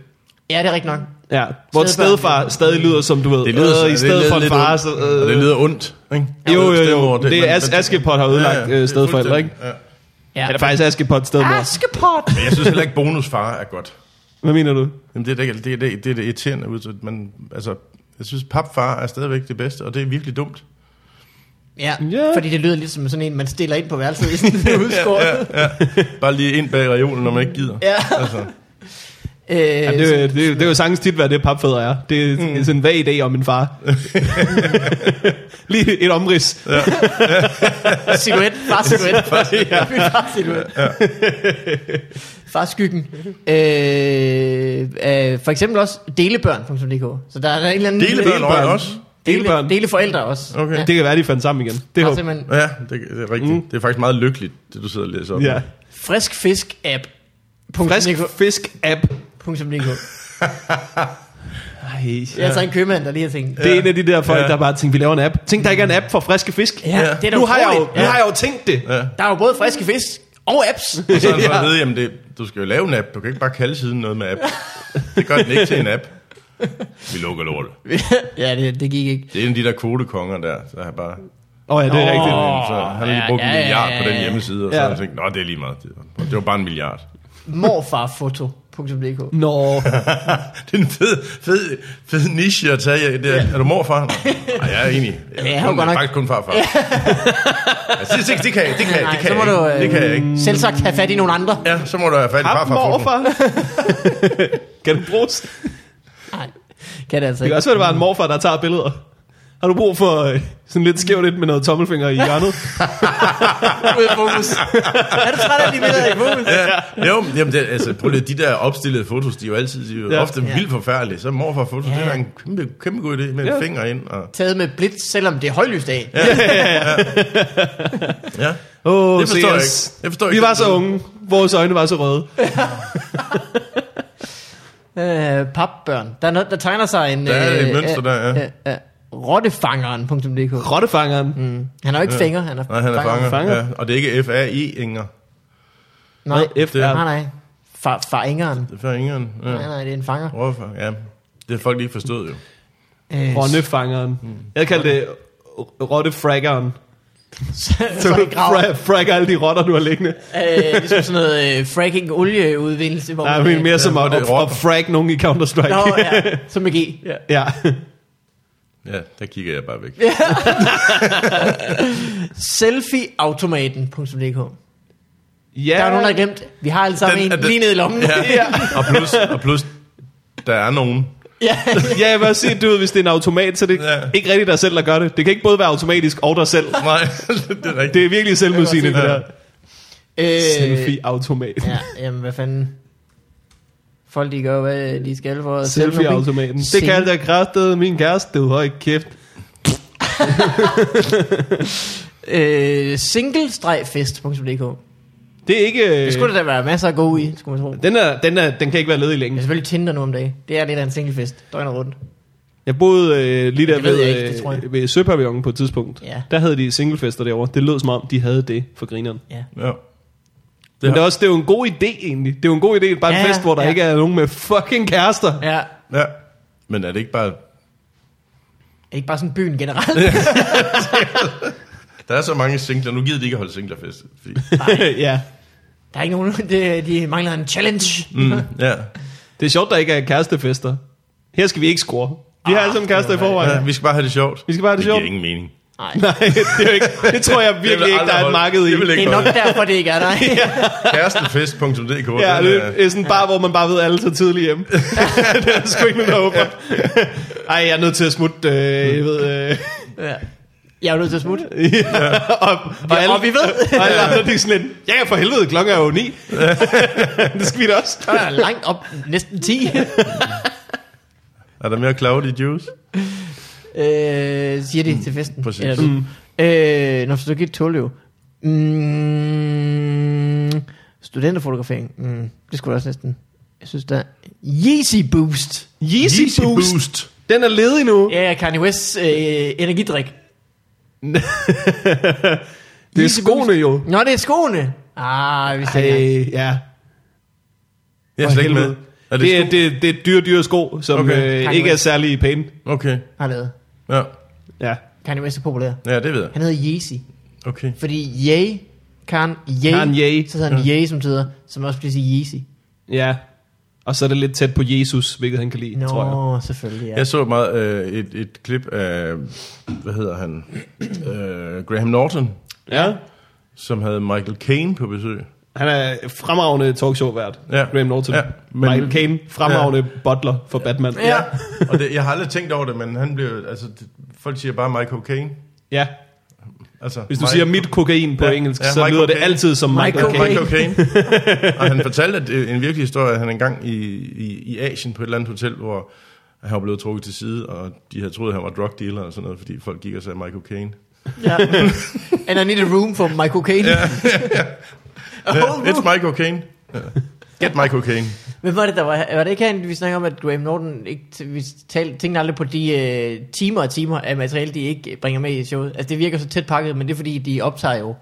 [SPEAKER 1] Ja, det er rigtigt nok.
[SPEAKER 2] Ja, hvor et
[SPEAKER 1] Stedbarn.
[SPEAKER 2] stedfar stadig lyder som, du ved,
[SPEAKER 3] Det lyder,
[SPEAKER 2] øh, i stedet for en far, så...
[SPEAKER 3] Øh, det
[SPEAKER 2] Øh,
[SPEAKER 3] lyder ondt, ikke?
[SPEAKER 2] jo, jo, jo,
[SPEAKER 3] Stedmor,
[SPEAKER 2] det
[SPEAKER 3] man-
[SPEAKER 2] er As-
[SPEAKER 3] man-
[SPEAKER 2] Askepot har ødelagt øh,
[SPEAKER 3] det er
[SPEAKER 2] stedforældre, ikke?
[SPEAKER 3] fuldstændig, ja.
[SPEAKER 1] Ja.
[SPEAKER 2] Eller faktisk Askepot stedmor.
[SPEAKER 1] Askepot!
[SPEAKER 3] Men jeg synes heller ikke, bonusfar er godt.
[SPEAKER 2] Hvad mener du?
[SPEAKER 3] Jamen, det, er, det, det, er- det, er- det er det irriterende udtryk. Man, altså, jeg synes, papfar er stadigvæk det bedste, og det er virkelig dumt.
[SPEAKER 1] Ja,
[SPEAKER 2] Ja.
[SPEAKER 1] yeah. fordi det lyder lidt som sådan en, man stiller ind på værelset, hvis den er udskåret. ja,
[SPEAKER 3] Ja, bare lige ind bag reolen, når man ikke gider.
[SPEAKER 1] ja.
[SPEAKER 3] Altså,
[SPEAKER 1] Øh,
[SPEAKER 2] Ja, det, er jo- det, er jo- det er jo sagtens tit, hvad det papfædre er. Det er mm. sådan en vag idé om en far. Lige et omrids.
[SPEAKER 1] så- silhuet, Øh, far silhuet. ja. Far silhuet. Ja. far skyggen. Øh, øh, for eksempel også delebørn.dk. Så der er der en eller anden...
[SPEAKER 3] delebørn
[SPEAKER 2] Delebørn.
[SPEAKER 3] også.
[SPEAKER 2] Delebørn.
[SPEAKER 1] Dele, deleforældre også.
[SPEAKER 3] Okay.
[SPEAKER 1] Ja.
[SPEAKER 2] Det kan være, de fandt sammen igen. Det
[SPEAKER 1] Det
[SPEAKER 2] håber
[SPEAKER 1] er simpelthen
[SPEAKER 3] Ja, det, det er rigtigt. Mm. Det er faktisk meget lykkeligt, det du sidder og læser op.
[SPEAKER 2] Ja.
[SPEAKER 1] frisk fisk app.
[SPEAKER 2] Frisk fisk app.
[SPEAKER 1] .dk.
[SPEAKER 2] Ej,
[SPEAKER 1] Det er altså en købmand, der lige har tænkt.
[SPEAKER 2] Det er en af de der folk,
[SPEAKER 3] Ja.
[SPEAKER 2] der bare tænker, vi laver en app. Tænk, der ikke er en app for friske fisk.
[SPEAKER 1] Ja, det er da
[SPEAKER 2] nu, har jeg jo,
[SPEAKER 1] utroligt.
[SPEAKER 2] nu
[SPEAKER 1] Ja.
[SPEAKER 2] har jeg jo tænkt det. Ja.
[SPEAKER 1] Der er jo både friske fisk og apps.
[SPEAKER 3] Og så har han fået
[SPEAKER 2] Ja.
[SPEAKER 3] at vide, jamen det, du skal jo lave en app. Du kan ikke bare kalde siden noget med app. Det gør den ikke til en app. Vi lukker lort.
[SPEAKER 1] ja, det, det gik ikke.
[SPEAKER 3] Det er en af de der kvotekonger der, så har jeg bare...
[SPEAKER 2] Åh oh, ja, det er
[SPEAKER 1] Nå.
[SPEAKER 2] rigtigt.
[SPEAKER 3] så han har lige
[SPEAKER 1] ja,
[SPEAKER 3] brugt
[SPEAKER 1] ja,
[SPEAKER 3] en milliard
[SPEAKER 1] ja,
[SPEAKER 3] på den
[SPEAKER 1] ja.
[SPEAKER 3] hjemmeside, og så
[SPEAKER 2] Ja.
[SPEAKER 3] har jeg tænkt, nå, det er lige meget. Det var bare en milliard.
[SPEAKER 1] Morfarfoto.dk
[SPEAKER 2] Nå,
[SPEAKER 3] Det er en fed, fed, fed niche at tage. Det er, ja. er du morfar? Nej, jeg er enig. Jeg
[SPEAKER 1] Ja,
[SPEAKER 3] er
[SPEAKER 1] jeg er
[SPEAKER 3] kun,
[SPEAKER 1] godt nok-
[SPEAKER 3] faktisk kun farfar. Ja. Altså, det, det, det kan jeg, det kan jeg,
[SPEAKER 1] Nej,
[SPEAKER 3] det kan
[SPEAKER 1] så må
[SPEAKER 3] jeg
[SPEAKER 1] du,
[SPEAKER 3] ikke. Det
[SPEAKER 1] øh,
[SPEAKER 3] kan jeg ikke.
[SPEAKER 1] Selv sagt have fat i nogle andre.
[SPEAKER 3] Ja, så må du have fat i
[SPEAKER 2] ham
[SPEAKER 3] farfar.
[SPEAKER 2] morfar. kan det bruges? Det
[SPEAKER 1] Nej, kan det altså
[SPEAKER 2] kan
[SPEAKER 1] ikke.
[SPEAKER 2] også være, det var en morfar, der tager billeder. Har du brug for øh, sådan lidt skævt lidt med noget tommelfinger i hjørnet?
[SPEAKER 1] Ud af fokus. er du træt af de billeder i fokus?
[SPEAKER 3] Ja. Jo, men jamen det, altså, prøv lige, de der opstillede fotos, de er jo altid de er jo
[SPEAKER 2] Ja.
[SPEAKER 3] ja. ofte
[SPEAKER 1] Ja.
[SPEAKER 3] vildt forfærdelige. Så morfar foto,
[SPEAKER 1] Ja.
[SPEAKER 3] ja. det er en kæmpe, kæmpe god idé med ja.
[SPEAKER 2] Ja.
[SPEAKER 3] en finger ind. Og,
[SPEAKER 1] Taget med blitz, selvom det er højlysdag. Ja.
[SPEAKER 3] ja.
[SPEAKER 2] Oh,
[SPEAKER 3] Det forstår jeg ikke. Jeg forstår
[SPEAKER 2] Vi
[SPEAKER 3] ikke.
[SPEAKER 2] var så unge. Vores øjne var så røde.
[SPEAKER 1] Øh, papbørn. Der er noget, der tegner sig en...
[SPEAKER 3] Der er et mønster der, ja.
[SPEAKER 1] Øh, øh, rottefangeren.dk
[SPEAKER 2] Rottefangeren.
[SPEAKER 1] mm. Han har jo ikke fingre, han er
[SPEAKER 3] Nej, han er fanger.
[SPEAKER 2] Fanger.
[SPEAKER 3] fanger. Ja. Og det er ikke F-A-I-Inger.
[SPEAKER 1] Nej,
[SPEAKER 2] F er
[SPEAKER 1] nej, nej. Far, faringeren.
[SPEAKER 3] Det er før Ingeren. Ja.
[SPEAKER 1] Nej, nej, det er en fanger.
[SPEAKER 3] Morfar, ja. Det har folk ikke forstået jo.
[SPEAKER 1] Øh,
[SPEAKER 2] Ronnefangeren.
[SPEAKER 3] Mm.
[SPEAKER 2] Jeg kaldte det rottefraggeren.
[SPEAKER 1] så,
[SPEAKER 2] Så
[SPEAKER 1] så
[SPEAKER 2] du
[SPEAKER 1] er det grav.
[SPEAKER 2] fra- fragger alle de rotter, du har liggende.
[SPEAKER 1] øh, ligesom sådan noget øh, fracking olieudvindelse. Hvor
[SPEAKER 2] Nej,
[SPEAKER 1] man- øh,
[SPEAKER 2] jeg mener mere som at,
[SPEAKER 3] og det er
[SPEAKER 2] at, at
[SPEAKER 3] rotter.
[SPEAKER 2] frag nogen i Counter-Strike.
[SPEAKER 1] Nå, ja, som med G.
[SPEAKER 2] ja. ja.
[SPEAKER 3] Ja, der kigger jeg bare væk.
[SPEAKER 1] Selfieautomaten.dk
[SPEAKER 2] ja.
[SPEAKER 1] Der er nogen, der har glemt. Vi har alle sammen
[SPEAKER 3] Den-
[SPEAKER 1] en
[SPEAKER 3] den-
[SPEAKER 1] lige ned i lommen. Ja,
[SPEAKER 3] Ja. og, plus, og plus, der er nogen.
[SPEAKER 1] ja.
[SPEAKER 2] Ja, jeg vil også sige, du ved, hvis det er en automat, så er det
[SPEAKER 3] Ja.
[SPEAKER 2] ikke rigtig dig selv, der gør det. Det kan ikke både være automatisk og dig selv.
[SPEAKER 3] Nej, det er rigtigt.
[SPEAKER 2] Det er virkelig selvmodsigende, det
[SPEAKER 3] Det er
[SPEAKER 2] der.
[SPEAKER 3] godt
[SPEAKER 1] Øh,
[SPEAKER 2] Selfie-automat.
[SPEAKER 1] Ja, jamen hvad fanden. Folk de gør, hvad de skal for at sælge nogle penge.
[SPEAKER 2] Selfie-automaten. Det kaldte jeg kræftede min kæreste. Du har ikke kæft.
[SPEAKER 1] Øh, single-fest.dk
[SPEAKER 2] Det er ikke...
[SPEAKER 1] Det skulle der da være masser af gode i, skulle man tro.
[SPEAKER 2] Den, er, den, er, den kan ikke være ledig
[SPEAKER 1] Det er
[SPEAKER 2] længe.
[SPEAKER 1] selvfølgelig Tinder nu om dagen. Det er lidt af en singlefest, døgnet rundt.
[SPEAKER 2] Jeg boede øh, lige der
[SPEAKER 1] Det ved
[SPEAKER 2] ved,
[SPEAKER 1] jeg ikke, det tror jeg.
[SPEAKER 2] øh, ved Søpavillonen på et tidspunkt.
[SPEAKER 1] Ja.
[SPEAKER 2] Der havde de singlefester derovre. Det lød som om, de havde det for grineren.
[SPEAKER 1] Ja.
[SPEAKER 3] Ja.
[SPEAKER 2] Men det er også det er jo en god idé egentlig. Det er jo en god idé, bare en
[SPEAKER 1] Ja,
[SPEAKER 2] fest, hvor der
[SPEAKER 1] ja.
[SPEAKER 2] ikke er nogen med fucking kærester.
[SPEAKER 1] ja.
[SPEAKER 3] ja. Men er det ikke bare...
[SPEAKER 1] Ikke bare sådan byen generelt.
[SPEAKER 3] Der er så mange singler. Nu gider de ikke at holde singlerfest. Fordi,
[SPEAKER 2] ja.
[SPEAKER 1] Der er ikke nogen, det, de mangler en challenge.
[SPEAKER 3] mm, ja.
[SPEAKER 2] Det er sjovt, der ikke er kærestefester. Her skal vi ikke score. Vi har alle
[SPEAKER 1] Ah,
[SPEAKER 2] sammen kærester i forvejen.
[SPEAKER 3] ja. Vi skal bare have det sjovt.
[SPEAKER 2] Vi skal bare have det sjovt.
[SPEAKER 3] Det giver ingen mening.
[SPEAKER 1] Nej.
[SPEAKER 2] Nej, det, er jo ikke, det tror jeg
[SPEAKER 3] Det vil
[SPEAKER 2] virkelig ikke, der
[SPEAKER 3] aldrig
[SPEAKER 2] er et
[SPEAKER 3] holde.
[SPEAKER 2] marked i.
[SPEAKER 3] Det vil
[SPEAKER 1] Det
[SPEAKER 3] ikke
[SPEAKER 1] er nok
[SPEAKER 3] holde.
[SPEAKER 1] derfor, det ikke er der.
[SPEAKER 3] Kærestenfest.dk.
[SPEAKER 2] Ja,
[SPEAKER 3] den er-
[SPEAKER 2] det er sådan bare, hvor man bare ved alle så tidligt hjemme. det er sgu ikke nogen, der håber. Ej, jeg er nødt til at smutte, øh, jeg ved... Øh,
[SPEAKER 1] Ja. Jeg er jo nødt til at smutte.
[SPEAKER 2] og, og, alle,
[SPEAKER 1] og vi ved.
[SPEAKER 2] og alle andre, de er sådan lidt, ja, for helvede, klokken er jo ni. det skal vi da også.
[SPEAKER 1] Der er langt op, næsten 10.
[SPEAKER 3] Er der mere cloudy juice?
[SPEAKER 1] øh, siger de til festen.
[SPEAKER 3] præcis.
[SPEAKER 1] Eller du. Mm. Øh, når du ikke et tål jo. Mm, studenterfotografering. Mm, det skulle jeg også næsten. Jeg synes, der er Yeezy Boost.
[SPEAKER 2] Yeezy, Yeezy Boost. Boost. Den er ledig nu.
[SPEAKER 1] Ja, yeah, Kanye West øh, energidrik.
[SPEAKER 2] det er
[SPEAKER 1] Yeezy
[SPEAKER 2] skoene jo.
[SPEAKER 1] Nå, det er skoene. Ah, vi ser
[SPEAKER 2] Ej, ja.
[SPEAKER 3] Jeg er
[SPEAKER 2] For
[SPEAKER 3] slet ikke
[SPEAKER 2] helvede.
[SPEAKER 3] med.
[SPEAKER 2] Er det, det, er, det, det er dyre, dyre sko, som
[SPEAKER 3] Okay.
[SPEAKER 2] okay. øh, ikke er særlig pæne.
[SPEAKER 3] Okay.
[SPEAKER 1] har lavet.
[SPEAKER 3] Ja.
[SPEAKER 2] Ja.
[SPEAKER 1] Kanye West er populær.
[SPEAKER 3] ja, det ved jeg.
[SPEAKER 1] Han hedder Yeezy.
[SPEAKER 3] Okay.
[SPEAKER 1] Fordi Ye, kan Ye,
[SPEAKER 2] Kanye.
[SPEAKER 1] så hedder han Ye, som hedder, som også bliver til Yeezy.
[SPEAKER 2] Ja. Og så er det lidt tæt på Jesus, hvilket han kan lide,
[SPEAKER 1] Nå,
[SPEAKER 2] tror jeg.
[SPEAKER 1] selvfølgelig, ja.
[SPEAKER 3] Jeg så meget øh, et, et klip af, hvad hedder han, øh, Graham Norton,
[SPEAKER 2] Ja.
[SPEAKER 3] som havde Michael Caine på besøg.
[SPEAKER 2] Han er fremragende talkshow-vært, ja.
[SPEAKER 3] Ja.
[SPEAKER 2] Graham Norton. Ja,
[SPEAKER 3] Ja,
[SPEAKER 2] men...
[SPEAKER 3] men-
[SPEAKER 2] Michael Caine, fremragende ja. butler for Batman.
[SPEAKER 1] Ja.
[SPEAKER 3] og det, jeg har aldrig tænkt over det, men han blev, altså, det, folk siger bare Michael Caine.
[SPEAKER 2] ja.
[SPEAKER 3] Altså,
[SPEAKER 2] Hvis du siger mit kokain på ja.
[SPEAKER 3] Ja.
[SPEAKER 2] engelsk,
[SPEAKER 3] Ja,
[SPEAKER 2] så
[SPEAKER 3] Michael
[SPEAKER 2] lyder det
[SPEAKER 3] Caine.
[SPEAKER 2] altid som Michael,
[SPEAKER 1] Michael
[SPEAKER 2] Michael Caine.
[SPEAKER 1] Caine.
[SPEAKER 3] Michael Caine. og han fortalte at det er en virkelig historie, at han engang i, i, i Asien på et eller andet hotel, hvor han var blevet trukket til side, og de havde troet, at han var drug dealer og sådan noget, fordi folk gik og sagde Michael Caine.
[SPEAKER 2] Oh,
[SPEAKER 1] ja. And I need a room for Michael Caine.
[SPEAKER 2] uh.
[SPEAKER 3] It's Michael Caine. Get my cocaine.
[SPEAKER 1] Hvem var det, der var, var det ikke han, vi snakker om, at Graham Norton ikke, vi talte, tænkte aldrig på de øh, timer og timer af materiale, de ikke bringer med i showet. Altså det virker så tæt pakket, men det er fordi, de optager jo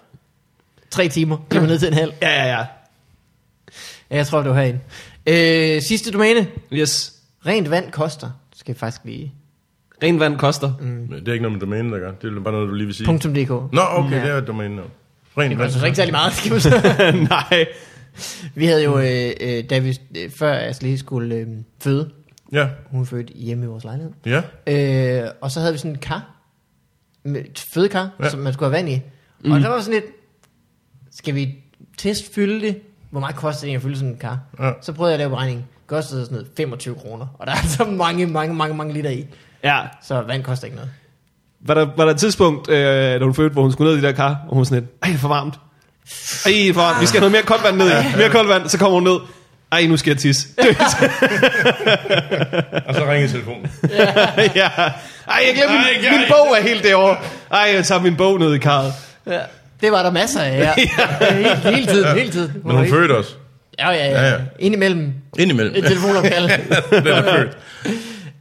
[SPEAKER 1] tre timer, bliver man ned til en halv.
[SPEAKER 2] Ja, ja, ja.
[SPEAKER 1] Ja, jeg tror, det var herinde. Øh, sidste domæne.
[SPEAKER 2] Yes.
[SPEAKER 1] Rent vand koster. Det skal jeg faktisk lige.
[SPEAKER 2] Ren vand koster.
[SPEAKER 3] Men det er ikke noget med domæne, der gør. Det er bare noget, du lige vil sige.
[SPEAKER 1] .dk.
[SPEAKER 3] Nå, okay,
[SPEAKER 1] Ja.
[SPEAKER 3] det er et domæne. nå. Rent
[SPEAKER 1] Det var altså
[SPEAKER 3] vand.
[SPEAKER 1] ikke særlig meget, skal man sige.
[SPEAKER 2] Nej.
[SPEAKER 1] Vi havde jo, øh, øh, da vi, øh, før Asli skulle øh, føde,
[SPEAKER 3] Ja,
[SPEAKER 1] hun fødte hjemme i vores lejlighed,
[SPEAKER 3] ja.
[SPEAKER 1] øh, og så havde vi sådan en kar, med- et fødekar, ja.
[SPEAKER 3] Ja.
[SPEAKER 1] som man skulle have vand i. Mm. Og der var sådan lidt, skal vi testfylde det? Hvor meget koster det egentlig at fylde sådan en kar?
[SPEAKER 3] Ja.
[SPEAKER 1] Så prøvede jeg at lave beregningen. Det kostede sådan noget 25 kroner, og der er så mange, mange, mange, mange liter i.
[SPEAKER 2] Ja.
[SPEAKER 1] Så vand koster ikke noget.
[SPEAKER 2] Var der, var der et tidspunkt, øh, da hun fødte, hvor hun skulle ned i det der kar, og hun var sådan lidt, ej, det er for varmt. Ej, det er for varmt. Vi skal have noget mere koldt vand ned i. Mere koldt vand, så kommer hun ned. Ej, nu skal jeg tisse.
[SPEAKER 3] Og så ringede telefonen.
[SPEAKER 2] ja. Ej, jeg
[SPEAKER 3] Ej,
[SPEAKER 2] glemte min,
[SPEAKER 3] ej.
[SPEAKER 2] min bog er helt derovre. Ej, jeg tager min bog ned i karret.
[SPEAKER 1] Ja. Det var der masser af, ja. hele, hele tiden, hele tiden.
[SPEAKER 3] Men hun fødte os.
[SPEAKER 1] Ja, ja, ja.
[SPEAKER 3] Ja,
[SPEAKER 1] ja.
[SPEAKER 3] ja.
[SPEAKER 1] Indimellem
[SPEAKER 3] Indimellem.
[SPEAKER 1] et telefonopkald.
[SPEAKER 3] Den er født.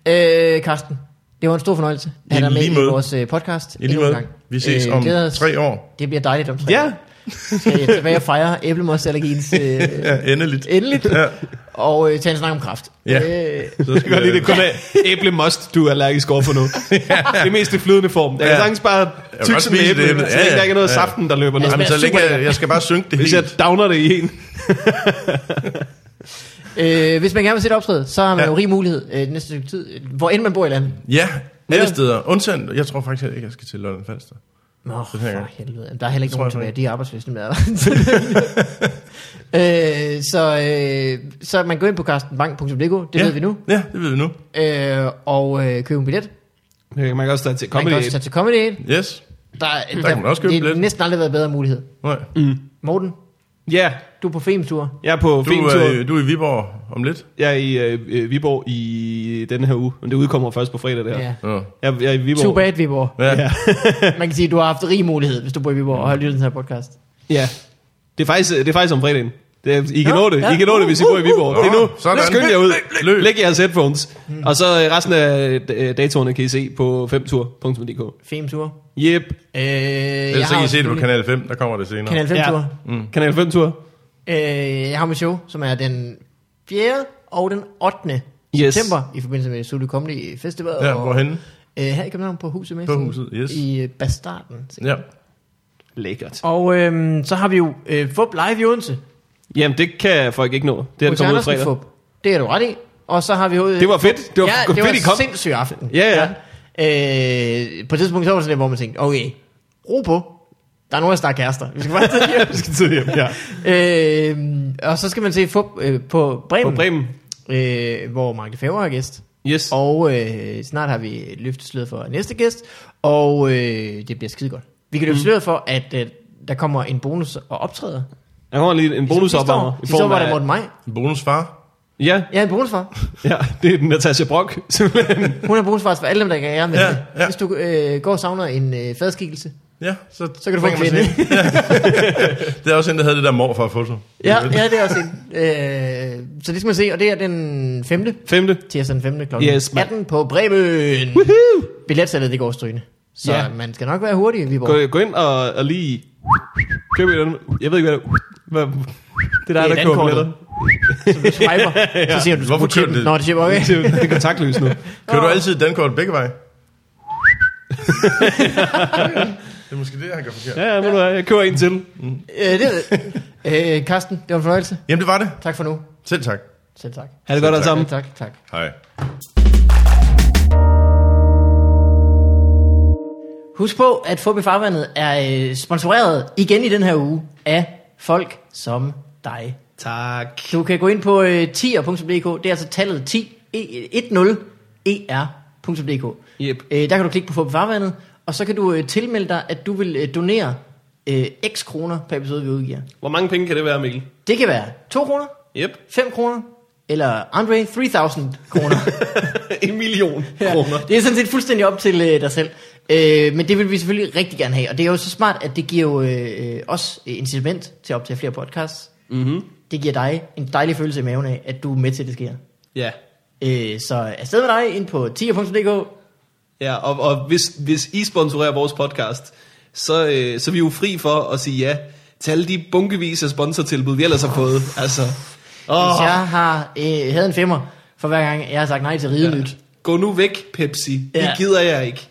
[SPEAKER 1] øh, Karsten, det var en stor fornøjelse at have
[SPEAKER 3] I
[SPEAKER 1] dig med
[SPEAKER 3] lige
[SPEAKER 1] i
[SPEAKER 3] måde.
[SPEAKER 1] vores øh, podcast.
[SPEAKER 3] I lige
[SPEAKER 1] endnu en
[SPEAKER 3] måde.
[SPEAKER 1] gang. Øh,
[SPEAKER 3] Vi ses
[SPEAKER 2] Øh,
[SPEAKER 3] om
[SPEAKER 1] glæder os.
[SPEAKER 3] tre år.
[SPEAKER 1] Det bliver dejligt om tre
[SPEAKER 2] Ja.
[SPEAKER 1] år. Skal jeg tilbage og fejre æblemossallergiens øh,
[SPEAKER 3] Ja, endeligt.
[SPEAKER 1] endeligt.
[SPEAKER 3] Ja.
[SPEAKER 1] Og øh, tage en snak om kraft.
[SPEAKER 3] Ja.
[SPEAKER 1] Øh,
[SPEAKER 3] Så
[SPEAKER 2] Jeg kan godt lide, det kun er æblemost, du er allergisk over for nu. Det er mest i flydende form. Jeg kan
[SPEAKER 3] Ja.
[SPEAKER 2] sagtens bare
[SPEAKER 3] kan
[SPEAKER 2] tygge
[SPEAKER 3] godt
[SPEAKER 2] sådan et
[SPEAKER 3] spise
[SPEAKER 2] æble,
[SPEAKER 3] det æble. Ja,
[SPEAKER 2] så længe
[SPEAKER 3] ja.
[SPEAKER 2] der ikke er noget
[SPEAKER 3] Ja.
[SPEAKER 2] smager saften, der løber ned.
[SPEAKER 1] Ja.
[SPEAKER 3] Jamen, så
[SPEAKER 1] smager
[SPEAKER 3] længe
[SPEAKER 1] superlækkert.
[SPEAKER 3] jeg, jeg skal bare synke det
[SPEAKER 2] Hvis jeg
[SPEAKER 3] helt.
[SPEAKER 2] downer det i en.
[SPEAKER 1] øh, hvis man gerne vil se et optræde, så har man
[SPEAKER 3] Ja.
[SPEAKER 1] jo rig mulighed øh, det næste stykke tid, øh, hvor end man bor i landet.
[SPEAKER 3] Ja, alle
[SPEAKER 2] Ja.
[SPEAKER 3] steder. Undtagen, jeg tror faktisk ikke, jeg skal til Lolland Falster.
[SPEAKER 1] Nå,
[SPEAKER 3] Den her
[SPEAKER 1] for
[SPEAKER 3] gang.
[SPEAKER 1] helvede. Jamen, Der er heller ikke
[SPEAKER 3] Tror
[SPEAKER 1] nogen
[SPEAKER 3] jeg
[SPEAKER 1] tilbage.
[SPEAKER 3] faktisk.
[SPEAKER 1] De er arbejdsløse, dem der. øh, så, øh, så man går ind på karstenbank.dk, det
[SPEAKER 3] ja.
[SPEAKER 1] ved vi nu,
[SPEAKER 3] Ja, det ved vi nu.
[SPEAKER 1] øh, og øh, køber en billet.
[SPEAKER 2] Øh, Man kan også tage til
[SPEAKER 1] Man kan også
[SPEAKER 2] comedy.
[SPEAKER 1] tage til Comedy Aid.
[SPEAKER 3] Yes.
[SPEAKER 1] Der, der, der
[SPEAKER 3] kan man også købe en
[SPEAKER 1] det
[SPEAKER 3] billet.
[SPEAKER 1] har næsten aldrig været bedre mulighed.
[SPEAKER 3] Nej.
[SPEAKER 1] Morten,
[SPEAKER 2] Ja,
[SPEAKER 1] du er på Femtur.
[SPEAKER 2] jeg er på
[SPEAKER 3] Du, er,
[SPEAKER 2] filmtur.
[SPEAKER 3] øh, du er i Viborg om lidt.
[SPEAKER 2] Jeg er i øh, øh, Viborg i denne her uge, men det udkommer først på fredag det her.
[SPEAKER 1] Ja.
[SPEAKER 3] Ja.
[SPEAKER 2] Jeg, jeg er i Viborg.
[SPEAKER 1] Too bad, Viborg.
[SPEAKER 3] Ja.
[SPEAKER 2] Ja.
[SPEAKER 1] Man kan sige, at du har haft rig mulighed, hvis du bor i Viborg og har lyttet til den her podcast.
[SPEAKER 2] ja. Det er faktisk, øh, det er faktisk om fredagen. Det er, I kan
[SPEAKER 1] Nå,
[SPEAKER 2] nå det.
[SPEAKER 1] ja.
[SPEAKER 2] I kan nå det, hvis I bor i Viborg. Det er nu.
[SPEAKER 3] Sådan.
[SPEAKER 2] Nu skynd jer ud.
[SPEAKER 3] Løb.
[SPEAKER 2] Læg jeres headphones. Og så øh, resten af øh, datoerne kan I se på 5tur.dk.
[SPEAKER 1] Femtur.
[SPEAKER 2] Yep.
[SPEAKER 1] Øh, jeg
[SPEAKER 3] Ellers så kan I
[SPEAKER 1] også
[SPEAKER 3] se det på
[SPEAKER 1] mulighed-
[SPEAKER 3] Kanal 5, der kommer det senere.
[SPEAKER 1] Kanal 5
[SPEAKER 2] Ja.
[SPEAKER 1] tur.
[SPEAKER 3] Mm.
[SPEAKER 2] Kanal 5-tur.
[SPEAKER 1] Øh, jeg har mit show, som er den 4. og den 8.
[SPEAKER 2] Yes.
[SPEAKER 1] september, i forbindelse med Zulu Comedy Festival.
[SPEAKER 3] Ja,
[SPEAKER 1] og,
[SPEAKER 3] hvorhenne?
[SPEAKER 1] Øh, her i København på Huset med.
[SPEAKER 3] På Huset, yes.
[SPEAKER 1] I øh, Bastarden.
[SPEAKER 3] Ja.
[SPEAKER 2] Lækkert.
[SPEAKER 1] Og øhm, så har vi jo øh, FUB Live i Odense.
[SPEAKER 2] Jamen, det kan folk ikke nå. Det er
[SPEAKER 1] Hos
[SPEAKER 2] kommet ud
[SPEAKER 1] Andersen
[SPEAKER 2] fredag.
[SPEAKER 1] FUB. Det er du ret i. Og så har vi jo...
[SPEAKER 2] Det var fedt. Det var
[SPEAKER 1] ja, det
[SPEAKER 2] fedt, I
[SPEAKER 1] var
[SPEAKER 2] kom.
[SPEAKER 1] sindssyg aften.
[SPEAKER 2] Ja, ja.
[SPEAKER 1] Øh, på et tidspunkt så var det sådan lidt, hvor man tænkte, okay, ro på. Der er nogen, der er kærester. Vi skal bare tage hjem.
[SPEAKER 2] Vi skal tidligt hjem, ja.
[SPEAKER 1] øh, og så skal man se FUB øh, på Bremen,
[SPEAKER 2] På Bremen.
[SPEAKER 1] Øh, hvor Mark Lefebvre er gæst.
[SPEAKER 2] Yes.
[SPEAKER 1] Og øh, snart har vi løftet sløret for næste gæst, og øh, det bliver skide godt. Vi kan
[SPEAKER 2] Mm.
[SPEAKER 1] løfte sløret for, at øh, der kommer en bonus og optræder.
[SPEAKER 2] Der kommer lige en bonusopvarmer. i
[SPEAKER 1] I så
[SPEAKER 2] form
[SPEAKER 1] var
[SPEAKER 2] af-
[SPEAKER 1] der Morten Maj.
[SPEAKER 3] Bonusfar.
[SPEAKER 2] Ja,
[SPEAKER 1] Jeg er en bonusfar.
[SPEAKER 2] ja. Det er Natasha Brock, simpelthen.
[SPEAKER 1] Hun er bonusfar for alle dem, der kan ære med
[SPEAKER 3] Ja,
[SPEAKER 1] det.
[SPEAKER 3] ja.
[SPEAKER 1] Hvis du øh, går og savner en øh, fadskikkelse.
[SPEAKER 3] Ja, så,
[SPEAKER 1] Så kan du få en
[SPEAKER 3] bringer man sig ind. det er også en, der havde det der morfar foto.
[SPEAKER 1] Ja, ja, det er også en. Øh, så det skal man se, og det er den 5.
[SPEAKER 2] Femte.
[SPEAKER 1] tirsdag den 5. kl.
[SPEAKER 2] Yes, mand.
[SPEAKER 1] 18 på Bremen. Billetsalget, det går strygende. Så
[SPEAKER 2] Ja.
[SPEAKER 1] man skal nok være hurtig i Viborg.
[SPEAKER 2] Gå, gå ind og, og lige køb et andet. Jeg ved ikke, hvad det hvad, Det er
[SPEAKER 1] Det er
[SPEAKER 2] dig, der køber
[SPEAKER 1] dankortet.
[SPEAKER 2] billetter.
[SPEAKER 1] Du swiper, så siger du, du
[SPEAKER 3] Hvorfor
[SPEAKER 1] skulle
[SPEAKER 3] købte
[SPEAKER 1] til den.
[SPEAKER 3] det?
[SPEAKER 1] Nå, det siger okay.
[SPEAKER 2] Det er jo- Det er kontaktløs nu.
[SPEAKER 3] Kører du altid dankort begge veje? det er måske det, han gør forkert.
[SPEAKER 2] Ja, ja, ved du hvad, jeg køber en til.
[SPEAKER 1] Øh, det, øh, Karsten, det var en fornøjelse.
[SPEAKER 3] Jamen, det var det.
[SPEAKER 1] Tak for nu.
[SPEAKER 3] Selv tak.
[SPEAKER 1] Selv tak.
[SPEAKER 2] Ha' det godt alle
[SPEAKER 3] tak.
[SPEAKER 2] sammen.
[SPEAKER 1] Selv tak, tak.
[SPEAKER 3] Hej.
[SPEAKER 1] Husk på, at Fubi Farvandet er øh, sponsoreret igen i den her uge af folk som dig.
[SPEAKER 2] Tak.
[SPEAKER 1] Du kan gå ind på øh, 10er.dk, det er altså tallet 10, e, 10er.dk.
[SPEAKER 2] Yep.
[SPEAKER 1] Øh, der kan du klikke på Fubi Farvandet, og så kan du øh, tilmelde dig, at du vil øh, donere øh, x kroner per episode, vi udgiver.
[SPEAKER 2] Hvor mange penge kan det være, Mikkel?
[SPEAKER 1] Det kan være 2 kroner,
[SPEAKER 2] Yep.
[SPEAKER 1] 5 kroner, eller Andre 3000 kroner.
[SPEAKER 2] en million kroner.
[SPEAKER 1] Det er sådan set fuldstændig op til øh, dig selv. Øh, men det vil vi selvfølgelig rigtig gerne have. Og det er jo så smart, at det giver jo øh, øh, os incitament til at optage flere podcasts. Mm-hmm. Det giver dig en dejlig følelse i maven af, at du er med til, at det sker.
[SPEAKER 2] Ja.
[SPEAKER 1] Øh, så afsted med dig ind på tier.dk.
[SPEAKER 2] Ja, og, og hvis, hvis I sponsorerer vores podcast, så, øh, så er vi jo fri for at sige ja til alle de bunkevis af sponsortilbud, vi ellers har fået. Altså,
[SPEAKER 1] Hvis
[SPEAKER 2] åh,
[SPEAKER 1] jeg har, øh, havde en femmer for hver gang, jeg har sagt nej til ridenyt.
[SPEAKER 2] gå nu væk, Pepsi. Ja.
[SPEAKER 1] Ja.
[SPEAKER 2] Det gider jeg ikke.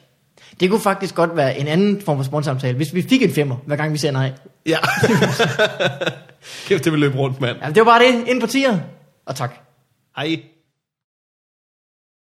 [SPEAKER 1] Det kunne faktisk godt være en anden form for sponsorsamtale, hvis vi fik en femmer, hver gang vi siger nej.
[SPEAKER 2] Ja. Kæft, det vil løbe rundt, mand.
[SPEAKER 1] Ja, det var bare det. Ind på tier. Og tak.
[SPEAKER 2] Hej.